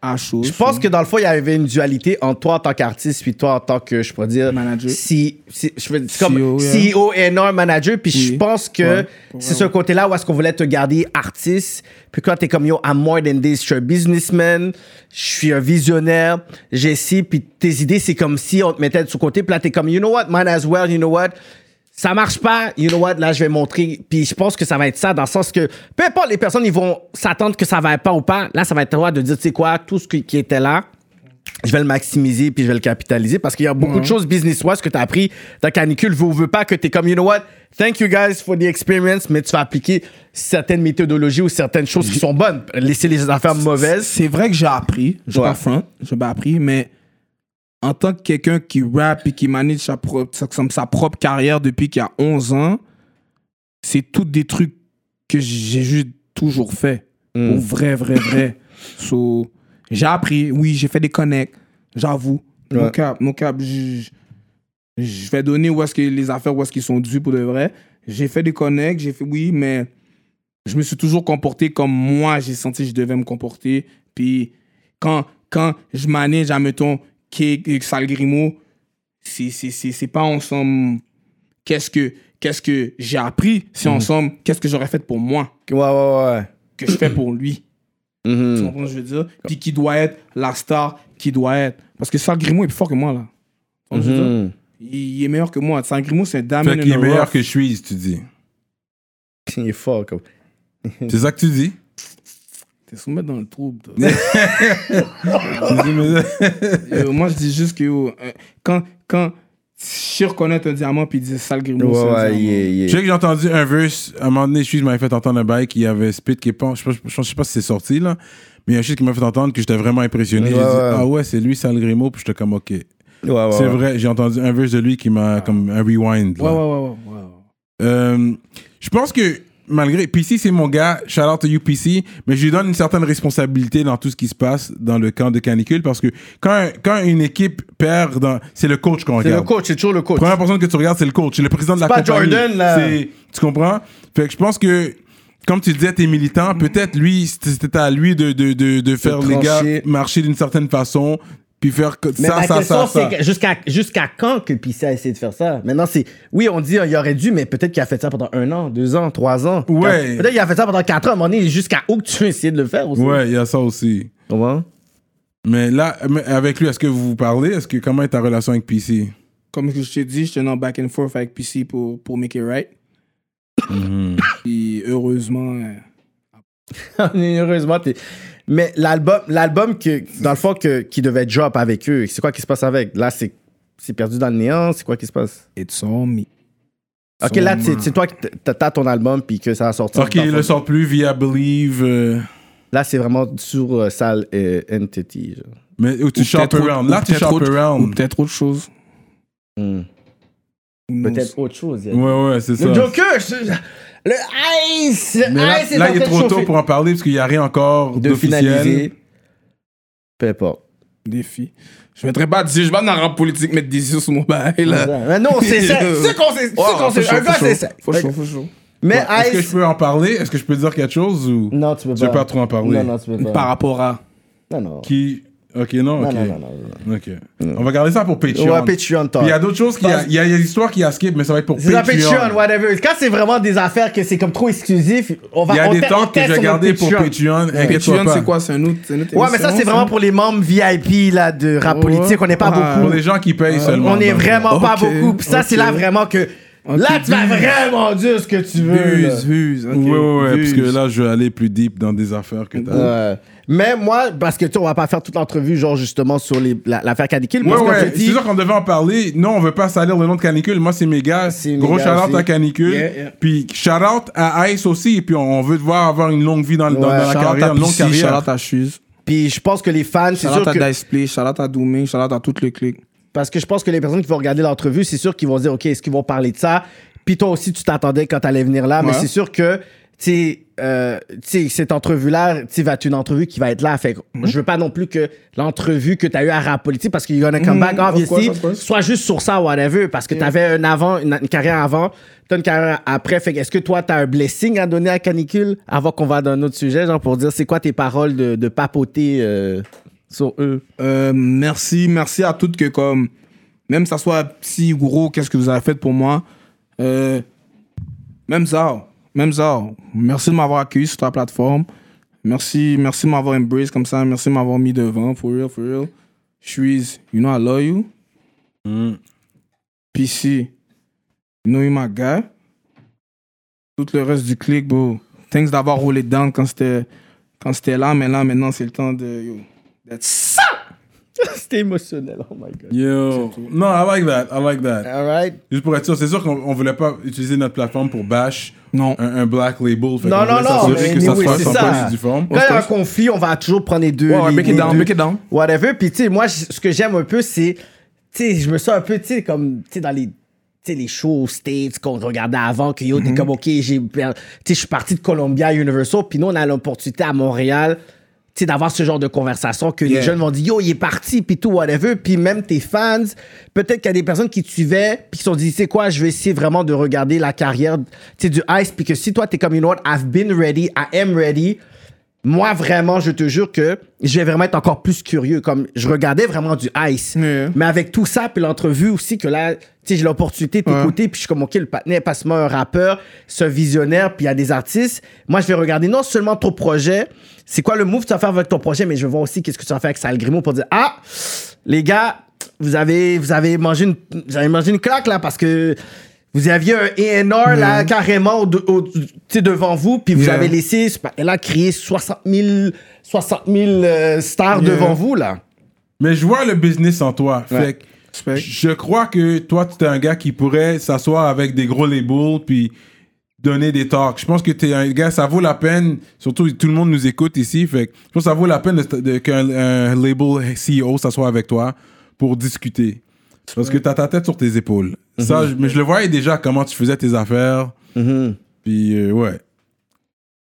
E: à chose.
C: Je pense que dans le fond, il y avait une dualité entre toi en tant qu'artiste, puis toi en tant que, je pourrais dire,
E: Manager.
C: Si, si- je veux dire, comme
E: CEO, yeah.
C: CEO et non manager. Puis je
E: Oui.
C: pense que
E: Ouais.
C: c'est ce côté-là où est-ce qu'on voulait te garder artiste. Puis quand t'es comme yo, I'm more than this, je suis un businessman, je suis un visionnaire, j'ai ci, puis tes idées, c'est comme si on te mettait de sous côté. Puis là, t'es comme, you know what, mine as well, you know what. Ça marche pas, you know what, là, je vais montrer. Puis je pense que ça va être ça, dans le sens que peu importe les personnes, ils vont s'attendre que ça va pas ou pas. Là, ça va être toi de dire, tu sais quoi, tout ce qui qui était là, je vais le maximiser puis je vais le capitaliser parce qu'il y a
B: Mhm.
C: beaucoup de choses business-wise que tu as appris dans Canicule. Vous veut pas que tu es comme, you know what, thank you guys for the experience, mais tu vas appliquer certaines méthodologies ou certaines choses qui sont bonnes. Laisser les affaires mauvaises.
E: C'est vrai que j'ai appris, je
C: Ouais.
E: pas front, j'ai pas appris, mais en tant que quelqu'un qui rappe et qui manage sa propre, sa, comme sa propre carrière depuis qu'il y a 11 ans, c'est tout des trucs que j'ai juste toujours fait.
C: Mm.
E: Pour vrai, vrai, vrai. So, j'ai appris, oui, j'ai fait des connects, j'avoue. Mon
C: Ouais.
E: cap, mon cap, je- je je vais donner où est-ce que les affaires, où est-ce qu'ils sont dus pour de vrai. J'ai fait des connects, j'ai fait, oui, mais je me suis toujours comporté comme moi, j'ai senti que je devais me comporter. Puis quand, quand je manage, admettons, Kick et Salgrimo, c'est- c'est c'est- c'est pas ensemble qu'est-ce que, qu'est-ce que j'ai appris, c'est ensemble qu'est-ce que j'aurais fait pour moi,
C: Ouais, ouais,
E: que je fais pour lui.
C: ouais.
B: Mhm.
E: Tu comprends ce que je veux dire? Puis qui doit être la star qui doit être. Parce que Salgrimo est plus fort que moi, là. Tu comprends ce que je veux
C: Hmm.
B: Mhm.
E: dire? Il il est meilleur que moi. Salgrimo, c'est un diamond
B: Fait qu'il
E: in
B: est
E: the
B: meilleur
E: rough.
B: que je suis, tu dis.
C: Il est fort, comme.
B: C'est ça que tu dis?
E: T'es soumis dans le trouble, toi. Yo, moi, je dis juste que yo, euh, quand, quand si reconnaître un diamant puis dire sale grimoire,
C: Ouais,
E: c'est un
C: ouais,
E: diamant.
C: il est- il est-
B: Je sais que j'ai entendu un verse, à un moment donné, Suisse m'avait fait entendre un bail qui avait spit qui est pas, je, pense- je, pense- je sais pas si c'est sorti là, mais il y a un shit qui m'a fait entendre que j'étais vraiment impressionné.
C: Ouais,
B: j'ai dit,
C: ouais.
B: ah ouais, c'est lui, Sal Grimo, puis j'étais comme, ok.
C: Ouais, ouais,
B: c'est
C: ouais.
B: vrai, j'ai entendu un verse de lui qui m'a, comme, un rewind. là.
E: Ouais, ouais, ouais, ouais, ouais.
B: Euh, je pense que malgré PC c'est mon gars, shout out to you PC, mais je lui donne une certaine responsabilité dans tout ce qui se passe dans le camp de canicule parce que quand quand une équipe perd dans c'est le coach qu'on
C: C'est le
B: regarde.
C: coach, c'est toujours le coach.
B: Première personne que tu regardes c'est le coach, c'est le président de la
C: pas
B: compagnie.
C: Jordan, là.
B: C'est- tu comprends Fait que je pense que comme tu disais, t'es militant,
C: Mm-hmm.
B: peut-être lui, c'était c'était à lui de, de, de, de faire les gars
C: trancher.
B: marcher d'une certaine façon, puis faire que-
C: Mais
B: ça,
C: ma
B: ça, ça,
C: question, c'est
B: ça.
C: que jusqu'à jusqu'à quand que Pissé a essayé de faire ça? Maintenant, c'est. Oui, on dit, euh, il aurait dû, mais peut-être qu'il a fait ça pendant un an, deux ans, trois ans.
B: Ouais.
C: Peut-être qu'il a fait ça pendant quatre ans, mais on est jusqu'à où que tu as essayé de le faire aussi.
B: Ouais, il y a ça aussi.
C: Tu comprends?
B: Mais là, mais avec lui, est-ce que vous vous parlez? Est-ce que comment est ta relation avec PC?
E: Comme je t'ai dit, j'étais dans back and forth avec PC pour, pour make it right. Puis heureusement, euh,
C: Heureusement, t'es. Mais l'album, l'album que, dans le fond, que, qui devait drop avec eux, c'est quoi qui se passe avec? Là, c'est, c'est perdu dans le néant, c'est quoi qui se passe?
E: it's all me.
C: Ok, là, c'est, c'est toi qui t- t'as ton album puis que ça a sorti.
B: Ok,
C: Dans le
B: ils
C: fond,
B: le sortent plus via Believe. euh,
C: Là, c'est vraiment sur euh, Sal euh, Entity. genre.
B: mais où tu
E: Ou
B: shop
E: peut-être autre-
B: around.
E: ou
B: Là, tu
E: peut-être
B: shop
E: autre- Ou
B: around.
E: peut-être autre chose.
C: Hmm.
E: Who knows?
C: Peut-être autre chose. il y a-
B: Ouais, ouais, c'est ça.
C: Le Joker, je- le Ice, le
B: Mais là,
C: Ice est
B: là,
C: en
B: il est
C: train de
B: trop tôt
C: chauffer.
B: pour en parler parce qu'il n'y a rien encore
C: de
B: d'officiel.
C: finaliser. Peu importe.
E: Défi. Je mettrais pas de je vais pas dans le rap politique mettre des yeux sur mon bail, là.
C: Mais non, c'est ça. C'est qu'on sait. C'est
E: Oh,
C: qu'on
E: faut
C: sait.
E: chaud,
C: Un gars,
E: faut
C: c'est
E: chaud.
C: ça.
E: Faut chaud, faut chaud.
C: Mais
B: Est-ce que je
C: Ice.
B: peux en parler? Est-ce que je peux dire quelque chose ou
C: Non, tu peux pas.
B: tu veux pas trop en parler?
C: Non, non, tu peux
E: Par
C: pas.
E: rapport à.
C: Non, non.
B: Qui... Ok, non,
C: Non,
B: ok.
C: non, non, non.
B: Ok. On va garder ça pour Patreon.
C: Ouais, Patreon,
B: Puis
C: toi.
B: Il y a d'autres choses, qui- il y a- il y a des histoires qui a skip, mais ça va être pour
C: C'est ça,
B: Patreon.
C: Patreon, whatever. Quand c'est vraiment des affaires que c'est comme trop exclusif, on va
B: Il y a
C: on
B: des
C: teste- on
B: temps que
C: teste
B: je vais
C: sur le
B: garder pour Patreon. inquiète-toi
E: Patreon,
B: pas.
E: c'est quoi C'est un autre. c'est une autre
C: Ouais, mais ça,
E: émission,
C: c'est vraiment pour les membres VIP là, de rap
E: Ouais.
C: politique. On n'est pas
E: Ah,
C: beaucoup. Euh,
B: Pour les gens qui payent seulement.
C: On n'est
B: donc.
C: vraiment pas
E: Ok,
C: beaucoup. Puis ça, c'est
E: ok.
C: là vraiment que. Là, tu vas vraiment dire ce que tu veux. là.
E: Vuse, vuse. ok,
B: Ouais, ouais, ouais, parce
E: vuse.
B: que là, je vais aller plus deep dans des affaires que t'as.
C: Ouais. Mais moi, parce que tu sais, on va pas faire toute l'entrevue, genre justement sur les- la- l'affaire Canicule.
B: Ouais,
C: parce qu'en
B: ouais,
C: fait,
B: c'est sûr qu'on devait en parler. Non, on veut pas salir le nom de Canicule. Moi, c'est mes gars.
C: Ah, C'est mes
B: Gros
C: gars
B: shout-out
C: aussi.
B: à Canicule.
E: Yeah, yeah.
B: Puis shout-out à Ice aussi. Et puis on on veut te voir avoir une longue vie dans, dans,
C: Ouais.
B: dans la
E: Shout-out
B: carrière,
E: à
B: une longue
E: PC,
B: carrière.
E: shout-out à Shoes,
C: puis je pense que les fans, c'est sûr
E: shout-out
C: que.
E: à Diceplay, shout-out à Dooming, shout-out à tout le clic.
C: Parce que je pense que les personnes qui vont regarder l'entrevue, c'est sûr qu'ils vont dire, OK, est-ce qu'ils vont parler de ça? Puis toi aussi, tu t'attendais quand t'allais venir là, mais
E: Ouais.
C: c'est sûr que, tu sais, euh, tu sais, cette entrevue-là, tu sais, va être une entrevue qui va être là. Fait que
E: Mhm.
C: je veux pas non plus que l'entrevue que t'as eu à rap politique, parce qu'il y en a come
E: Mhm,
C: back,
E: of
C: obviously,
E: course, of course.
C: soit juste sur ça, whatever, parce que t'avais un avant, une, une carrière avant, t'as une carrière après. Fait que est-ce que toi, t'as un blessing à donner à Canicule avant qu'on va dans un autre sujet, genre pour dire c'est quoi tes paroles de, de papoter euh, sur eux?
E: Euh, merci, merci à toutes que comme, même ça soit petit ou gros, qu'est-ce que vous avez fait pour moi. Euh, même ça, même ça. Merci de m'avoir accueilli sur ta plateforme. Merci, merci de m'avoir embrace comme ça. Merci de m'avoir mis devant, for real, for real. Shoes, you know I love you. PC, Noé Maga. Tout le reste du clic, bro. Thanks d'avoir roulé dedans quand c'était quand c'était là, mais là, maintenant, c'est le temps de. Yo, d'être ça!
C: C'était émotionnel, oh my god.
B: Yo. Non, I like that. I like that.
C: Alright.
B: Juste pour être sûr, c'est sûr qu'on on voulait pas utiliser notre plateforme pour bash
E: Non.
B: un, un black label. Fait
C: Non,
B: qu'on
C: non,
B: voulait
C: non,
B: s'assurer
C: mais
B: que ça
C: oui,
B: se fasse
C: c'est
B: en
C: ça.
B: bonne et due forme.
C: Quand il y a un conflit, on va toujours prendre les deux.
E: Ouais, ouais,
C: les-
E: break it
C: les
E: down,
C: deux.
E: break it down.
C: Whatever. Puis, tu sais, moi, j- ce que j'aime un peu, c'est. Tu sais, je me sens un peu, tu sais, comme. Tu sais, dans les. Tu sais, les shows aux States qu'on regardait avant, que
E: Mm-hmm.
C: yo, t'es comme, OK, j'ai. per- Tu sais, je suis parti de Columbia à Universal, puis nous, on a l'opportunité à Montréal, tu sais, d'avoir ce genre de conversation que les jeunes vont dire, yo, il est parti, puis tout, whatever. Puis même tes fans, peut-être qu'il y a des personnes qui te suivaient, puis qui se sont dit, tu sais quoi, je vais essayer vraiment de regarder la carrière, tu sais, du Ice, puis que si toi, t'es comme, you know what, I've been ready, I am ready moi, vraiment, je te jure que je vais vraiment être encore plus curieux. Comme je regardais vraiment du Ice.
E: Ouais.
C: Mais avec tout ça, puis l'entrevue aussi, que là, tu sais, j'ai l'opportunité de t'écouter, puis je suis comme, OK, le patinet, passe-moi un rappeur, ce visionnaire, puis il y a des artistes. Moi, je vais regarder non seulement ton projet, c'est quoi le move que tu vas faire avec ton projet, mais je vais voir aussi qu'est-ce que tu vas faire avec Sal Grimaud pour dire, ah, les gars, vous avez, vous avez, mangé, une, vous avez mangé une claque, là, parce que. Vous aviez un ENR là carrément au- au- tu sais, devant vous, puis vous
E: Yeah.
C: avez laissé ce patin-là créer 60 000, 60 000 euh, stars
E: Yeah.
C: devant vous là.
B: Mais je vois le business en toi. Fait que
E: Respect.
B: je crois que toi, tu es un gars qui pourrait s'asseoir avec des gros labels puis donner des talks. Je pense que tu es un gars, ça vaut la peine, surtout tout le monde nous écoute ici, fait que je pense que ça vaut la peine de- de- qu'un un label CEO s'assoie avec toi pour discuter. Parce que tu as ta tête sur tes épaules.
E: Mhm.
B: Ça, je- mais je le voyais déjà comment tu faisais tes affaires. Puis euh, ouais.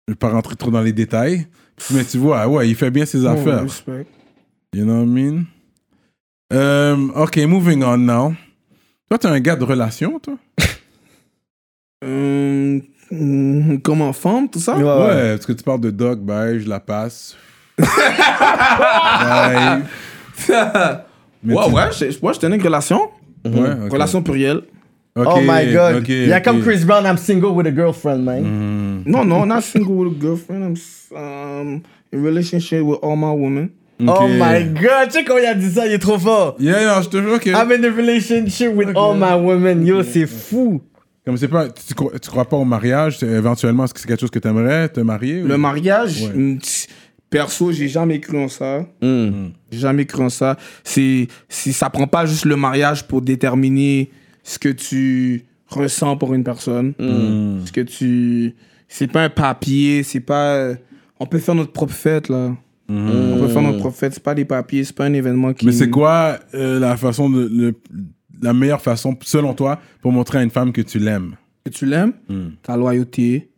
B: Je vais pas rentrer trop dans les détails. Mais tu vois, ouais, il fait bien ses
E: Ouais,
B: affaires.
E: Oh, respect.
B: You know what I mean? Um, ok, moving on now. Toi, t'es un gars de relation, toi?
E: Euh, mm, comme en forme, tout ça?
B: Ouais, parce que tu parles de dog, bye, je la passe. Bye. Mais
E: ouais,
B: tu-
E: ouais, je, ouais, je tenais une relation.
B: ouais, ok.
E: Relation plurielle.
B: Ok,
C: oh my god.
B: ok,
C: Il y a
B: ok.
C: comme Chris Brown, I'm single with a girlfriend,
B: Mm.
C: man.
E: No, no, not single with a girlfriend. I'm s- um, in relationship with all my women.
B: Ok.
C: Oh my god, tu sais comment il a dit ça, il est trop fort.
B: Yeah, non, je te jure que.
C: I'm in a relationship with all my women. Yo, c'est fou.
B: Comme c'est pas. Tu, crois- tu crois pas au mariage? c'est- Éventuellement, est-ce que c'est quelque chose que t'aimerais te marier?
E: Le
B: ou-
E: mariage,
B: Ouais.
E: mm, tch, perso, j'ai jamais cru en ça. J'ai jamais cru en ça. C'est, si ça prend pas juste le mariage pour déterminer ce que tu ressens pour une personne.
B: Hmm.
E: Ce que tu, c'est pas un papier, c'est pas, on peut faire notre propre fête là. On peut faire notre propre fête. C'est pas des papiers, c'est pas un événement qui.
B: Hmm. Mais c'est quoi euh, la façon de. le- la meilleure façon, selon toi, pour montrer à une femme que tu l'aimes?
E: Que tu l'aimes,
B: Hmm.
E: ta loyauté,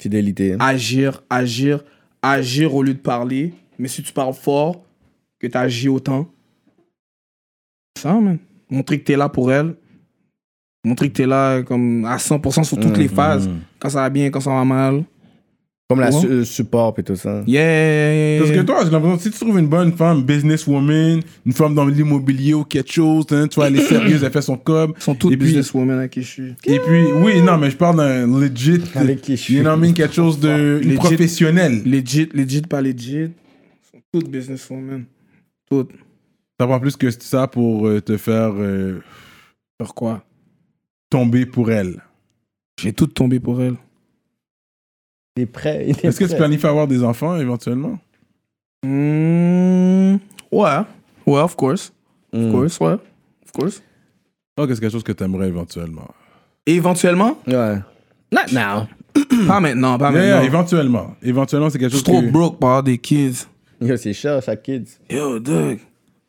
C: Fidélité.
E: agir, agir, agir au lieu de parler. Mais si tu parles fort, que tu agis autant. Ça, man. Montrer que tu es là pour elle. Montrer que tu es là comme à 100% sur toutes les phases. Quand ça va bien, quand ça va mal.
C: Comme
E: Ouais.
C: su- euh, support et tout ça.
E: Yeah!
B: Parce que toi, j'ai l'impression que si tu trouves une bonne femme, businesswoman, une femme dans l'immobilier ou quelque chose, hein, tu vois, elle est sérieuse, elle fait son cob.
E: Ils sont toutes
B: Et puis-
E: businesswomen à qui je suis.
B: Et puis, oui, non, mais je parle d'un legit.
C: Avec qui je suis.
B: You know what I mean, Quelque chose de
E: Legit.
B: professionnel.
E: Legit, legit, pas legit. Ils sont toutes businesswomen. Toutes.
B: Ça prend plus que ça pour euh, te faire euh,
E: Pourquoi?
B: tomber pour elle.
E: J'ai toutes tombé pour elle.
C: Il est prêt. il est
B: Est-ce que tu
C: prêt.
B: planifies avoir des enfants éventuellement
E: Hmm, ouais. Ouais, of course. Of course, ouais. Of course.
B: Oh, que c'est quelque chose que tu aimerais éventuellement.
E: Éventuellement,
C: Ouais. Not now.
E: pas maintenant, pas
B: Yeah, yeah,
E: maintenant.
B: éventuellement. Éventuellement, c'est quelque
E: Je
B: chose
E: suis trop
B: que-
E: broke par avoir des kids.
C: Yo, c'est cher, chaque kid.
E: Yo, Doug.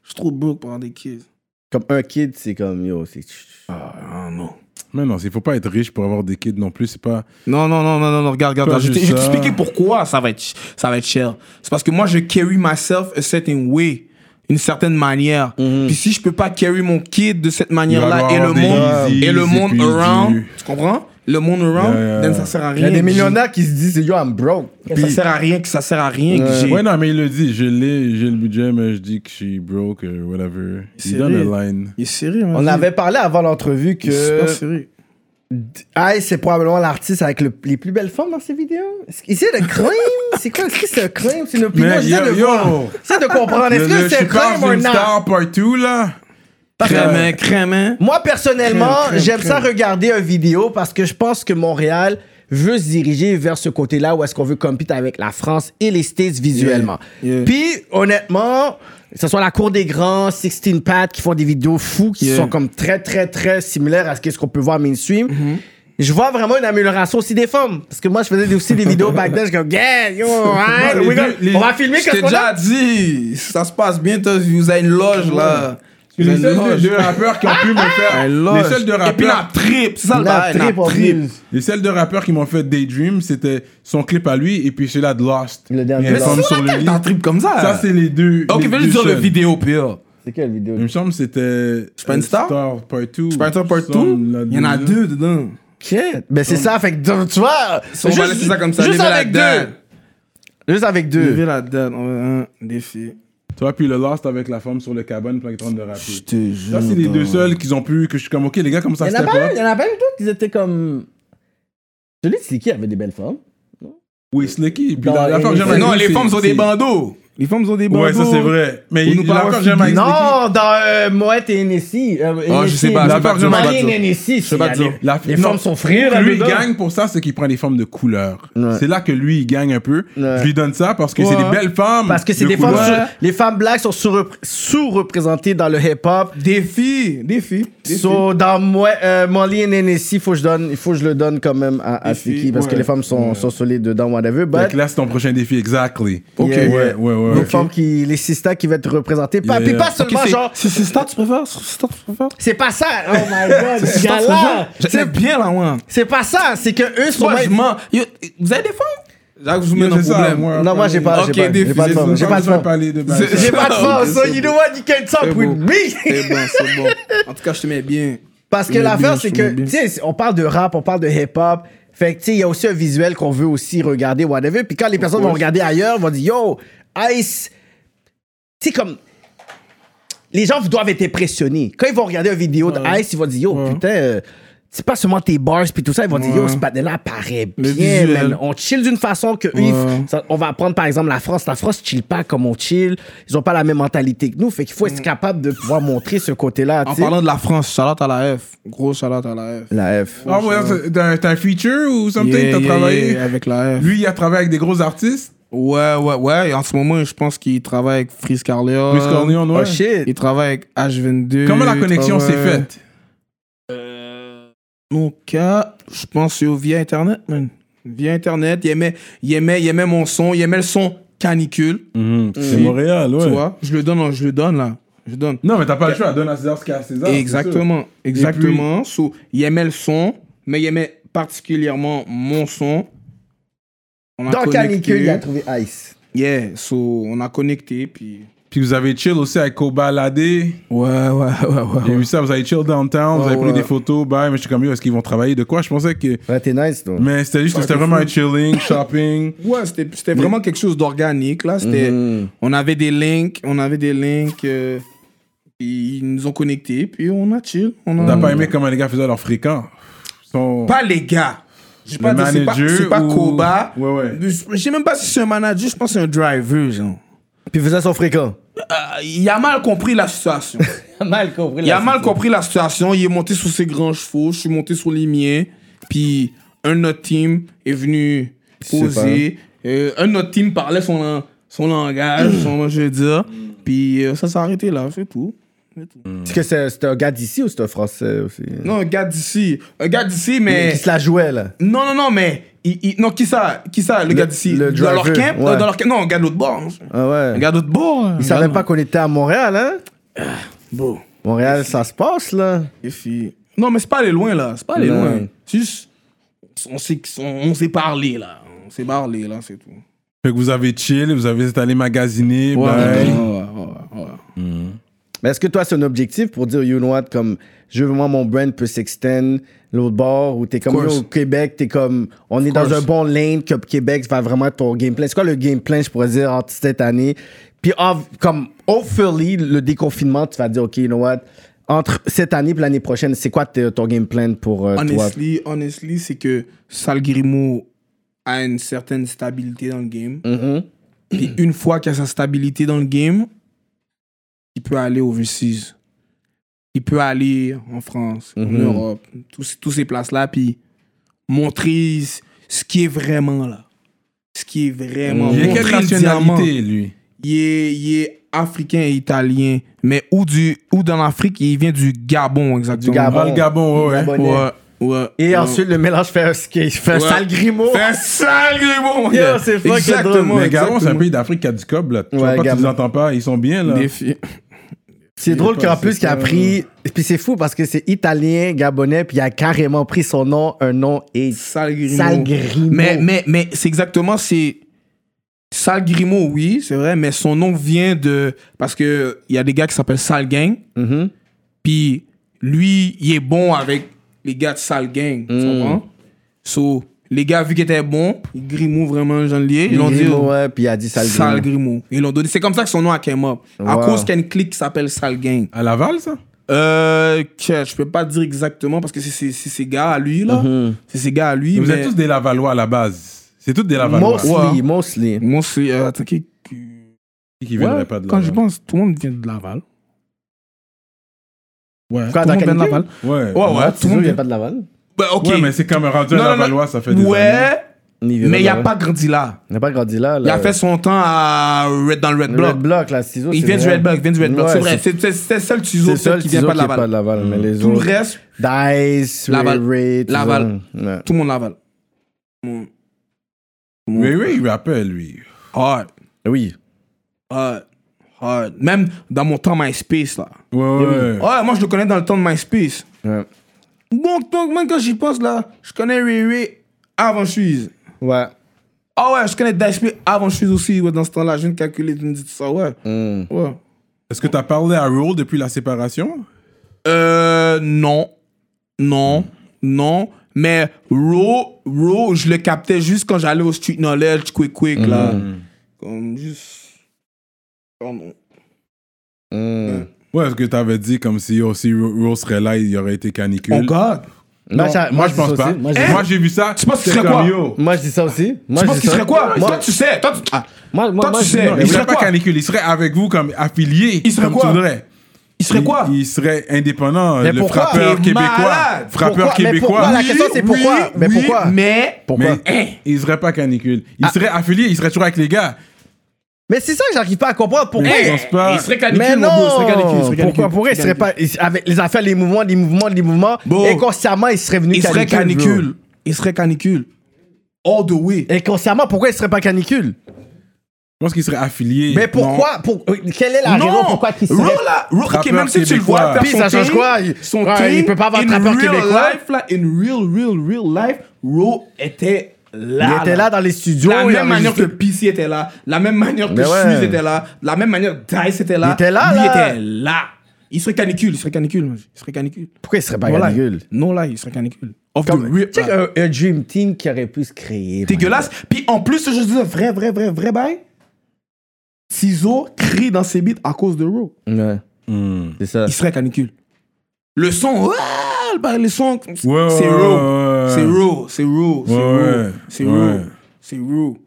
E: Je suis trop broke par avoir des kids.
C: Comme un kid, c'est comme, yo, c'est.
E: Ah, non.
B: Mais non, il faut pas être riche pour avoir des kids non plus. C'est pas.
E: Non, non, non, non, non, non, regarde, regarde.
B: Pas
E: regarde. Je vais
B: juste
E: t- je vais
B: ça.
E: t'expliquer pourquoi ça va, être, ch- ça va être cher. C'est parce que moi, je carry myself a certain way, une certaine manière. Puis si je peux pas carry mon kid de cette manière-là
B: Il
E: et
B: va
E: le
B: avoir des
E: monde,
B: easies,
E: et le
B: et
E: monde
B: puis
E: around,
B: du-
E: tu comprends? Le monde around,
B: Yeah, yeah.
E: then ça sert à
C: Il y
E: rien.
C: a des
E: que
C: millionnaires qui se disent, yo, I'm broke.
E: j'ai- Ça sert à rien, que ça sert à rien. que j'ai-
B: Ouais, non, mais il le dit. Je l'ai, j'ai le budget, mais je dis que je suis broke, euh, whatever. Il
E: C'est
B: donne
E: lui.
B: un line.
E: Il est sérieux, man.
C: On avait parlé avant l'entrevue
E: Il est super
C: que
E: sérieux.
C: Ice c'est probablement l'artiste avec le- les plus belles formes dans ses vidéos. Est-ce que c'est le crime? C'est quoi? Est-ce que c'est un crime? C'est une opinion?
B: Mais
C: J'essaie
B: yo,
C: de
B: yo.
C: voir. J'essaie de comprendre. Est-ce
B: Le- le-
C: que c'est
B: je
C: un
B: parle
C: crime ou
B: d'une
C: non?
B: star partout, là.
D: Crémin, crémin.
C: Moi, personnellement,
B: Crème, crème,
C: j'aime ça
B: crème.
C: regarder une vidéo parce que je pense que Montréal veut se diriger vers ce côté-là où est-ce qu'on veut compiter avec la France et les States visuellement. Puis, honnêtement, que ce soit la Cour des Grands, 16 Pat qui font des vidéos fous qui sont comme très, très, très similaires à ce qu'est-ce qu'on peut voir mainstream. Je vois vraiment une amélioration aussi des femmes. Parce que moi, je faisais aussi des vidéos back then, je suis comme, yeah, yo, alright,
E: les
C: we
E: deux-
C: go-
E: les-
C: on va filmer
E: Je
C: qu'est-ce
E: t'ai
C: qu'on a.
E: déjà dit, ça se passe bien, t'as- vous avez une loge là.
B: C'est les
E: Vous
B: seuls
E: avez une
B: deux,
E: loge.
B: deux rappeurs qui ont pu me faire.
E: Une loge.
B: Les seuls deux
E: Et puis la
B: rappeurs.
E: trip, c'est ça le
C: La
E: bail, la
C: trip en
E: trip.
C: plus.
B: Les seuls deux rappeurs qui m'ont fait Daydream, c'était son clip à lui et puis celui-là de Lost.
C: Le dernier
B: Il y a
C: de
B: Tom
C: Lost.
B: sur le lit.
E: T'as un trip comme ça.
B: Ça, c'est les deux.
E: Ok,
B: les
E: fais
B: deux
E: juste dire le
B: seuls.
E: vidéo, pire.
C: C'est quelle vidéo?
B: Il me semble que c'était.
E: pas une star?
B: Part 2.
E: Spider Part 2, il y en a deux dedans.
C: Shit. Ben, c'est ça, fait que donc, tu vois.
E: on va laisser ça comme ça,
C: Juste
E: lever la
C: avec
E: date.
C: deux. Juste avec deux.
E: Lever la date, on va- un défi.
B: Toi, puis le Lost avec la femme sur le cabane, plein de train de rapper.
E: te
B: Ça, c'est les deux seuls qu'ils ont pu. Que je suis comme, ok, les gars, comme ça,
C: Il y en a
B: step
C: pas,
B: up.
C: il y en a pas une d'autres qui étaient comme. Celui de Slicky avait des belles formes.
B: Oui, Slicky. Puis
C: Non,
B: la- la
C: et-
B: femme que j'aime avec
E: Non,
B: lui,
E: les
B: c'est-
E: femmes ont
B: c'est-
E: des bandeaux. Les femmes ont des bandeaux.
B: Ouais, ça, c'est vrai. Mais
E: Ou nous
B: il- la
E: parler
B: femme que j'aime avec Slicky.
C: Non, dans euh, Moët et Hennessy.
E: Ah, je sais pas,
B: La part de
C: Marie
B: Marie
C: et Hennessy, c'est
E: pas
C: la-
E: dire.
B: La-
C: Les
B: non,
C: formes sont frères. là,
B: Lui, il
C: dedans.
B: gagne pour ça, c'est qu'il prend des femmes de couleur.
C: Ouais.
B: C'est là que lui, il gagne un peu.
C: Ouais.
B: Je lui donne ça parce que c'est des belles femmes.
C: Parce que c'est
B: de
C: des femmes.
B: couleur.
C: sur- Les femmes blagues sont surrepr- sous-représentées dans le hip-hop.
E: Défi, défi.
C: So, dans moi, euh, Molly et Hennessy, faut que je donne, il faut que je le donne quand même à, à
E: Les filles,
C: Slicky parce que
E: ouais.
C: les femmes sont, sont solides dedans, whatever.
B: Fait
C: But
B: que là, c'est ton prochain défi, exactly.
C: Ok.
B: Yeah, Ouais, ouais, ouais.
C: les
B: ok.
C: femmes qui, les sistas qui vont être représentées. Pas,
B: Yeah.
C: Puis pas seulement genre,
E: C'est c'est ça, tu préfères C'est ça, tu préfères
C: c'est pas ça. Oh my god, ce
E: ça, tu
C: gars-là.
E: préfères C'est bien là, ouais.
C: C'est pas ça, c'est que eux sont.
E: Moi, je mens. Yo, Vous avez des femmes Jacques, je vous mets
B: Yeah,
E: dans le
B: c'est ça,
E: problème.
B: moi,
C: Non, moi
B: après,
C: j'ai pas, j'ai
E: Ok,
C: pas, j'ai
E: défi,
C: pas de
E: c'est
C: femme,
E: ça,
C: j'ai pas de
B: Je vais
C: femme.
B: parler de base.
E: C'est-
C: J'ai pas de femme, so
E: C'est
C: you know what, you can talk with me.
E: C'est bon, Eh ben, c'est bon. En tout cas, je te mets bien.
C: Parce que
E: Mais
C: l'affaire,
E: bien,
C: c'est
E: je
C: que,
E: me bien.
C: tu sais, on parle de rap, on parle de hip-hop. Fait que, tu sais, il y a aussi un visuel qu'on veut aussi regarder, whatever. Puis quand les personnes vont regarder ailleurs, vont dire, yo, Ice. Tu sais, comme. Les gens doivent être impressionnés. Quand ils vont regarder une vidéo d'Ice, ils vont dire, yo, putain. euh, c'est pas seulement tes bars puis tout ça, ils vont dire yo, ce patin-là paraît bien,
E: visuel.
C: man. On chill d'une façon que eux, ils f- ça- on va apprendre par exemple la France. La France chill pas comme on chill. Ils ont pas la même mentalité que nous. Fait qu'il faut être capable de pouvoir montrer ce côté-là.
E: Mm. En
C: tu sais.
E: parlant de la France, shout à la F. Gros shout à la F.
C: La F.
B: Ah ouais, c'est- t'as t'as un feature ou something T'as travaillé
E: avec la F.
B: Lui, il a travaillé avec des gros artistes.
E: Ouais, ouais, ouais. Et en ce moment, je pense qu'il travaille avec Freeze Carleon.
B: Chris Corneon, ouais.
C: Oh shit.
E: Il travaille avec H22.
B: Comment la
E: il
C: ah
B: connexion s'est
E: travaille-
B: faite
E: Mon cas, je pense que c'est via Internet, man. Via Internet, il aimait, il, aimait, il aimait mon son, il aimait le son canicule.
B: C'est
E: Mm.
B: Montréal,
E: Tu vois, je le donne, je le donne là. Je donne.
B: Non, mais t'as pas le choix. Donne à César ce qu'il y a à César. c'est
E: Exactement, exactement. So, il aimait le son, mais il aimait particulièrement mon son. On a
C: Dans
E: connecté.
C: Canicule, il a trouvé Ice.
E: Yeah, so on a connecté, puis.
B: sûr. Puis vous avez chill aussi avec Kobalade.
E: Ouais, ouais, ouais,
B: J'ai vu ça, vous avez chill downtown, vous
E: Ouais,
B: avez pris
E: ouais.
B: des photos, bye, mais je suis comme, yo, est-ce qu'ils vont travailler de quoi Je pensais que.
C: Ouais, t'es nice, toi.
B: Mais c'était juste que c'était vraiment un chilling, shopping.
E: Ouais, c'était c'était vraiment quelque chose d'organique, là. C'était. On avait des links, on avait des links. euh, puis ils nous ont connectés, puis on a chill. On a...
B: T'as pas aimé comment les gars faisaient leur fréquent Son...
E: Pas les gars. J'ai pas
B: Le
E: dit, c'est pas,
B: manager
E: c'est pas
B: ou-
E: Koba.
B: Ouais, ouais.
E: Je sais même pas si c'est un manager, je pense que c'est un driver, genre.
C: Puis faisait son fréquent.
E: Euh, il a mal compris la situation.
C: mal compris.
E: Il a mal compris la situation. Il est monté sur ses grands chevaux. Je suis monté sur les miens. Puis un de notre team est venu poser. Euh, un de notre team parlait son, lan- son langage,
C: Mm.
E: son je veux dire. Puis euh, ça s'est arrêté là, c'est tout.
C: Est-ce que c'est- c'était un gars d'ici ou c'était un français aussi
E: Non, un gars d'ici. Un gars d'ici,
C: Qui
E: mais.
C: se la jouait, là.
E: Non, non, non, mais. il- il- Non, qui ça Qui ça, le, gars d'ici
C: le
E: Dans leur
C: driver,
E: camp
C: ouais.
E: Dans leur camp- Non, un gars de l'autre bord.
C: Ah
E: Un
C: ouais.
E: gars de l'autre bord.
C: Il savait pas qu'on était à Montréal, hein
E: Bon.
C: Montréal, ça se passe, là.
E: Et puis- Non, mais c'est pas aller loin, là. C'est pas aller
C: Non.
E: loin. C'est juste. On s'est, on, on s'est parlé, là. On s'est parlé, là, c'est tout.
B: Fait que vous avez chill, vous avez allé magasiner,
E: Ouais,
B: bye.
E: ouais, ouais, ouais.
C: Mais est-ce que toi, c'est un objectif pour dire, you know what, comme, je veux, moi, mon brand peut s'extend l'autre bord, ou t'es comme,
E: course.
C: yo, au Québec, t'es comme, on est
E: course.
C: dans un bon lane, que Québec va vraiment être ton game plan. C'est quoi le game plan, je pourrais dire, en cette année? Puis, en- comme, hopefully, le déconfinement, tu vas dire, OK, you know what, entre cette année et l'année prochaine, c'est quoi t- ton game plan pour euh, toi?
E: Honestly, honestly, c'est que Salgrimo a une certaine stabilité dans le game.
C: Mhm.
B: Mm.
E: Puis une fois qu'il a sa stabilité dans le game, il peut aller overseas. il peut aller en France,
B: Mm-hmm.
E: en Europe, tous, tous ces places-là, puis montrer c- ce qui est vraiment là. Ce qui est vraiment.
B: Il est quelle
E: Montrer le diamant.
B: nationalité, lui
E: Il est, il est africain et italien, mais ou, du, ou dans l'Afrique, il vient du Gabon, exactement.
C: Du Gabon.
B: Ah, le Gabon, ouais, ouais.
C: Gabon.
E: Ouais, ouais.
C: Et
E: ouais.
C: ensuite, le mélange fait un, ski- fait un
E: Ouais.
C: sale grimaud.
E: C'est un sale Gabon, mon
C: Yo,
E: gars.
C: c'est fucking
E: Exactement,
B: Mais Gabon, c'est un
E: exactement.
B: pays d'Afrique qui a du cob, là. Tu
C: Ouais,
B: vois pas, tu les
C: Gabon.
B: entends pas, ils sont bien, là.
E: Des filles.
C: C'est drôle
B: pas,
C: qu'en
B: c'est
C: plus, qu'il a
B: ça.
C: pris. et Puis c'est fou parce que c'est italien, gabonais, puis il a carrément pris son nom, un nom et.
E: Sale Grimaud.
C: Sale Grimaud.
E: Mais, mais, mais c'est exactement, c'est... Sale Grimaud, oui, c'est vrai, mais son nom vient de... Parce que il y a des gars qui s'appellent Sale Gang,
C: Mhm.
E: puis lui, il est bon avec les gars de Sale Gang, tu comprends? So, les gars, vu qu'il était bon, Grimaud, vraiment, j'en lié, ils l'ont dit... hein.
C: Grimaud, ouais, puis il a dit sale
E: Sale
C: Grimaud.
E: Grimaud. Ils l'ont donné. C'est comme ça que son nom a came up. À
C: Wow.
E: cause qu'il y a une clique qui s'appelle Sale Gang.
B: À Laval, ça
E: Euh, que je peux pas dire exactement parce que c'est- c'est c'est ces gars à lui, là. C'est ces gars à lui.
B: Vous
E: mais...
B: êtes tous des Lavalois à la base. C'est tous des Lavalois.
C: Mostly,
E: Ouais.
C: mostly.
E: Moi, c'est. euh, attends, qui-
B: Qui
E: Ouais,
B: viendraient pas de
E: Quand je
B: Laval.
E: pense, tout le monde vient de Laval.
B: Ouais.
C: Quoi,
E: tout le
C: t'as
E: monde vient de
C: qualifié? Ah,
E: Laval.
B: Ouais.
E: Ouais, ouais, tout
C: Ciseaux, il
E: le monde
C: y a
E: vient.
C: pas de Laval.
E: Bah, ok.
B: Ouais, mais c'est comme rendu
E: Non,
B: à
E: non, non.
B: Lavallois, ça fait des années.
E: Ouais,
C: Ni
E: mais il
C: Villa,
E: a
C: ouais.
E: pas grandi là.
C: Il n'a pas grandi là.
E: Il
C: là.
E: a fait son temps à Red, dans le Red
C: le
E: Block.
C: Red Block, là, ciseaux.
E: Il
C: c'est
E: vient du
C: vrai.
E: Red Block, il vient du Red Block.
C: Ouais,
E: c'est vrai. C'est- C'est c'est le seul
C: C'est
E: Tizo
C: le seul
E: qui vient
C: ciseau
E: pas de
C: qui est pas
E: Laval. Mm.
C: de Laval, mais les
E: Tout le
C: autres.
E: reste,
C: Dice,
E: Laval.
C: Ray, Ray,
E: Laval.
C: ciseaux. Ouais.
E: tout le monde Laval. Mon- mon-
B: Oui, oui, il rappelle, lui.
E: Hard.
C: Oui.
E: Hard. Hard. Même dans mon temps MySpace, là.
B: Ouais, ouais.
E: Ouais, moi, je le connais dans le temps de MySpace.
C: Ouais.
E: Bon, donc, même quand j'y pense, là, je connais Ray Ray avant Suisse.
C: Ouais.
E: Ah ouais, je connais Dice Play avant je suis aussi ouais, dans ce temps-là. Je viens de calculer, tu me dis tout ça, ouais.
C: Mm.
E: ouais.
B: Est-ce que t'as parlé à Roll depuis la séparation
E: Euh, non. Non. Non. Mais Raw, Raw, je le captais juste quand j'allais au Street Knowledge, quick, quick, là. Comme juste. Oh non.
C: Mm.
B: Ouais, est-ce que t'avais dit comme si oh, si Ro- Roll serait là, il y aurait été canicule
E: Oh God.
C: Moi, j'ai-
B: Moi, je
C: dis ça
B: pense
C: aussi.
B: pas.
C: Moi,
E: Hein?
C: je dis-
B: Moi, j'ai vu ça. Tu
E: penses que ce serait quoi
C: Moi, je dis ça aussi. Moi,
E: Tu
C: je
E: penses
C: dis
E: qu'il
C: ça.
E: serait quoi
C: Moi,
E: Toi, tu sais. Toi, tu... ah,
C: moi, moi,
E: Toi,
C: moi,
E: tu
C: je- non,
E: sais.
B: Il
E: Il
B: serait
E: serait
B: pas
E: quoi
B: canicule, il serait avec vous comme affilié.
E: Il serait
B: comme
E: quoi
B: tu voudrais.
E: il serait quoi
B: Il, il serait indépendant,
C: Mais
B: le
C: pourquoi
B: frappeur
E: T'es
B: québécois.
E: malade.
B: Frappeur
C: Pourquoi- mais
B: québécois.
C: pourquoi la question, c'est pourquoi Mais
E: oui,
C: pourquoi
E: Mais.
C: Pourquoi
B: Mais hein, il serait pas canicule. Il serait affilié, il serait toujours avec les gars.
C: Mais c'est ça que j'arrive pas à comprendre. Pourquoi
B: Mais je pense pas.
E: Eh, Il serait canicule,
C: Mais non
E: mon bro, il serait canicule, il serait canicule.
C: Pourquoi Pourquoi il serait pas il- avec les affaires, les mouvements, les mouvements, les mouvements
E: Bon.
C: Inconsciemment, il serait venu
E: Il serait
C: bro.
E: canicule. Il serait canicule. All the way.
C: Inconsciemment, pourquoi il serait pas canicule
B: Je pense qu'il serait affilié.
C: Mais pourquoi pour, euh, Quelle est la raison pourquoi il serait
E: Raw, là, Raw, ok,
B: Rappeur
E: même si tu le
B: québécois.
E: vois, faire
C: Puis
E: son
C: ça change
E: thing,
C: quoi Il-
E: Son
C: Ouais,
E: thing,
C: il peut pas avoir de
E: in
C: rappeur
E: real
C: québécois.
E: Life, là, in real, real, real life, Raw était là.
C: Il était là dans les studios.
E: La
C: il
E: même manière que
C: enregistrait-
E: PC était là, la même manière que
C: Mais ouais.
E: Suze était là, la même manière que Dice était là.
C: Il était là,
E: Lui
C: là.
E: était là. Il serait canicule, il serait canicule, man. il serait canicule.
C: Pourquoi il serait pas
E: Non lie.
C: canicule
E: Non là, il serait canicule. Off the
C: Comme-
E: rip,
C: Check
E: là.
C: un, un dream team qui aurait pu se créer.
E: dégueulasse. Puis en plus, je dis un vrai, vrai, vrai, vrai bail. Ciseaux crie dans ses beats à cause de Raw.
C: man. Ouais,
B: Hmm.
C: c'est ça.
E: il serait canicule. Le son, ouais, bah, le son, c'est
B: Ouais, ouais,
E: raw.
B: ouais, ouais.
E: C'est raw, c'est raw, c'est
B: Ouais,
E: raw,
B: ouais,
E: c'est
B: ouais.
E: raw, c'est raw,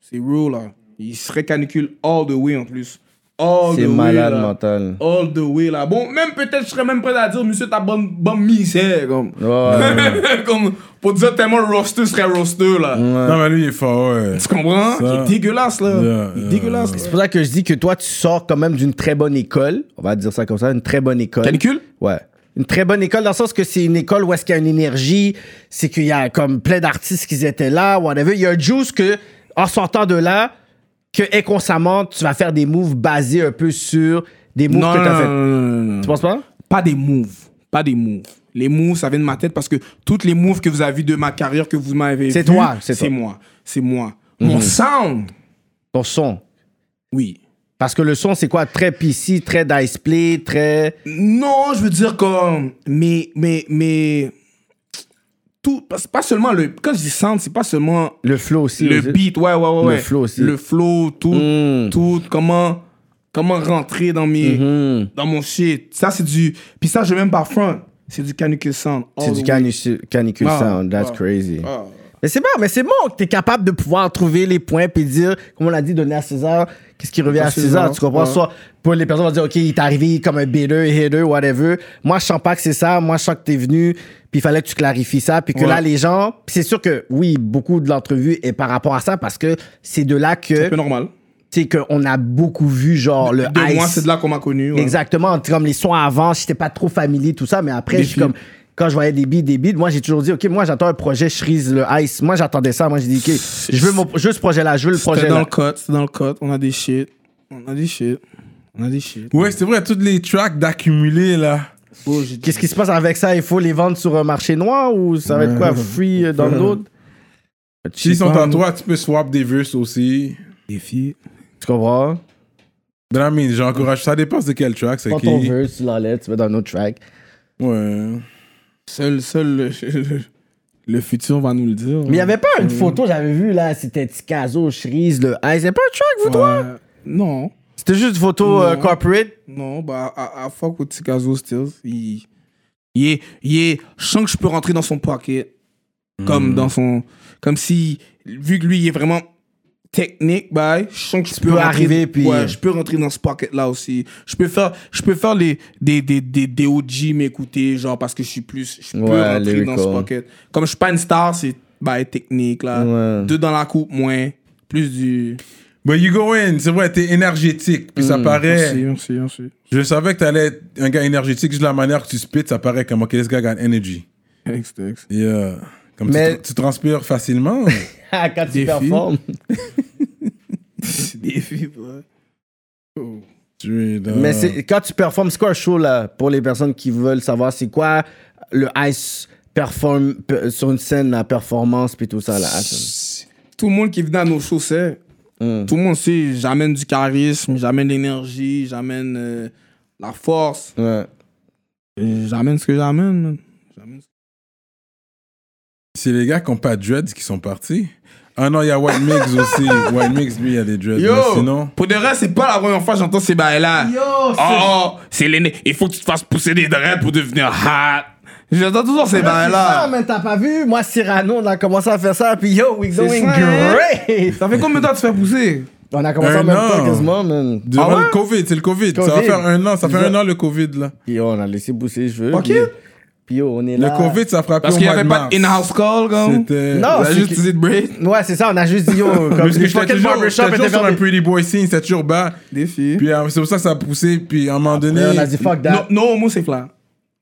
E: c'est raw là. Il serait canicule all the way en plus. All the
C: C'est
E: way.
C: malade
E: là.
C: mental.
E: All the way là. Bon, même peut-être je serais même prêt à dire, monsieur, ta bonne, bonne misère. Comme.
C: Ouais, ouais,
E: comme pour dire tellement roster serait roster là.
B: Non, mais lui, il est fort, ouais.
E: Tu comprends?
B: Ça.
E: Il est dégueulasse là.
B: Yeah,
E: il est
B: yeah,
E: dégueulasse
C: C'est
E: là.
C: pour ça que je dis que toi, tu sors quand même d'une très bonne école. On va dire ça comme ça, une très bonne école.
E: Canicule?
C: Ouais. Une très bonne école dans le sens que c'est une école où est-ce qu'il y a une énergie, c'est qu'il y a comme plein d'artistes qui étaient là, whatever. Il y a un juice que, en sortant de là, que inconsciemment, tu vas faire des moves basés un peu sur des moves
E: Non,
C: que
E: non,
C: tu as fait.
E: non, non, non, non, non.
C: Tu penses pas?
E: pas des moves. Pas des moves. Les moves, ça vient de ma tête parce que toutes les moves que vous avez vues de ma carrière, que vous m'avez
C: C'est
E: vues,
C: toi, c'est toi.
E: moi. C'est Mhm. moi. Mon sound,
C: Ton son.
E: oui.
C: Parce que le son, c'est quoi? Très PC, très dice play, très.
E: Non, je veux dire comme. Mais. Mais. mais tout, c'est pas seulement le. Quand je dis sound, c'est pas seulement
C: Le flow aussi.
E: le
C: aussi.
E: beat. Ouais, ouais, ouais,
C: Le
E: ouais.
C: flow aussi.
E: Le flow, Mhm. tout.
C: Mm.
E: Tout. Comment. Comment rentrer dans mes.
C: Mhm.
E: Dans mon shit. Ça, c'est du. Puis ça, je vais même pas front. C'est du canicule sound.
C: C'est
E: All
C: du
E: the way.
C: canicu- canicule
E: Oh, Ah,
C: sound. That's
E: ah,
C: crazy.
E: ah.
C: Mais Mais c'est bon, mais c'est bon que t'es capable de pouvoir trouver les points puis dire, comme on l'a dit, donner à César, qu'est-ce qui revient à César, tu comprends? Soit pour les personnes vont dire, OK, il est arrivé comme un B2, H2, whatever. Moi, je sens pas que c'est ça. Moi, je sens que t'es venu puis il fallait que tu clarifies ça puis que là, les gens, puis c'est sûr que oui, beaucoup de l'entrevue est par rapport à ça parce que c'est de là que,
E: C'est normal.
C: tu sais, qu'on a beaucoup vu, genre, le
E: De moi,
C: ice.
E: c'est de là qu'on m'a connu. ouais.
C: Exactement. Comme les sons avant, j'étais pas trop familier, tout ça, mais après, je suis comme. Quand je voyais des beats, des beats, moi j'ai toujours dit, OK, moi j'attends un projet Shreeze, le Ice. Moi j'attendais ça, moi j'ai dit, OK, je veux, mon, je veux ce projet-là, je veux le
E: C'était
C: projet
E: dans le
C: là.
E: code, c'était dans le code. On a des shit. On a des shit. On a des shit.
B: Ouais, c'est vrai, toutes les tracks d'accumuler là.
E: Oh, j'ai-
C: Qu'est-ce qui se passe avec ça Il faut les vendre sur un marché noir ou ça va être quoi Free euh, download
B: S'ils sont en toi, tu peux swap des verses aussi.
E: Des filles.
C: Tu comprends
B: Mais la mine, j'encourage. Ça dépend de quel track, c'est
C: Quand
B: qui.
C: on veut, tu l'enlèves, tu mets dans notre track.
B: Ouais.
E: Seul, seul, le, le- le futur va nous le dire.
C: Mais il y avait pas une photo, j'avais vu là, c'était Ticazo, Shreeze, le Ice. Il y a pas un track, vous trois
E: Euh, non.
C: C'était juste une photo euh,
E: Non.
C: corporate.
E: Non, bah, à, à fuck with Tikazo Stills. Il, il est, il est- je sens que je peux rentrer dans son pocket. Comme dans son. Comme si, vu que lui, il est vraiment technique, bah, je sens que je peux,
C: peux
E: rentrer-
C: arriver, puis-
E: Ouais, je peux rentrer dans ce pocket-là aussi. Je peux faire, je peux faire les, des, des, des, des OG m'écouter, genre, parce que je suis plus. Je peux
C: Ouais,
E: rentrer dans ce
C: lyrical.
E: pocket. Comme je suis pas une star, c'est, bah, technique, là.
C: Ouais.
E: Deux dans la coupe, moins. Plus du.
B: But you go in, c'est vrai, t'es énergétique. Puis
C: Hmm,
B: ça paraît.
E: merci, merci.
B: Je savais que t'allais être un gars énergétique, juste la manière que tu spits, ça paraît comme, ok, ce gars gagne energy. Yeah. Comme tu
C: Mais-
B: tra- tu, transpires facilement.
C: Ah, quand tu
E: Des filles.
C: performes.
E: Des filles, ouais.
B: Tu es dans-
C: Mais c'est- quand tu performes, c'est quoi un show là pour les personnes qui veulent savoir c'est quoi le ice perform pe- sur une scène la performance puis tout hein, ça là.
E: tout le monde qui vient à nos shows sait. Tout le monde sait, j'amène du charisme, j'amène l'énergie, j'amène euh, la force.
C: Ouais.
E: Et J'amène ce que j'amène. man. J'amène ce-
B: C'est les gars qui n'ont pas de dreads qui sont partis. Ah non, il y a White Mix aussi. White Mix, lui, il y a des dreads.
E: Yo!
B: Mais sinon.
C: Ah
E: Pour de vrai, c'est pas la première fois que j'entends ces bails-là. Oh, oh, c'est l'aîné. Il faut que tu te fasses pousser des dreads pour devenir hot. J'entends toujours ces
C: Ah
E: bails-là.
C: mais t'as pas vu moi Cyrano on a commencé à faire ça puis yo we
E: C'est
C: going
E: ça, hein?
C: great.
E: Ça fait combien de temps que tu te fais pousser
C: On a commencé
B: Un
C: en même
B: an.
C: temps quasiment man.
B: Durant
E: ouais?
B: le COVID, c'est le COVID. Ça va
C: Covid.
B: faire un an, ça fait
C: Ils
B: un
C: ont-
B: an le COVID, là.
C: Puis yo, on a laissé pousser les cheveux.
E: Ok.
C: Puis, puis yo on est
B: Le
C: là.
B: COVID, ça a frappé
E: Parce
B: au
E: qu'il
B: mois
E: n'y avait
B: de
E: pas
B: mars.
E: in-house call, comme.
B: C'était...
C: Ah. Non,
E: T'as
C: c'est
E: juste
C: que-
E: utilisé de braid.
C: Ouais c'est ça on a juste dit yo comme
B: Parce que
C: les
B: j'étais
C: fucking
B: toujours,
C: barbershop
B: j'étais
C: étaient
B: toujours sur un
C: fermés.
B: Pretty Boy scene, c'était toujours bas.
E: Des filles.
B: Puis euh, c'est pour ça que ça a poussé, puis à un moment donné...
C: Et on a dit fuck
E: Non,
C: that.
E: non, homo, c'est flat.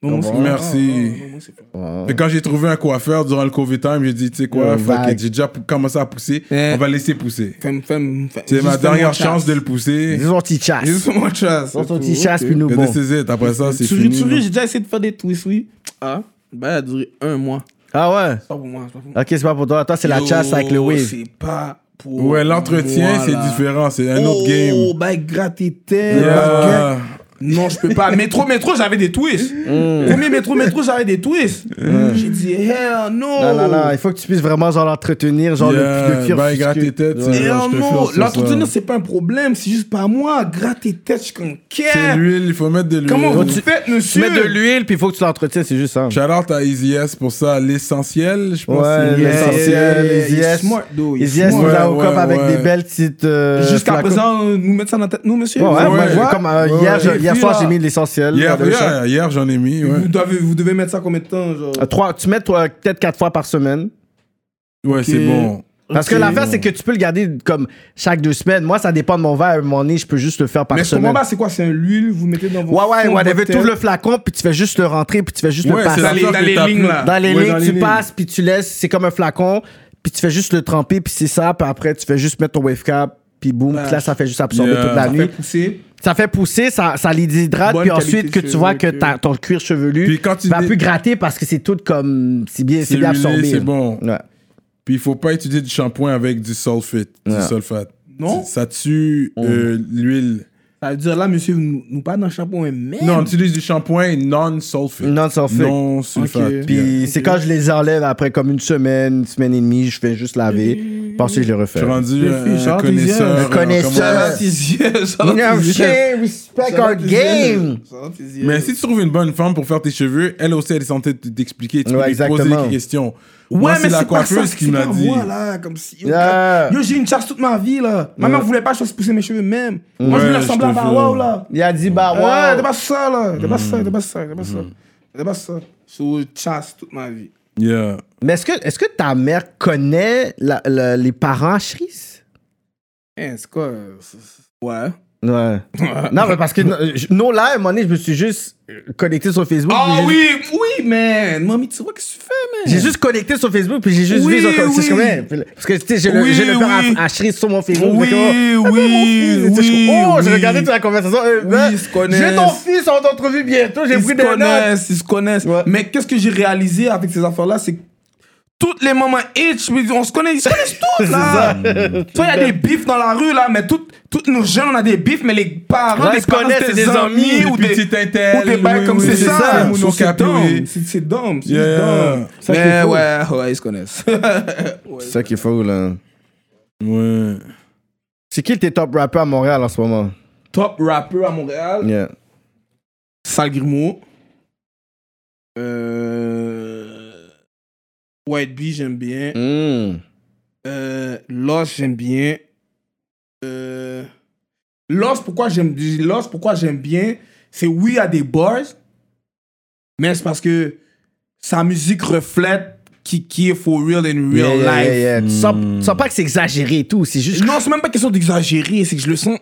E: Non, homo, c'est flat.
B: Merci.
E: Non, homo, c'est flat.
B: Et quand j'ai trouvé un coiffeur durant le COVID time, j'ai dit, tu sais quoi,
C: Yo,
B: fuck
C: vague.
B: it, j'ai déjà pou- commencé à pousser,
E: Eh.
B: on va laisser pousser.
E: Fais-moi- fais-moi- fais-
B: C'est
E: juste
B: ma
E: fais-moi
B: dernière
E: chasse.
B: chance de le pousser.
C: Ils ont petit chasse.
E: Juste fais-moi chasse.
C: Ils ont
E: c'est
C: petit
E: tout,
C: chasse
E: ok.
C: puis nous
B: Et
C: bon.
B: this is it. Après ça, c'est
E: Souris,
B: fini.
E: souris,
B: non?
E: j'ai déjà essayé de faire des twists, oui. Ah, bah, elle a duré un mois.
C: Ah ouais.
E: C'est pas pour moi, c'est pas pour moi.
C: Ok c'est pas pour toi toi c'est la
E: Yo,
C: chasse avec le wave.
E: C'est pas pour
B: Ouais, l'entretien,
E: moi,
B: c'est
E: là.
B: différent, c'est un autre
E: oh,
B: game.
E: Oh, bah, gratter terre.
B: Yeah.
E: baguette. Non, je peux pas. métro, métro, j'avais des twists.
C: Mm.
E: Premier métro, métro, j'avais des twists. J'ai dit, hell no.
C: Non, non, non, il faut que tu puisses vraiment genre l'entretenir, genre le,
B: Yeah,
C: le pire
B: bah, il
C: fusqué.
B: gratte tes têtes,
C: Ouais.
B: c'est-
E: Hell
B: je te
E: no.
B: fais ça,
E: L'entretenir,
B: ça.
E: c'est pas un problème. C'est juste pas moi. Gratter tête, je suis comme,
B: C'est
E: qu'est-ce
B: l'huile, il faut mettre de l'huile.
E: Comment vous
C: tu-
E: faites,
C: Tu
E: monsieur
C: mets de l'huile, puis il faut que tu l'entretiens, c'est juste ça.
B: Shout out à Easy S pour ça, l'essentiel, je pense.
C: Ouais,
B: c'est
C: l'essentiel. les
E: il est
C: yes.
E: smart, though, il est
C: Les yes,
E: smart.
C: nous
B: Ouais,
C: a au
B: ouais,
C: cop avec
B: ouais.
C: des belles petites. euh,
E: Jusqu'à
C: flacons.
E: présent, euh, nous mettre ça dans la tête, nous, monsieur.
C: Ouais, ouais,
E: Vous-
C: moi,
B: Ouais.
C: je vois, comme euh,
B: Ouais,
C: hier,
B: ouais. Et
C: je- hier
E: puis,
C: soir,
E: là-
C: j'ai mis l'essentiel.
B: Hier,
C: dans le chat.
B: hier, hier, j'en ai mis, ouais.
E: Vous devez, vous devez mettre ça combien de temps, genre
C: Euh, trois- tu mets toi, peut-être quatre fois par semaine.
B: Ouais, c'est bon.
C: Parce que
E: Ok.
C: l'affaire, c'est que tu peux le garder comme chaque deux semaines. Moi, ça dépend de mon verre. À un moment donné, je peux juste le faire par
E: Mais ce
C: semaine.
E: combat, c'est quoi C'est un l'huile, vous mettez dans vos.
C: Ouais, ouais,
E: fond de
C: whatever.
E: votre
C: Tu ouvres le
E: tête.
C: flacon, puis tu fais juste le rentrer, puis tu fais juste le
B: Ouais,
C: passer.
B: c'est
E: Dans
B: la
E: les-
B: sorte
E: dans
B: que
E: les
B: t'as
E: lignes,
B: plus-
E: là.
C: Dans les
B: Ah, Ouais,
C: lignes, tu
B: lignes.
C: passes, puis tu laisses, c'est comme un flacon, puis tu fais juste le tremper, puis c'est ça, puis après tu fais juste mettre ton wave cap, puis boum, puis là ça fait juste absorber
B: Yeah.
C: toute la
E: Ça
C: nuit.
E: fait pousser.
C: Ça fait pousser, ça, ça les déshydrate,
E: Bonne
C: puis
E: qualité
C: ensuite que
E: de
C: tu vois que
E: cheveux, ok.
C: ta- ton cuir chevelu
B: Puis quand tu
C: va
B: dé-
C: plus gratter parce que c'est tout comme. C'est bien,
B: C'est
C: c'est bien
B: huilé,
C: absorbé.
B: c'est bon.
C: Ouais.
B: Puis il faut pas utiliser du shampoing avec du sulfate, du
C: Ouais.
B: sulfate.
E: Non.
B: Ça tue euh, l'huile.
E: Ça veut dire là, monsieur, nous, nous pas dans le shampoing, mais.
B: Non, on utilise du shampoing non-sulfate.
C: Non-sulfate.
B: Non-sulfate.
E: Ok.
C: Puis
B: Yeah.
C: c'est quand je les enlève après comme une semaine, une semaine et demie, je fais juste laver. Parce que je les
B: Je
C: refais.
B: suis rendu
E: Les
B: un,
E: filles,
B: un
E: genre des yeux.
B: connaisseur.
E: Un
B: euh,
C: connaisseur.
B: comment-
C: You know, shit, respect our game.
B: Mais si tu trouves une bonne femme pour faire tes cheveux, elle aussi, elle est censée t- t'expliquer. Tu
C: Ouais,
B: peux lui poser
C: exactement.
B: des questions. Moi,
E: Ouais,
B: c'est
E: mais
B: la
E: c'est pas ça.
B: coiffeuse qui
E: C'est
B: m'a
E: pas
B: dit.
E: moi, là, comme si. Yo,
C: Yeah.
E: yo, j'ai une charge toute ma vie, là. Ma mère voulait pas que je fasse pousser mes cheveux même. Moi, je
B: Ouais,
E: voulais
B: je
E: ressembler à
B: te
E: Wow,
B: jure.
E: là.
C: Il a dit, bah,
B: Ah.
E: Ouais, t'es
C: ouais.
E: pas ça, là. T'es pas ça, t'es pas ça, t'es pas ça. T'es pas ça. So, chasse toute ma vie.
B: Yeah.
C: Mais est-ce que, est-ce que ta mère connaît la- la- les parents Chris?
E: Eh, c'est quoi euh, c'est- c'est- Ouais.
C: Ouais. non, mais parce que, non, je- non, là, à un moment donné, je me suis juste euh, connecté sur Facebook. puis
E: Ah
C: j'ai-
E: oui, oui, man. Mamie, tu vois qu'est-ce que tu fais, man?
C: J'ai juste connecté sur Facebook, puis j'ai juste
E: Oui,
C: vu ça. comme-
E: oui.
C: c'est comme, hey, puis là, Parce que, tu sais, j'ai le,
E: Oui,
C: j'ai le père à-
E: oui.
C: à, Chris sur mon Facebook.
E: Oui,
C: c'est comme,
E: oui,
C: ben, mon fils, tu sais, je-
E: oui,
C: Oh, j'ai
E: oui.
C: regardé toute la conversation. euh, ben,
E: ils se connaissent.
C: J'ai ton fils en entrevue bientôt, j'ai
E: Ils
C: pris
E: se
C: des notes.
E: connaissent, ils se connaissent.
C: Ouais.
E: Mais qu'est-ce que j'ai réalisé avec ces affaires-là, c'est que toutes les mamans itch, mais on se connaît, ils se connaissent toutes, là. Toi, il y a des bifs dans la rue, là, mais toutes, toutes nos jeunes, on a des bifs, mais les parents,
C: Ouais,
E: des
C: ils se connaissent,
E: parents,
C: c'est des amis,
E: ou
B: des
E: des,
B: petits intels,
E: ou des bails
B: oui,
E: comme
B: oui,
E: c'est
B: c'est
E: ça.
B: ça,
E: So,
B: mono
E: C'est
B: capé,
E: dumb.
B: oui.
E: C'est c'est dumb, c'est
B: Yeah.
E: juste dumb.
B: Ça
C: qui est
E: Mais
C: fou.
E: ouais, ouais, ils se connaissent.
C: C'est ça qu'il faut, là.
B: Ouais.
C: C'est qui tes top rappeurs à Montréal en ce moment?
E: Top rappeur à Montréal,
C: Yeah.
E: Sal Grimaud. Euh... White Bee, j'aime bien. Hmm.
C: Mm.
E: Euh, Lost, j'aime bien. Euh, Lost, pourquoi j'aime Lost, pourquoi j'aime bien, c'est oui, il y a des bars, mais c'est parce que sa musique reflète qui, qui est for real in
C: Yeah,
E: real
C: yeah,
E: life.
C: yeah, yeah. Hmm. Tu sens- Tu sens pas que c'est exagéré et tout, c'est juste que
E: Non, c'est même pas question d'exagérer, c'est que je le sens.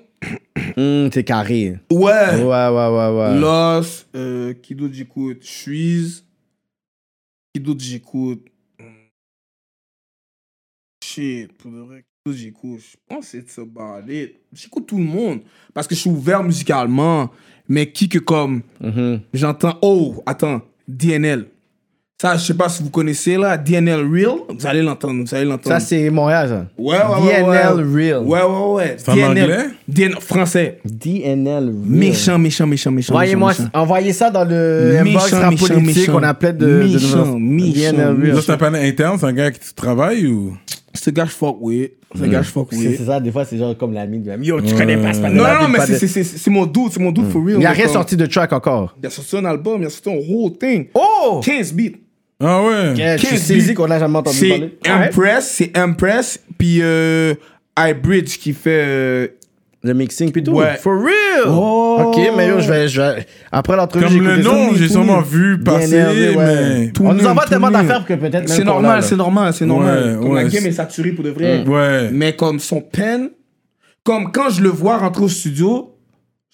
C: Mm, t'es carré. Ouais, ouais,
E: Ouais.
C: ouais, ouais.
E: Lost, euh, qui d'autre j'écoute Suisse. Qui d'autre j'écoute Hmm. Shit, pour de vrai, qui d'autre j'écoute Je pense que c'est about it. J'écoute tout le monde parce que je suis ouvert musicalement, mais qui que comme
C: Mhm.
E: j'entends oh, attends, DNL. Ça, je sais pas si vous connaissez là, DNL Real, vous allez l'entendre, vous allez l'entendre.
C: Ça, c'est Montréal, ça.
E: ouais, ouais, ouais,
C: DNL
E: ouais.
C: Real.
E: Ouais, ouais, ouais.
B: en anglais
E: DNL français.
C: DNL Real.
E: Méchant, méchant, méchant, méchant.
C: Envoyez,
E: méchant,
C: -moi,
E: méchant.
C: envoyez ça dans le
E: Méchant,
C: inbox rap
E: méchant,
C: politique
E: méchant.
C: qu'on appelait de.
E: Méchant,
C: de
E: méchant,
C: DNL Real.
B: Là, c'est un panel interne, c'est un gars avec qui tu travailles ou.
E: Ce gars, je fuck with. Ce gars, je fuck
C: C'est
E: with.
C: c'est ça, des fois, c'est genre comme l'ami de même. Yo, tu connais pas ce panel
E: Mm. Non, non, non, mais c'est- c'est- c'est c'est mon dude, c'est mon dude for real.
C: Il n'y a
E: Donc,
C: rien
E: euh,
C: sorti de track encore.
E: Il a sorti un album, il a sorti un whole thing.
C: Oh!
E: 15 beats.
B: Ah ouais.
C: Je suis
E: 15
C: saisi
E: beats.
C: qu'on n'a jamais entendu
E: C'est
C: parler. Ah
E: Impress, c'est Impress, puis euh, Hybridge qui fait. euh,
C: Le mixing, puis tout.
E: Ouais.
C: For real!
E: Oh!
C: Ok, mais yo, je vais. Je vais... Après l'entrevue,
B: Comme le
C: j'écoutais ça.
B: nom, j'ai
C: Tout
B: sûrement
C: nul.
B: vu passer,
C: DNL, ouais.
B: mais.
C: On
E: nul,
C: nous envoie
E: tout
C: tellement
E: nul.
C: d'affaires que peut-être. même
E: C'est
C: qu'on l'a,
E: normal,
C: là.
E: c'est normal, c'est Mm, normal.
B: Ouais,
E: Comme
B: ouais,
E: la game
B: c'est-
E: est saturée pour de vrai.
B: Ouais.
E: Mais comme son pen, comme quand je le vois rentrer au studio,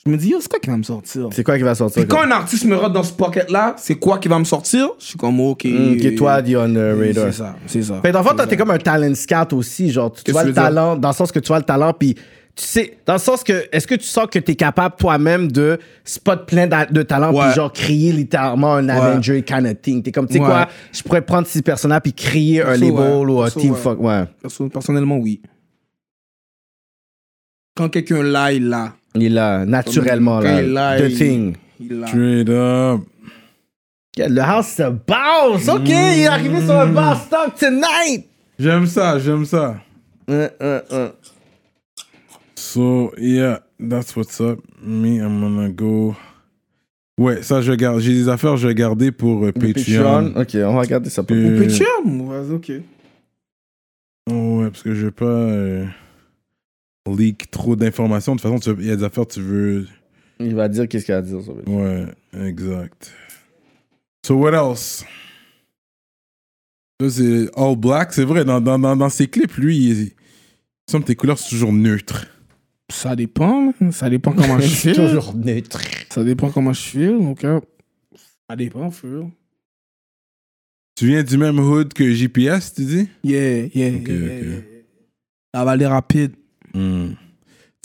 E: je me dis, yo, c'est quoi qui va me sortir?
C: C'est quoi qui va sortir?
E: Puis quand un artiste me rentre dans ce pocket-là, c'est quoi qui va me sortir? Je suis comme, ok.
C: Qui toi, the on the radar.
E: C'est ça, c'est ça.
C: Fait que dans le fond, toi, t'es comme un talent scout aussi, genre, tu- tu
E: Qu'est-ce
C: vois
E: que
C: le
E: tu veux dire?
C: talent, dans le sens que tu vois le talent, puis tu sais, dans le sens que, est-ce que tu sens que t'es capable toi-même de spot plein d'a- de talents,
E: Ouais.
C: puis genre créer littéralement un Avenger kind of thing? T'es comme, tu sais
E: Ouais.
C: quoi, je pourrais prendre six personnages puis créer un
E: Perso,
C: label
E: ouais.
C: ou un
E: Perso,
C: team
E: ouais.
C: fuck, ouais.
E: Perso- Personnellement, oui. Quand quelqu'un là, il l'a.
C: Il est là, naturellement,
E: Quand
C: là.
E: il est là,
C: The
E: il-
C: thing.
E: Il l'a.
B: Straight up.
C: Yeah, le house se bounce, ok, il est arrivé sur un bounce stock tonight!
B: J'aime ça, j'aime ça.
C: Hein, hein, hein.
B: So, yeah, that's what's up. Me, I'm gonna go. Ouais, ça, je garde. J'ai des affaires, je vais garder pour euh, Patreon.
C: Patreon, ok, on va regarder ça.
B: Puis-
E: Ou Pétion, vas-y, ok.
B: Oh, ouais, parce que je veux pas euh, leak trop d'informations. De toute façon, tu- il y a des affaires, tu veux.
C: Il va dire qu'est-ce qu'il a à dire sur le-
B: Ouais, exact. So, what else? Là, c'est All Black, c'est vrai. Dans, dans, dans, dans ses clips, lui, il, il me semble que tes couleurs sont toujours neutres.
E: Ça dépend, man. ça dépend comment je
C: C'est
E: suis.
C: toujours neutre.
E: Ça dépend comment je suis, donc. hein, Ça dépend, feu.
B: Tu viens du même hood que JPS, tu dis?
E: Yeah, yeah,
B: Ok,
E: yeah,
B: ok.
E: yeah, yeah. La vallée rapide.
B: Hmm.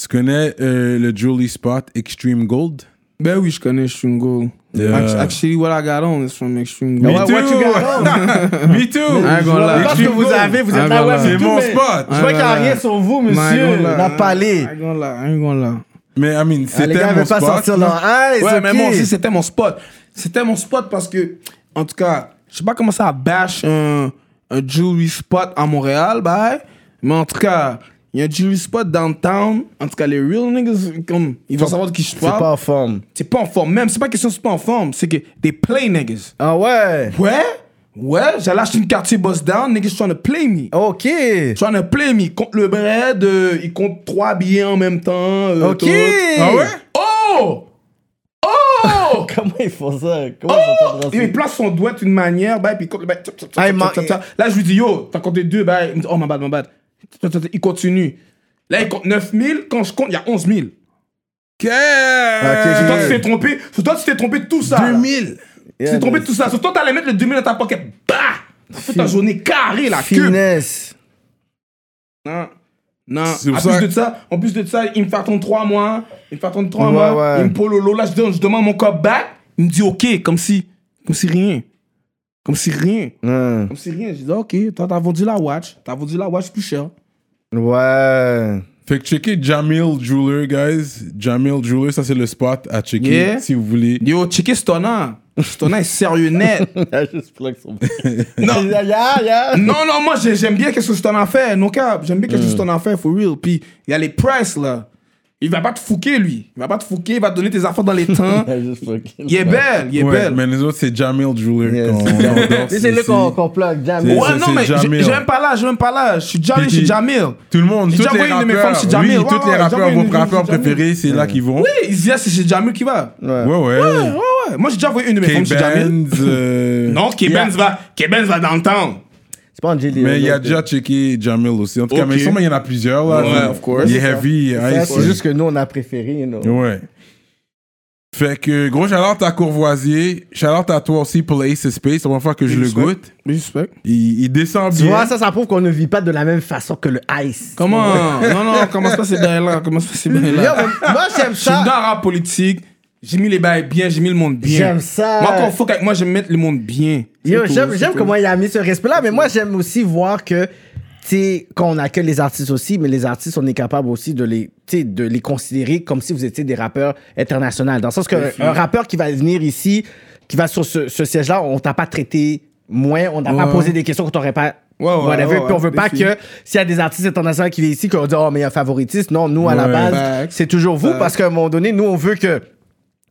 B: Tu connais euh, le jewelry spot Extreme Gold?
E: Ben oui, je connais Extreme Gold.
B: Yeah.
E: Act- Actually, what I got on is from Extreme
B: Me
E: Gold.
C: what-
B: too!
C: what you got
B: Me too!
E: Ah, gros, là.
C: Je pense que vous avez, vous êtes
E: Ah,
C: là, ouais,
E: voilà.
C: vous
B: ben, C'est
C: tout,
B: mon
C: mais
B: spot!
C: Je vois qu'il n'y a
E: voilà.
C: rien sur vous, monsieur.
E: Maïgon, là,
C: La palée.
E: I gonna lie, I ain't gonna lie.
B: Mais, I mean,
C: Ah, les
B: c'était
C: gars ne
B: mon
C: veulent pas
B: spot.
C: sortir leur eyes.
E: Ouais,
C: ok.
E: mais moi aussi, c'était mon spot. C'était mon spot parce que, en tout cas, je sais pas comment ça bash un, un jewelry spot à Montréal, bah, mais en tout cas, il y a un jewelry spot downtown. En tout cas, les real niggas, comme, ils vont savoir de qui je
C: C'est pas
E: parle.
C: en forme.
E: C'est pas en forme. Même, c'est pas question de c'est pas en forme. C'est que des play niggas.
C: Ah ouais.
E: Ouais, Ouais, j'allais acheter une quartier boss down, niggas trying to play me.
C: OK.
E: Trying to play me. Compte le bread, euh, il compte trois billets en même temps. euh,
C: OK.
E: tout.
B: Ah ouais?
E: Oh! Oh!
C: Comment ils font ça? Comment ils font ça?
E: Et il place son doigt d'une manière, bah, puis il compte le bah, tchop, tchop, tchop,
C: Ah, il m'a-
E: tchop, tchop, tchop. Là, je lui dis, yo, t'as compté deux, bah, il me dit, oh, ma bad, ma bad. Tchop, tchop, tchop, Il continue. Là, il compte 9000. Quand je compte, il y a 11000. C'est toi, tu t'es trompé. C'est toi, tu t'es trompé de tout ça. là.
B: 2000.
E: Tu t'es trompé de tout ça. C'est toi, t'allais mettre le 2000 dans ta pocket. Bah! Fais ta journée carrée, la queue.
C: Finesse.
E: Non. Non.
B: C'est
E: En
B: pour ça-
E: plus de ça, en plus de ça, il me fait attendre 3 mois. Il me fait attendre 3
C: Ouais,
E: mois.
C: ouais.
E: Il me pose lolo. Là, je, donne- je demande mon cop back. Il me dit OK, comme si. Comme si rien. Comme si rien.
C: Hum.
E: Comme si rien. Je dis OK, toi, t'as vendu la watch. T'as vendu la watch plus cher.
C: Ouais.
B: Fait que checkez Jamil Jeweler, guys. Jamil Jeweler, ça c'est le spot à checker
E: Yeah.
B: si vous voulez.
E: Yo, checker Stona. Stona est sérieux net.
C: Il a juste plug son.
E: Non.
C: Yeah, yeah, yeah.
E: non, non, moi, j'ai- j'aime bien qu'est-ce que Stona fait. Non, cap. J'aime bien qu'est-ce que
B: Mm.
E: Stona fait, for real. Puis, il y a les prices, là. Il va pas te fouquer, lui. Il va pas te fouquer. Il va te donner tes affaires dans les temps.
C: Il a juste plug.
E: Il est belle, il est
B: Ouais,
E: belle.
B: mais les autres c'est Jamil Jeweler.
C: Yes.
B: qu'on- on dort,
C: C'est lui
B: ici.
C: qu'on qu'on plug, Jam.
B: C'est-
E: Ouais,
B: ça,
E: non, mais j'ai
B: Jamil.
E: j'ai même pas là, j'ai même pas là. Je suis Jamil,
B: Puis
E: je suis
B: qui-
E: Jamil.
B: Tout le monde,
E: J'ai
B: tous
E: déjà
B: les
E: envoyé une de mes
B: rappeurs,
E: femmes chez
B: oui,
E: Jamil. Ouais,
B: tous
E: ouais,
B: les
E: j'ai
B: rappeurs,
E: envoyé une
B: vos
E: de mes
B: rappeurs
E: femmes chez Jamil.
B: préférés, c'est là qu'ils vont.
E: Oui, Izia, c'est chez Jamil qui va. Ouais,
B: Ouais, ouais.
E: ouais, ouais. Moi, j'ai déjà envoyé une de mes femmes chez
C: Ben.
E: Jamil.
B: K-Benz. euh,
E: Non, Kebenz va, Kebenz va dans le temps.
C: C'est pas un Jelly.
B: Mais il a déjà checké Jamil aussi. En tout cas,
E: Ok.
B: mais sûrement, il y en a plusieurs là.
E: Ouais, of course.
B: Il est heavy. il est
C: Ça,
B: ice.
C: C'est juste que nous, on a préféré, you know.
B: Ouais. Fait que gros shout-out à Courvoisier, shout-out à toi aussi pour le Ace of Space, c'est la première fois que je le goûte.
E: Respect.
B: Il, il descend
C: Tu
B: bien.
C: vois, ça, ça prouve qu'on ne vit pas de la même façon que le ice.
E: Comment Non, non, comment ça, c'est bien là. Comment ça, c'est bien
C: Yo,
E: là.
C: mais moi, j'aime
E: Je suis
C: ça.
E: dans le rap politique. J'ai mis les bails bien, j'ai mis le monde bien.
C: J'aime ça.
E: Moi, quand on fuck avec moi, j'aime mettre le monde bien.
C: Yo,
E: C'est tout,
C: j'aime,
E: c'est
C: j'aime
E: tout.
C: comment il a mis ce respect-là, mais moi, j'aime aussi voir que, tu sais, qu'on accueille les artistes aussi, mais les artistes, on est capable aussi de les, tu sais, de les considérer comme si vous étiez des rappeurs internationaux. Dans le sens qu'un un rappeur qui va venir ici, qui va sur ce, ce siège-là, on t'a pas traité moins, on t'a pas posé des questions qu'on t'aurait pas.
E: Ouais, ouais,
C: whatever.
E: ouais, ouais,
C: Puis on veut
E: des
C: pas
E: filles.
C: que s'il y a des artistes internationaux qui viennent ici, qu'on dit, oh, mais il y a un favoritiste. Non, nous, à la
B: Ouais.
C: base,
E: Facts.
C: c'est toujours vous, parce qu'à un moment donné, nous, on veut que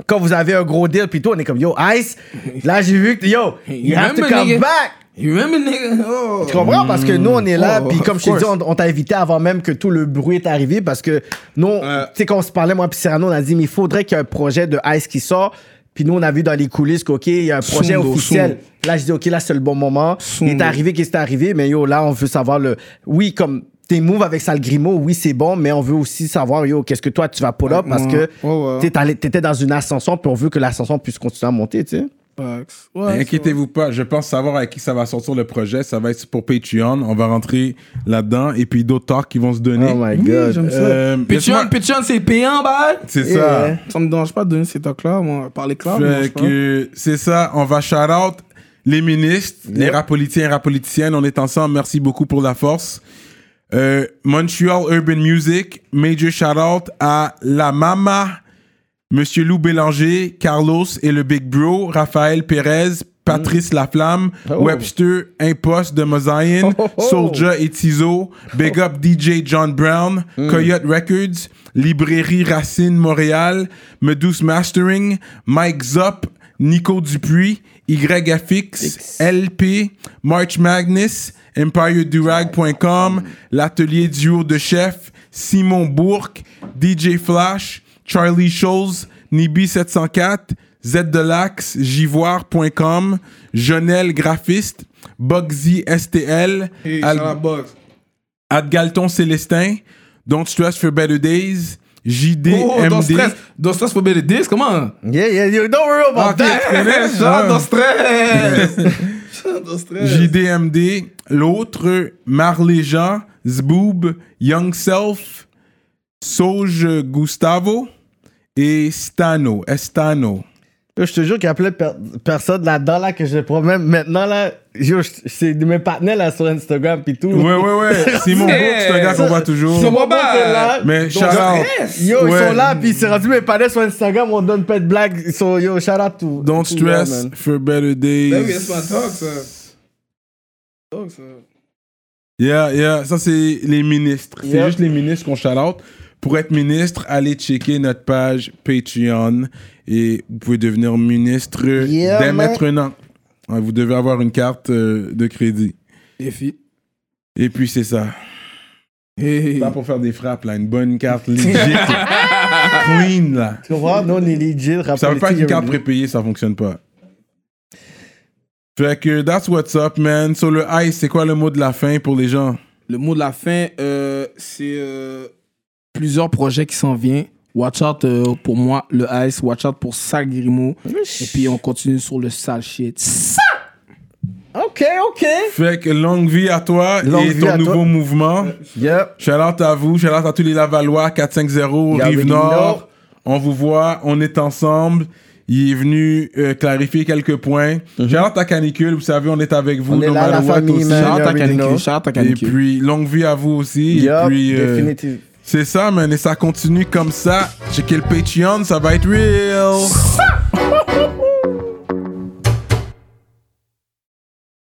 C: quand vous avez un gros deal, puis tout, on est comme, yo, Ice, là, j'ai vu que, yo, you have to
E: Remember,
C: come
E: nigga.
C: back.
E: You remember, nigga? Oh.
C: Tu comprends? Parce que nous, on est là,
E: Oh,
C: puis comme
E: of
C: je t'ai dit, on,
E: course.
C: on t'a invité avant même que tout le bruit est arrivé, parce que nous,
E: Ouais.
C: tu sais, quand on se parlait, moi puis Cyrano, on a dit, mais il faudrait qu'il y ait un projet de Ice qui sort. Puis nous, on a vu dans les coulisses qu'OK, il y a un projet
E: Sundo,
C: officiel.
E: Sundo.
C: Là, je dis, OK, là, c'est le bon moment. Il est
E: Sundo.
C: arrivé, qu'est-ce qui est arrivé, mais yo, là, on veut savoir le. Oui, comme tes moves avec Sal Grimaud, oui, c'est bon, mais on veut aussi savoir, yo, qu'est-ce que toi, tu vas pull up, parce que
E: Ouais, ouais.
C: tu sais, t'allais- t'étais dans une ascension, puis on veut que l'ascension puisse continuer à monter, tu sais.
E: Facts.
B: Mais
E: Ouais,
B: Inquiétez-vous pas, je pense savoir avec qui ça va sortir le projet. Ça va être pour Patreon. On va rentrer là-dedans et puis d'autres talks qui vont se donner.
C: Oh my
E: Oui,
C: god.
E: j'aime ça.
B: Euh, laisse-moi-
E: Patreon, Patreon, c'est payant, bah.
B: C'est
C: Yeah.
B: ça.
E: Ça me dérange pas de donner ces talks-là, moi. Parler clair, ça me dérange
B: Fait
E: pas.
B: que c'est ça. On va shout out les ministres, les rap politiciens et rap politiciennes. On est ensemble. Merci beaucoup pour la force. Euh, Montreal Urban Music, major shout out à la Mama, Monsieur Lou Bélanger, Carlos et le Big Bro, Raphaël Pérez, Patrice Laflamme, Webster, Impost de Mosaïen,
C: Oh, oh, oh.
B: Soldier et Tizo, Big Up DJ John Brown, Coyote Records, Librairie Racine Montréal, Meduse Mastering, Mike Zop, Nico Dupuis, YFX, LP, March Magnus, EmpireDurag.com, L'Atelier Duo de Chef, Simon Bourque, DJ Flash, Charlie Scholes, Nibi704, Z Delax, Jivoire.com, Jonel Graphiste, Bugsy STL,
E: Hey,
B: Al-
E: shout out Bugs.
B: Adgalton Célestin, Don't Stress for Better Days, JD
E: Oh, dans
B: MD.
E: stress. Dans stress, faut bien les disques, comment?
C: Yeah, yeah, yo, don't worry about that.
E: Shout dans stress. Shout dans stress.
B: JDMD, l'autre, Marley Jean, Zboob, Young Self, Sauge Gustavo et Stano, Estano.
C: Yo, je te jure qu'il y a plein de per- personnes là-dedans là, que je promets maintenant là. Yo, je- c'est de mes partenaires là sur Instagram pis tout.
B: Ouais, ouais, ouais. Simon Bourque, c'est un gars qu'on voit
C: Ils sont
B: toujours.
C: pas là.
B: Mais shout
C: Yo, ils
B: Ouais.
C: sont là pis c'est rendu mes partenaires sur Instagram, on donne pas de blagues. Ils sont, yo, shout out to.
B: Don't
C: to y'all,
B: stress
C: man.
B: for better
E: Ben oui,
B: days.
E: that's my talk, ça. Talk, ça.
B: Yeah, yeah. Ça, c'est les ministres. C'est
C: Yep.
B: juste les ministres qu'on shout out. Pour être ministre, allez checker notre page Patreon et vous pouvez devenir ministre
C: Yeah,
B: dès
C: man.
B: maintenant. Ouais, vous devez avoir une carte euh, de crédit.
E: Défi.
B: Et puis c'est ça.
E: Hey.
B: Pas pour faire des frappes, là. Une bonne carte legit. là. Clean, là.
C: Tu vois, nous, on est legit.
B: Ça veut pas qu'une carte prépayée, ça fonctionne pas. Fait que that's what's up, man. Sur le ice, c'est quoi le mot de la fin pour les gens?
E: Le mot de la fin, euh, c'est euh, plusieurs projets qui s'en viennent. Watch out euh, pour moi, le Ice. Watch out pour Sal Grimaud. Et puis on continue sur le sale shit.
C: OK, OK.
B: Fait que longue vie à toi
C: Longue
B: et
C: vie
B: ton
C: à
B: nouveau
C: toi.
B: mouvement.
C: Yep.
B: Shout out à vous, shout out à tous les Lavallois, 450,
C: Yeah,
B: Rive
C: we
B: Nord. On vous voit, on est ensemble. Il est venu euh, clarifier quelques points. Shout out à Canicule, vous savez, on est avec vous.
C: Mhm. On est
B: no
C: là,
B: matter
C: la
B: what
C: famille,
B: aussi.
C: man.
E: Shout out à
C: Original.
E: Canicule. Shout out à
B: Et
E: Canicule.
B: puis, longue vie à vous aussi.
C: Yep.
B: Et puis, euh,
C: Définitive.
B: c'est ça, man. Et ça continue comme ça. Checkez le Patreon, ça va être real.